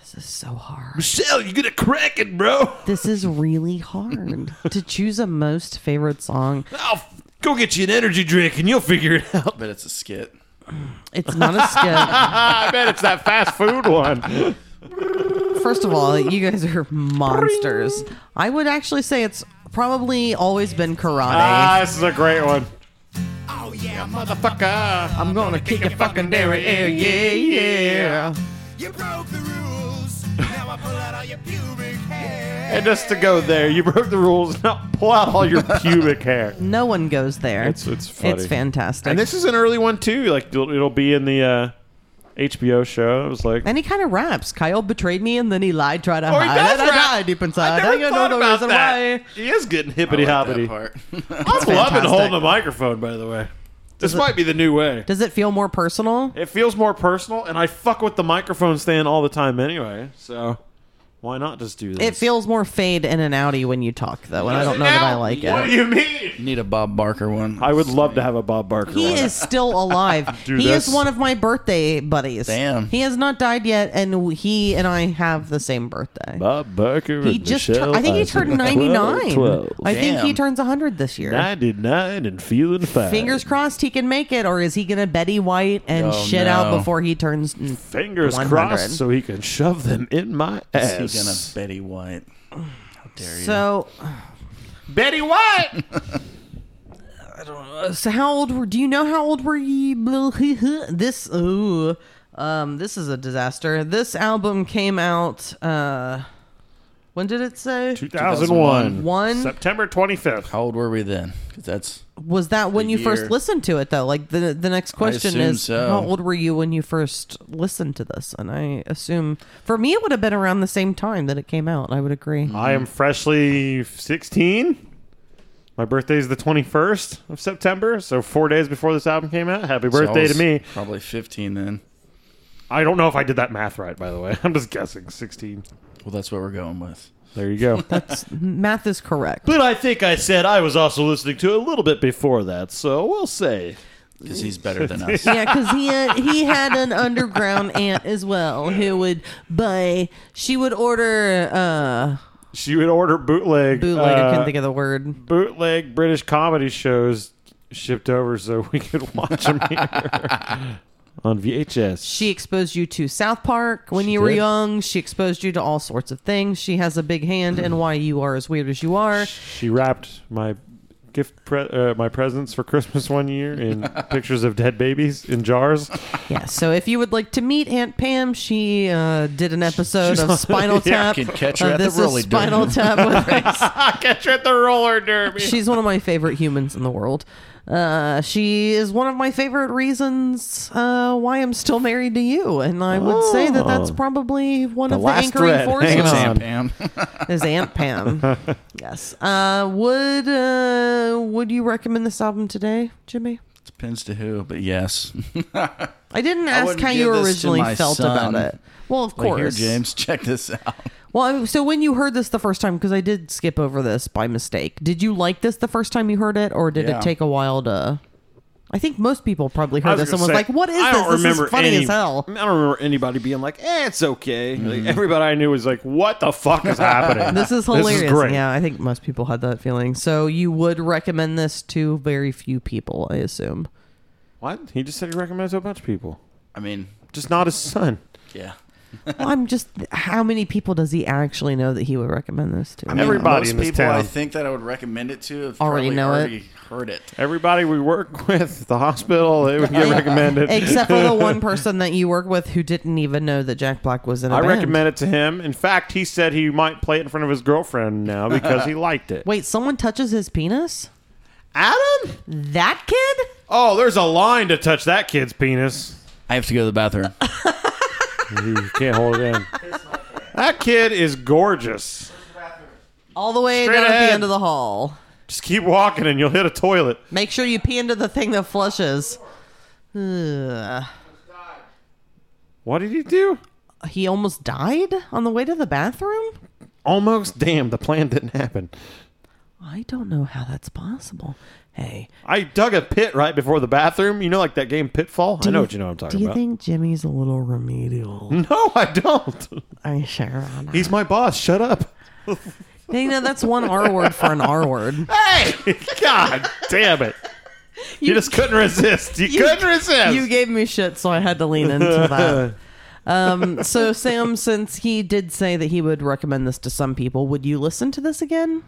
This is so hard.
Michelle, you gonna crank it, bro?
This is really hard to choose a most favorite song.
I'll f- go get you an energy drink and you'll figure it out.
but it's a skit
It's not a
I bet it's that fast food one.
skip. First of all, you guys are monsters. I would actually say it's probably always been karate.
Ah, this is a great one.
Oh yeah, motherfucker.
I'm gonna kick your fucking dairy. Yeah, yeah, yeah.
You broke the rules. Now I pull out all your pubic hair.
And just to go there, you broke the rules. Now pull out all your pubic hair.
No one goes there.
It's- it's funny.
It's fantastic.
And this is an early one too. Like it'll, it'll be in the uh, HBO show. It was like
And he kind of raps. Kyle betrayed me, and then he lied, tried to
Oh, he
hide.
does
I
rap.
died deep inside.
never
don't
thought
know the
about
reason
that.
why.
He is getting
I
hippity
like
hoppity.
that part.
I'm loving
fantastic.
holding a microphone, by the way. This might be the new way.
Does it feel more personal?
It feels more personal, and I fuck with the microphone stand all the time anyway. So why not just do this?
It feels more fade in and outy when you talk, though, and I don't know that I like
What
it.
do you mean?
need a bob barker one
I would love to have a Bob Barker.
He
one.
is still alive.
Do
he
this.
is one of my birthday buddies.
Damn.
He has not died yet, and he and I have the same birthday.
Bob Barker.
He just, tur- I think he turned 99. I think he
Damn.
turns 100 this year.
99 and feeling fine.
Fingers crossed he can make it, or is he going to Betty White and
Oh,
shit
no.
out before he turns
Fingers
100.
crossed so he can shove them in my ass.
Is he gonna betty white how dare you
So
Betty White!
uh, so how old were do you know how old were you this ooh um this is a disaster this album came out uh when did it say
2001.
One.
September 25th.
how old were we then 'Cause that's
was that when you first
year.
listened to it though like the the next question
assume
is
so.
how old were you when you first listened to this and i assume for me it would have been around
Mm.
the same time that it came out i would agree
I am freshly 16. My birthday is the 21st of September, so four days before this album came out. Happy birthday to me.
Probably 15 then.
I don't know if I did that math right, by the way. I'm just guessing 16.
Well, that's what we're going with.
There you go.
Math is correct.
but I think I said I was also listening to it a little bit before that, so we'll say.
Because he's better than us.
Yeah, because he had, he had an underground aunt as well who would buy. She would order uh,
She would order bootleg.
bootleg. I
uh,
couldn't think of the word.
bootleg British comedy shows shipped over so we could watch them here on VHS.
She exposed you to South Park when you were
did.
young. She exposed you to all sorts of things. She has a big hand in why you are as weird as you are.
She wrapped my gift pre- uh, my presents for Christmas one year in pictures of dead babies in jars.
Yeah, so if you would like to meet Aunt Pam, she uh, did an episode of Spinal
yeah,
Tap.
Can catch her
Uh,
at the
this
rolly
is Spinal
derby.
Tap with
Catch her at the roller derby.
She's one of my favorite humans in the world. Uh, she is one of my favorite reasons uh, why I'm still married to you, and I would say that that's
Oh.
probably one of the
last
anchoring
thread.
forces.
Hang
Thanks,
on.
Aunt Pam.
Is Aunt Pam? yes. Uh, would uh, Would you recommend this album today, Jimmy?
Depends to who, but yes.
I didn't ask
wouldn't
how you
give this to
originally
my
felt
son.
about it. Well, of
Like,
course,
here, James, check this out.
Well, I- so when you heard this the first time, because I did skip over this by mistake, did you like this the first time you heard it, or did
Yeah.
it take a while to? I think most people probably heard
I was
this and
gonna
was
say,
like, "What is
I
this?
don't
This
remember
is funny
any-
as hell."
I don't remember anybody being like, eh, it's okay. Like, everybody I knew was like, what the fuck is happening?
This is hilarious.
great.
yeah, I think most people had that feeling. So you would recommend this to very few people, I assume.
What? He just said he recommends it to a bunch of people.
I mean,
Just not his son.
yeah.
well, I'm just, how many people does he actually know that he would recommend this to?
Everybody
Most
in this
people
town.
I think that I would recommend it to have
Already
probably
know it.
already heard it.
Everybody we work with, the hospital, they would get recommended.
Except for the one person that you work with who didn't even know that Jack Black was in a
I
band.
recommend it to him. In fact, he said he might play it in front of his girlfriend now because he liked it.
Wait, someone touches his penis?
Adam?
That kid?
Oh, there's a line to touch that kid's penis.
I have to go to the bathroom.
You can't hold it in. That kid is gorgeous.
All the way
Straight
down at
ahead.
the end of the hall.
Just keep walking and you'll hit a toilet.
Make sure you pee into the thing that flushes. Ugh.
What did he do?
He almost died on the way to the bathroom?
Almost. Damn, the plan didn't happen.
I don't know how that's possible. Hey,
I dug a pit right before the bathroom. You know, like that game Pitfall? I know
you-
what you know what I'm
do
talking
you
about.
think Jimmy's a little remedial?
no, I don't.
I sure am.
He's my boss. Shut up.
You know, that's one R word for an R word.
God damn it. You, just couldn't resist. You, couldn't resist.
You gave me shit, so I had to lean into that. Um, so, Sam, since he did say that he would recommend this to some people, would you listen to this again?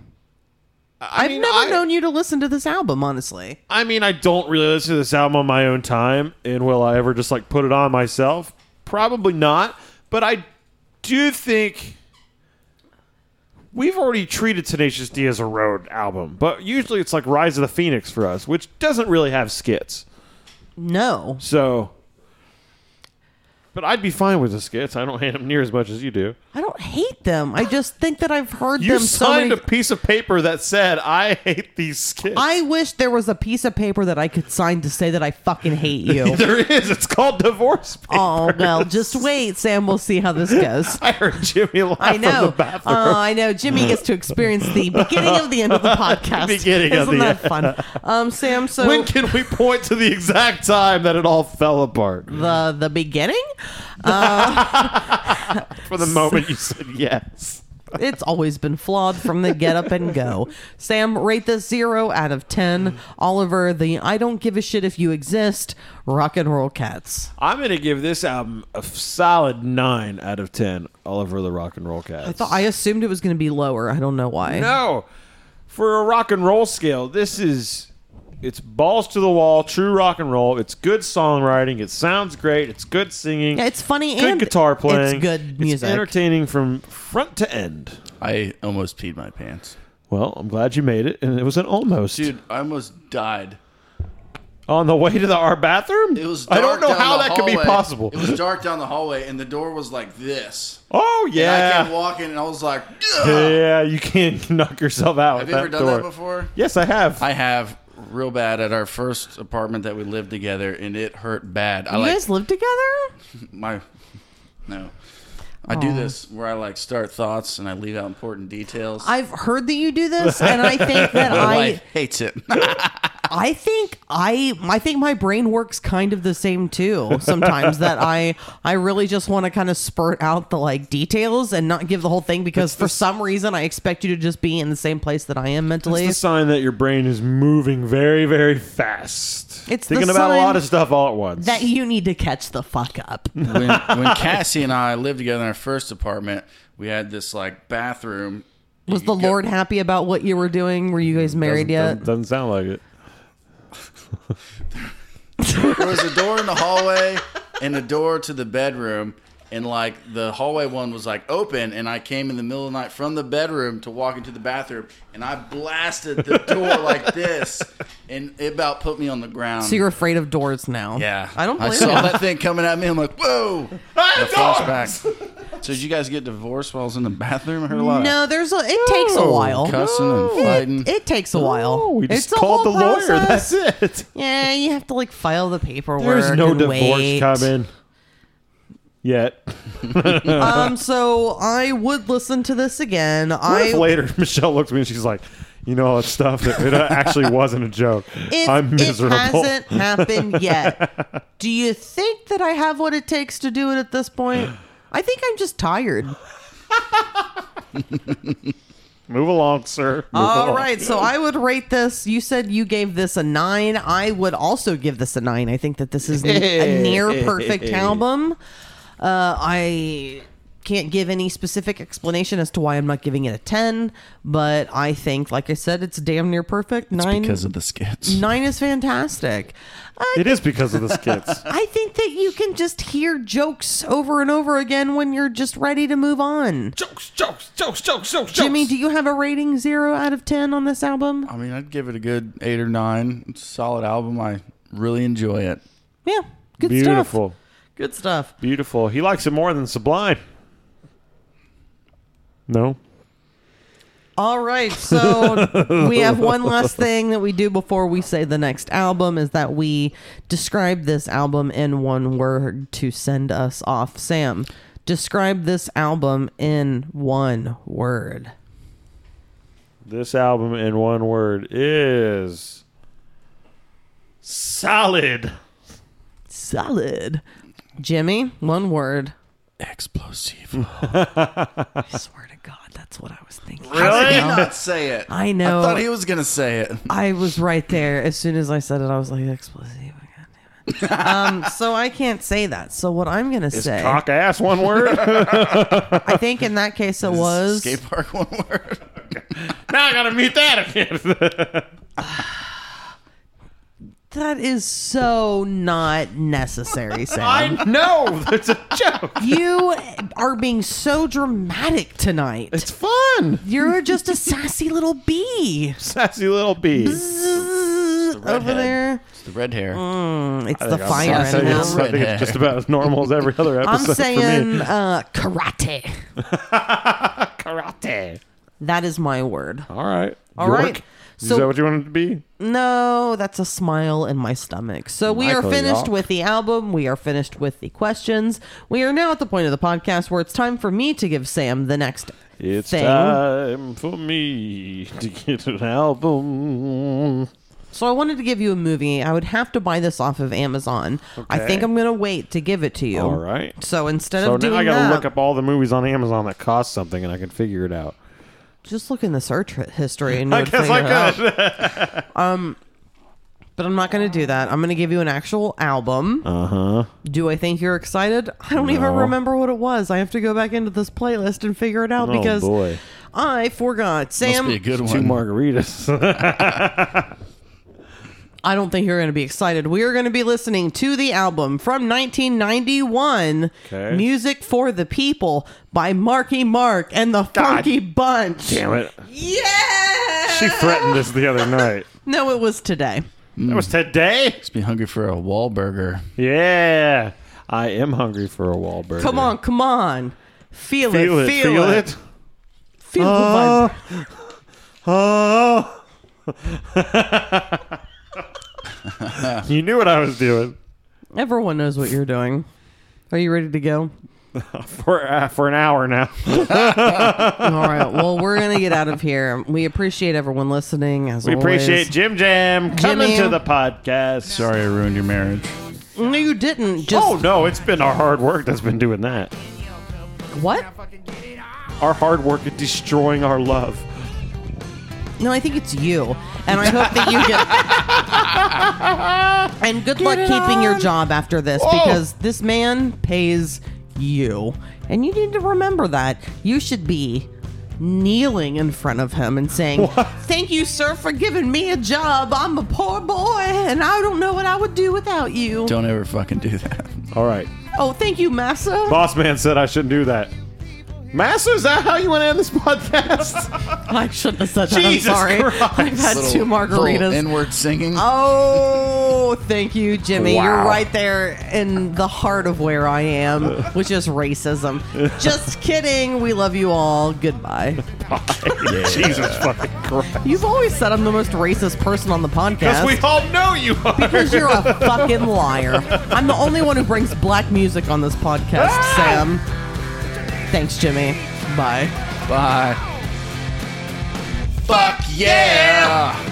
I have
mean,
never
I-
known you to listen to this album, honestly.
I mean, I don't really listen to this album on my own time, and will I ever just like put it on myself? Probably not. But I do think we've already treated Tenacious D as a road album, but usually it's like Rise of the Phoenix for us, which doesn't really have skits.
No.
So, but I'd be fine with the skits. I don't hate them near as much as you do.
I don't hate them. I just think that I've heard
You
them so
signed
many.
a piece of paper that said, "I hate these skits."
I wish there was a piece of paper that I could sign to say that I fucking hate you.
there is. It's called divorce. Paper.
oh well, just wait, Sam. We'll see how this goes.
I heard Jimmy laugh
I
from the
know. Oh,
bathroom.
I know. Jimmy gets to experience the beginning of the end of the podcast.
Beginning
Isn't
of the
that fun? Um, Sam. So
when can we point to the exact time that it all fell apart?
the the beginning.
For the moment you said yes.
It's always been flawed from the get up and go. Sam, rate this zero out of ten. Oliver, the I don't give a shit if you exist. Rock and roll cats.
I'm going to give this album a solid 9 out of 10 all over the rock and roll cats.
I thought Oh, I assumed it was going to be lower. I don't know why.
No. For a rock and roll scale, this is it's balls to the wall, true rock and roll. It's good songwriting. It sounds great. It's good singing.
Yeah, it's funny
good
and
guitar playing.
It's good music.
It's entertaining from front to end.
I almost peed my pants.
Well, I'm glad you made it, and it was an almost.
Dude, I almost died.
on the way to the our bathroom.
It was.
I
Dark
don't know
down
how
the
that could be
hallway.
possible.
It was dark down the hallway, and the door was like this.
Oh
And I
yeah,
came walking, and I was like,
yeah. You can knock yourself out.
"Have
with
you ever
that
done
door.
that before?"
Yes, I have.
I have real bad at our first apartment that we lived together, and it hurt bad. I
you
like
guys live together?
my no. I do
Aw.
this where I like start thoughts and I leave out important details.
I've heard that you do this, and I think that
My
I,
wife hates it.
I think I, I think my brain works kind of the same too. Sometimes that I, I really just want to kind of spurt out the like details and not give the whole thing because for some reason I expect you to just be in the same place that I am
It's
mentally.
the sign that your brain is moving very, very fast.
It's the
thinking about a
sign
lot of stuff all at once.
that you need to catch the fuck up.
when, when Cassie and I lived together in our first apartment, we had this like bathroom.
Was the Lord happy about what you were doing? Were you guys married yet?
Mm, doesn't, doesn't sound like it.
There was a door in the hallway and a door to the bedroom. And like the hallway one was like open, and I came in the middle of the night from the bedroom to walk into the bathroom, and I blasted the door like this, and it about put me on the ground.
So you're afraid of doors now?
yeah,
I don't
I
believe
saw
it.
that thing coming at me. I'm like, whoa! The flashback. So did you guys get divorced while I was in the bathroom? I heard a lot. of
No, there's a. It takes a
No.
while.
Cussing and
It-
fighting.
It, takes a while.
Oh, we just
It's a
called the
whole
lawyer.
process.
That's it.
Yeah, you have to like file the paperwork.
There's no
and
divorce
wait.
coming yet.
Um, so I would listen to this again.
What if
I
later Michelle looked at me and she's like, "You know all that stuff. It, it actually wasn't a joke.
if
I'm miserable."
It hasn't happened yet. Do you think that I have what it takes to do it at this point? I think I'm just tired.
Move along, sir. Move
All
along.
right, so I would rate this. You said you gave this a nine. I would also give this a nine. I think that this is a near perfect album. Uh, I can't give any specific explanation as to why I'm not giving it a ten, but I think, like I said, it's damn near perfect. Nine,
because of the skits.
nine is fantastic. I,
It is because of the skits.
I think that you can just hear jokes over and over again when you're just ready to move on.
Jokes, jokes, jokes, jokes, jokes,
Jimmy,
jokes.
do you have a rating zero out of ten on this album?
I mean, I'd give it a good eight or nine. It's a solid album. I really enjoy it.
Yeah, good stuff.
Beautiful,
Good stuff.
beautiful. He likes it more than Sublime. No,
All right, so we have one last thing that we do before we say the next album is that we describe this album in one word to send us off. Sam, describe this album in one word.
this album in one word is solid.
Solid. Jimmy, one word.
Explosive.
I swear to God, that's what I was thinking.
Really? did not say it.
I know.
I thought he was gonna say it.
I was right there. As soon as I said it, I was like, explosive. God damn it. um, so I can't say that. So what I'm gonna say,
Cock ass, one word.
I think in that case it was
skate park one word.
now I gotta mute that again.
That is so not necessary, Sam.
I know that's a joke.
you are being so dramatic tonight.
It's fun.
You're just a sassy little bee
Sassy little bee.
over there.
It's the red hair.
Mm, It's the fire
I
in
think
him.
it's, I think it's just about as normal as every other
I'm
episode for
saying
me.
uh, karate.
Karate.
That is my word.
All right.
All right.
Is
So-
that what you wanted it to be?
No, that's a smile in my stomach. So we are
Michael
finished
York.
with the album. We are finished with the questions. We are now at the point of the podcast where it's time for me to give Sam the next
It's
thing.
time for me to get an
Oh.
album.
So I wanted to give you a movie. I would have to buy this off of Amazon. I think I'm gonna wait to give it to you.
All right.
So instead
So
of
now
doing
I gotta
that,
look up all the movies on Amazon that cost something, and I can figure it out.
just look in the search hi- history and you would
guess
figure
I
it out. um, but I'm not gonna do that. I'm gonna give you an actual album.
Uh huh.
Do I think you're excited? I don't even
No.
remember what it was. I have to go back into this playlist and figure it out
Oh
because
boy,
I forgot.
Must be a
Sam,
good
two
one.
margaritas.
I don't think you're going to be excited. We are going to be listening to the album from 1991,
Okay.
Music for the People by Marky Mark and the Funky Bunch.
Damn it!
Yeah!
She threatened us the other night.
No, it was today.
That was today.
Just be hungry for a Wahlburger.
Yeah, I am hungry for a Wahlburger.
Come on, come on. Feel,
feel
it,
it,
feel, it. Feel
Oh, oh. Ah. you knew what I was doing
the vibe. Everyone knows what you're doing. Are you ready to go?
for uh, for an hour now.
All right. Well, we're gonna get out of here. We appreciate everyone listening. As
We appreciate
always.
Jim Jam coming
Jimmy.
to the podcast.
Sorry I ruined your marriage.
No, you didn't. Just
oh no, it's been our hard work that's been doing that.
what?
Our hard work at destroying our love.
No, I think it's you. And I hope that you get. and good luck keeping your job after this because this man pays you. And you need to remember that. You should be kneeling in front of him and saying, Thank you, sir, for giving me a job. I'm a poor boy and I don't know what I would do without you.
Don't ever fucking do that.
All right,
Oh, thank you, Massa.
boss man said I shouldn't do that. Master, is that how you want to end this podcast?
I shouldn't have said that.
Jesus
I'm sorry.
Christ.
I've had two margaritas.
Inward singing.
Oh, thank you, Jimmy. You're
Wow.
right there in the heart of where I am, which is racism. Just kidding. We love you all. Goodbye.
Jesus fucking Christ!
You've always said I'm the most racist person on the
Because
podcast.
we all know you are.
because you're a fucking liar. I'm the only one who brings black music on this podcast, Sam. Thanks, Jimmy. Bye.
Bye. Fuck yeah!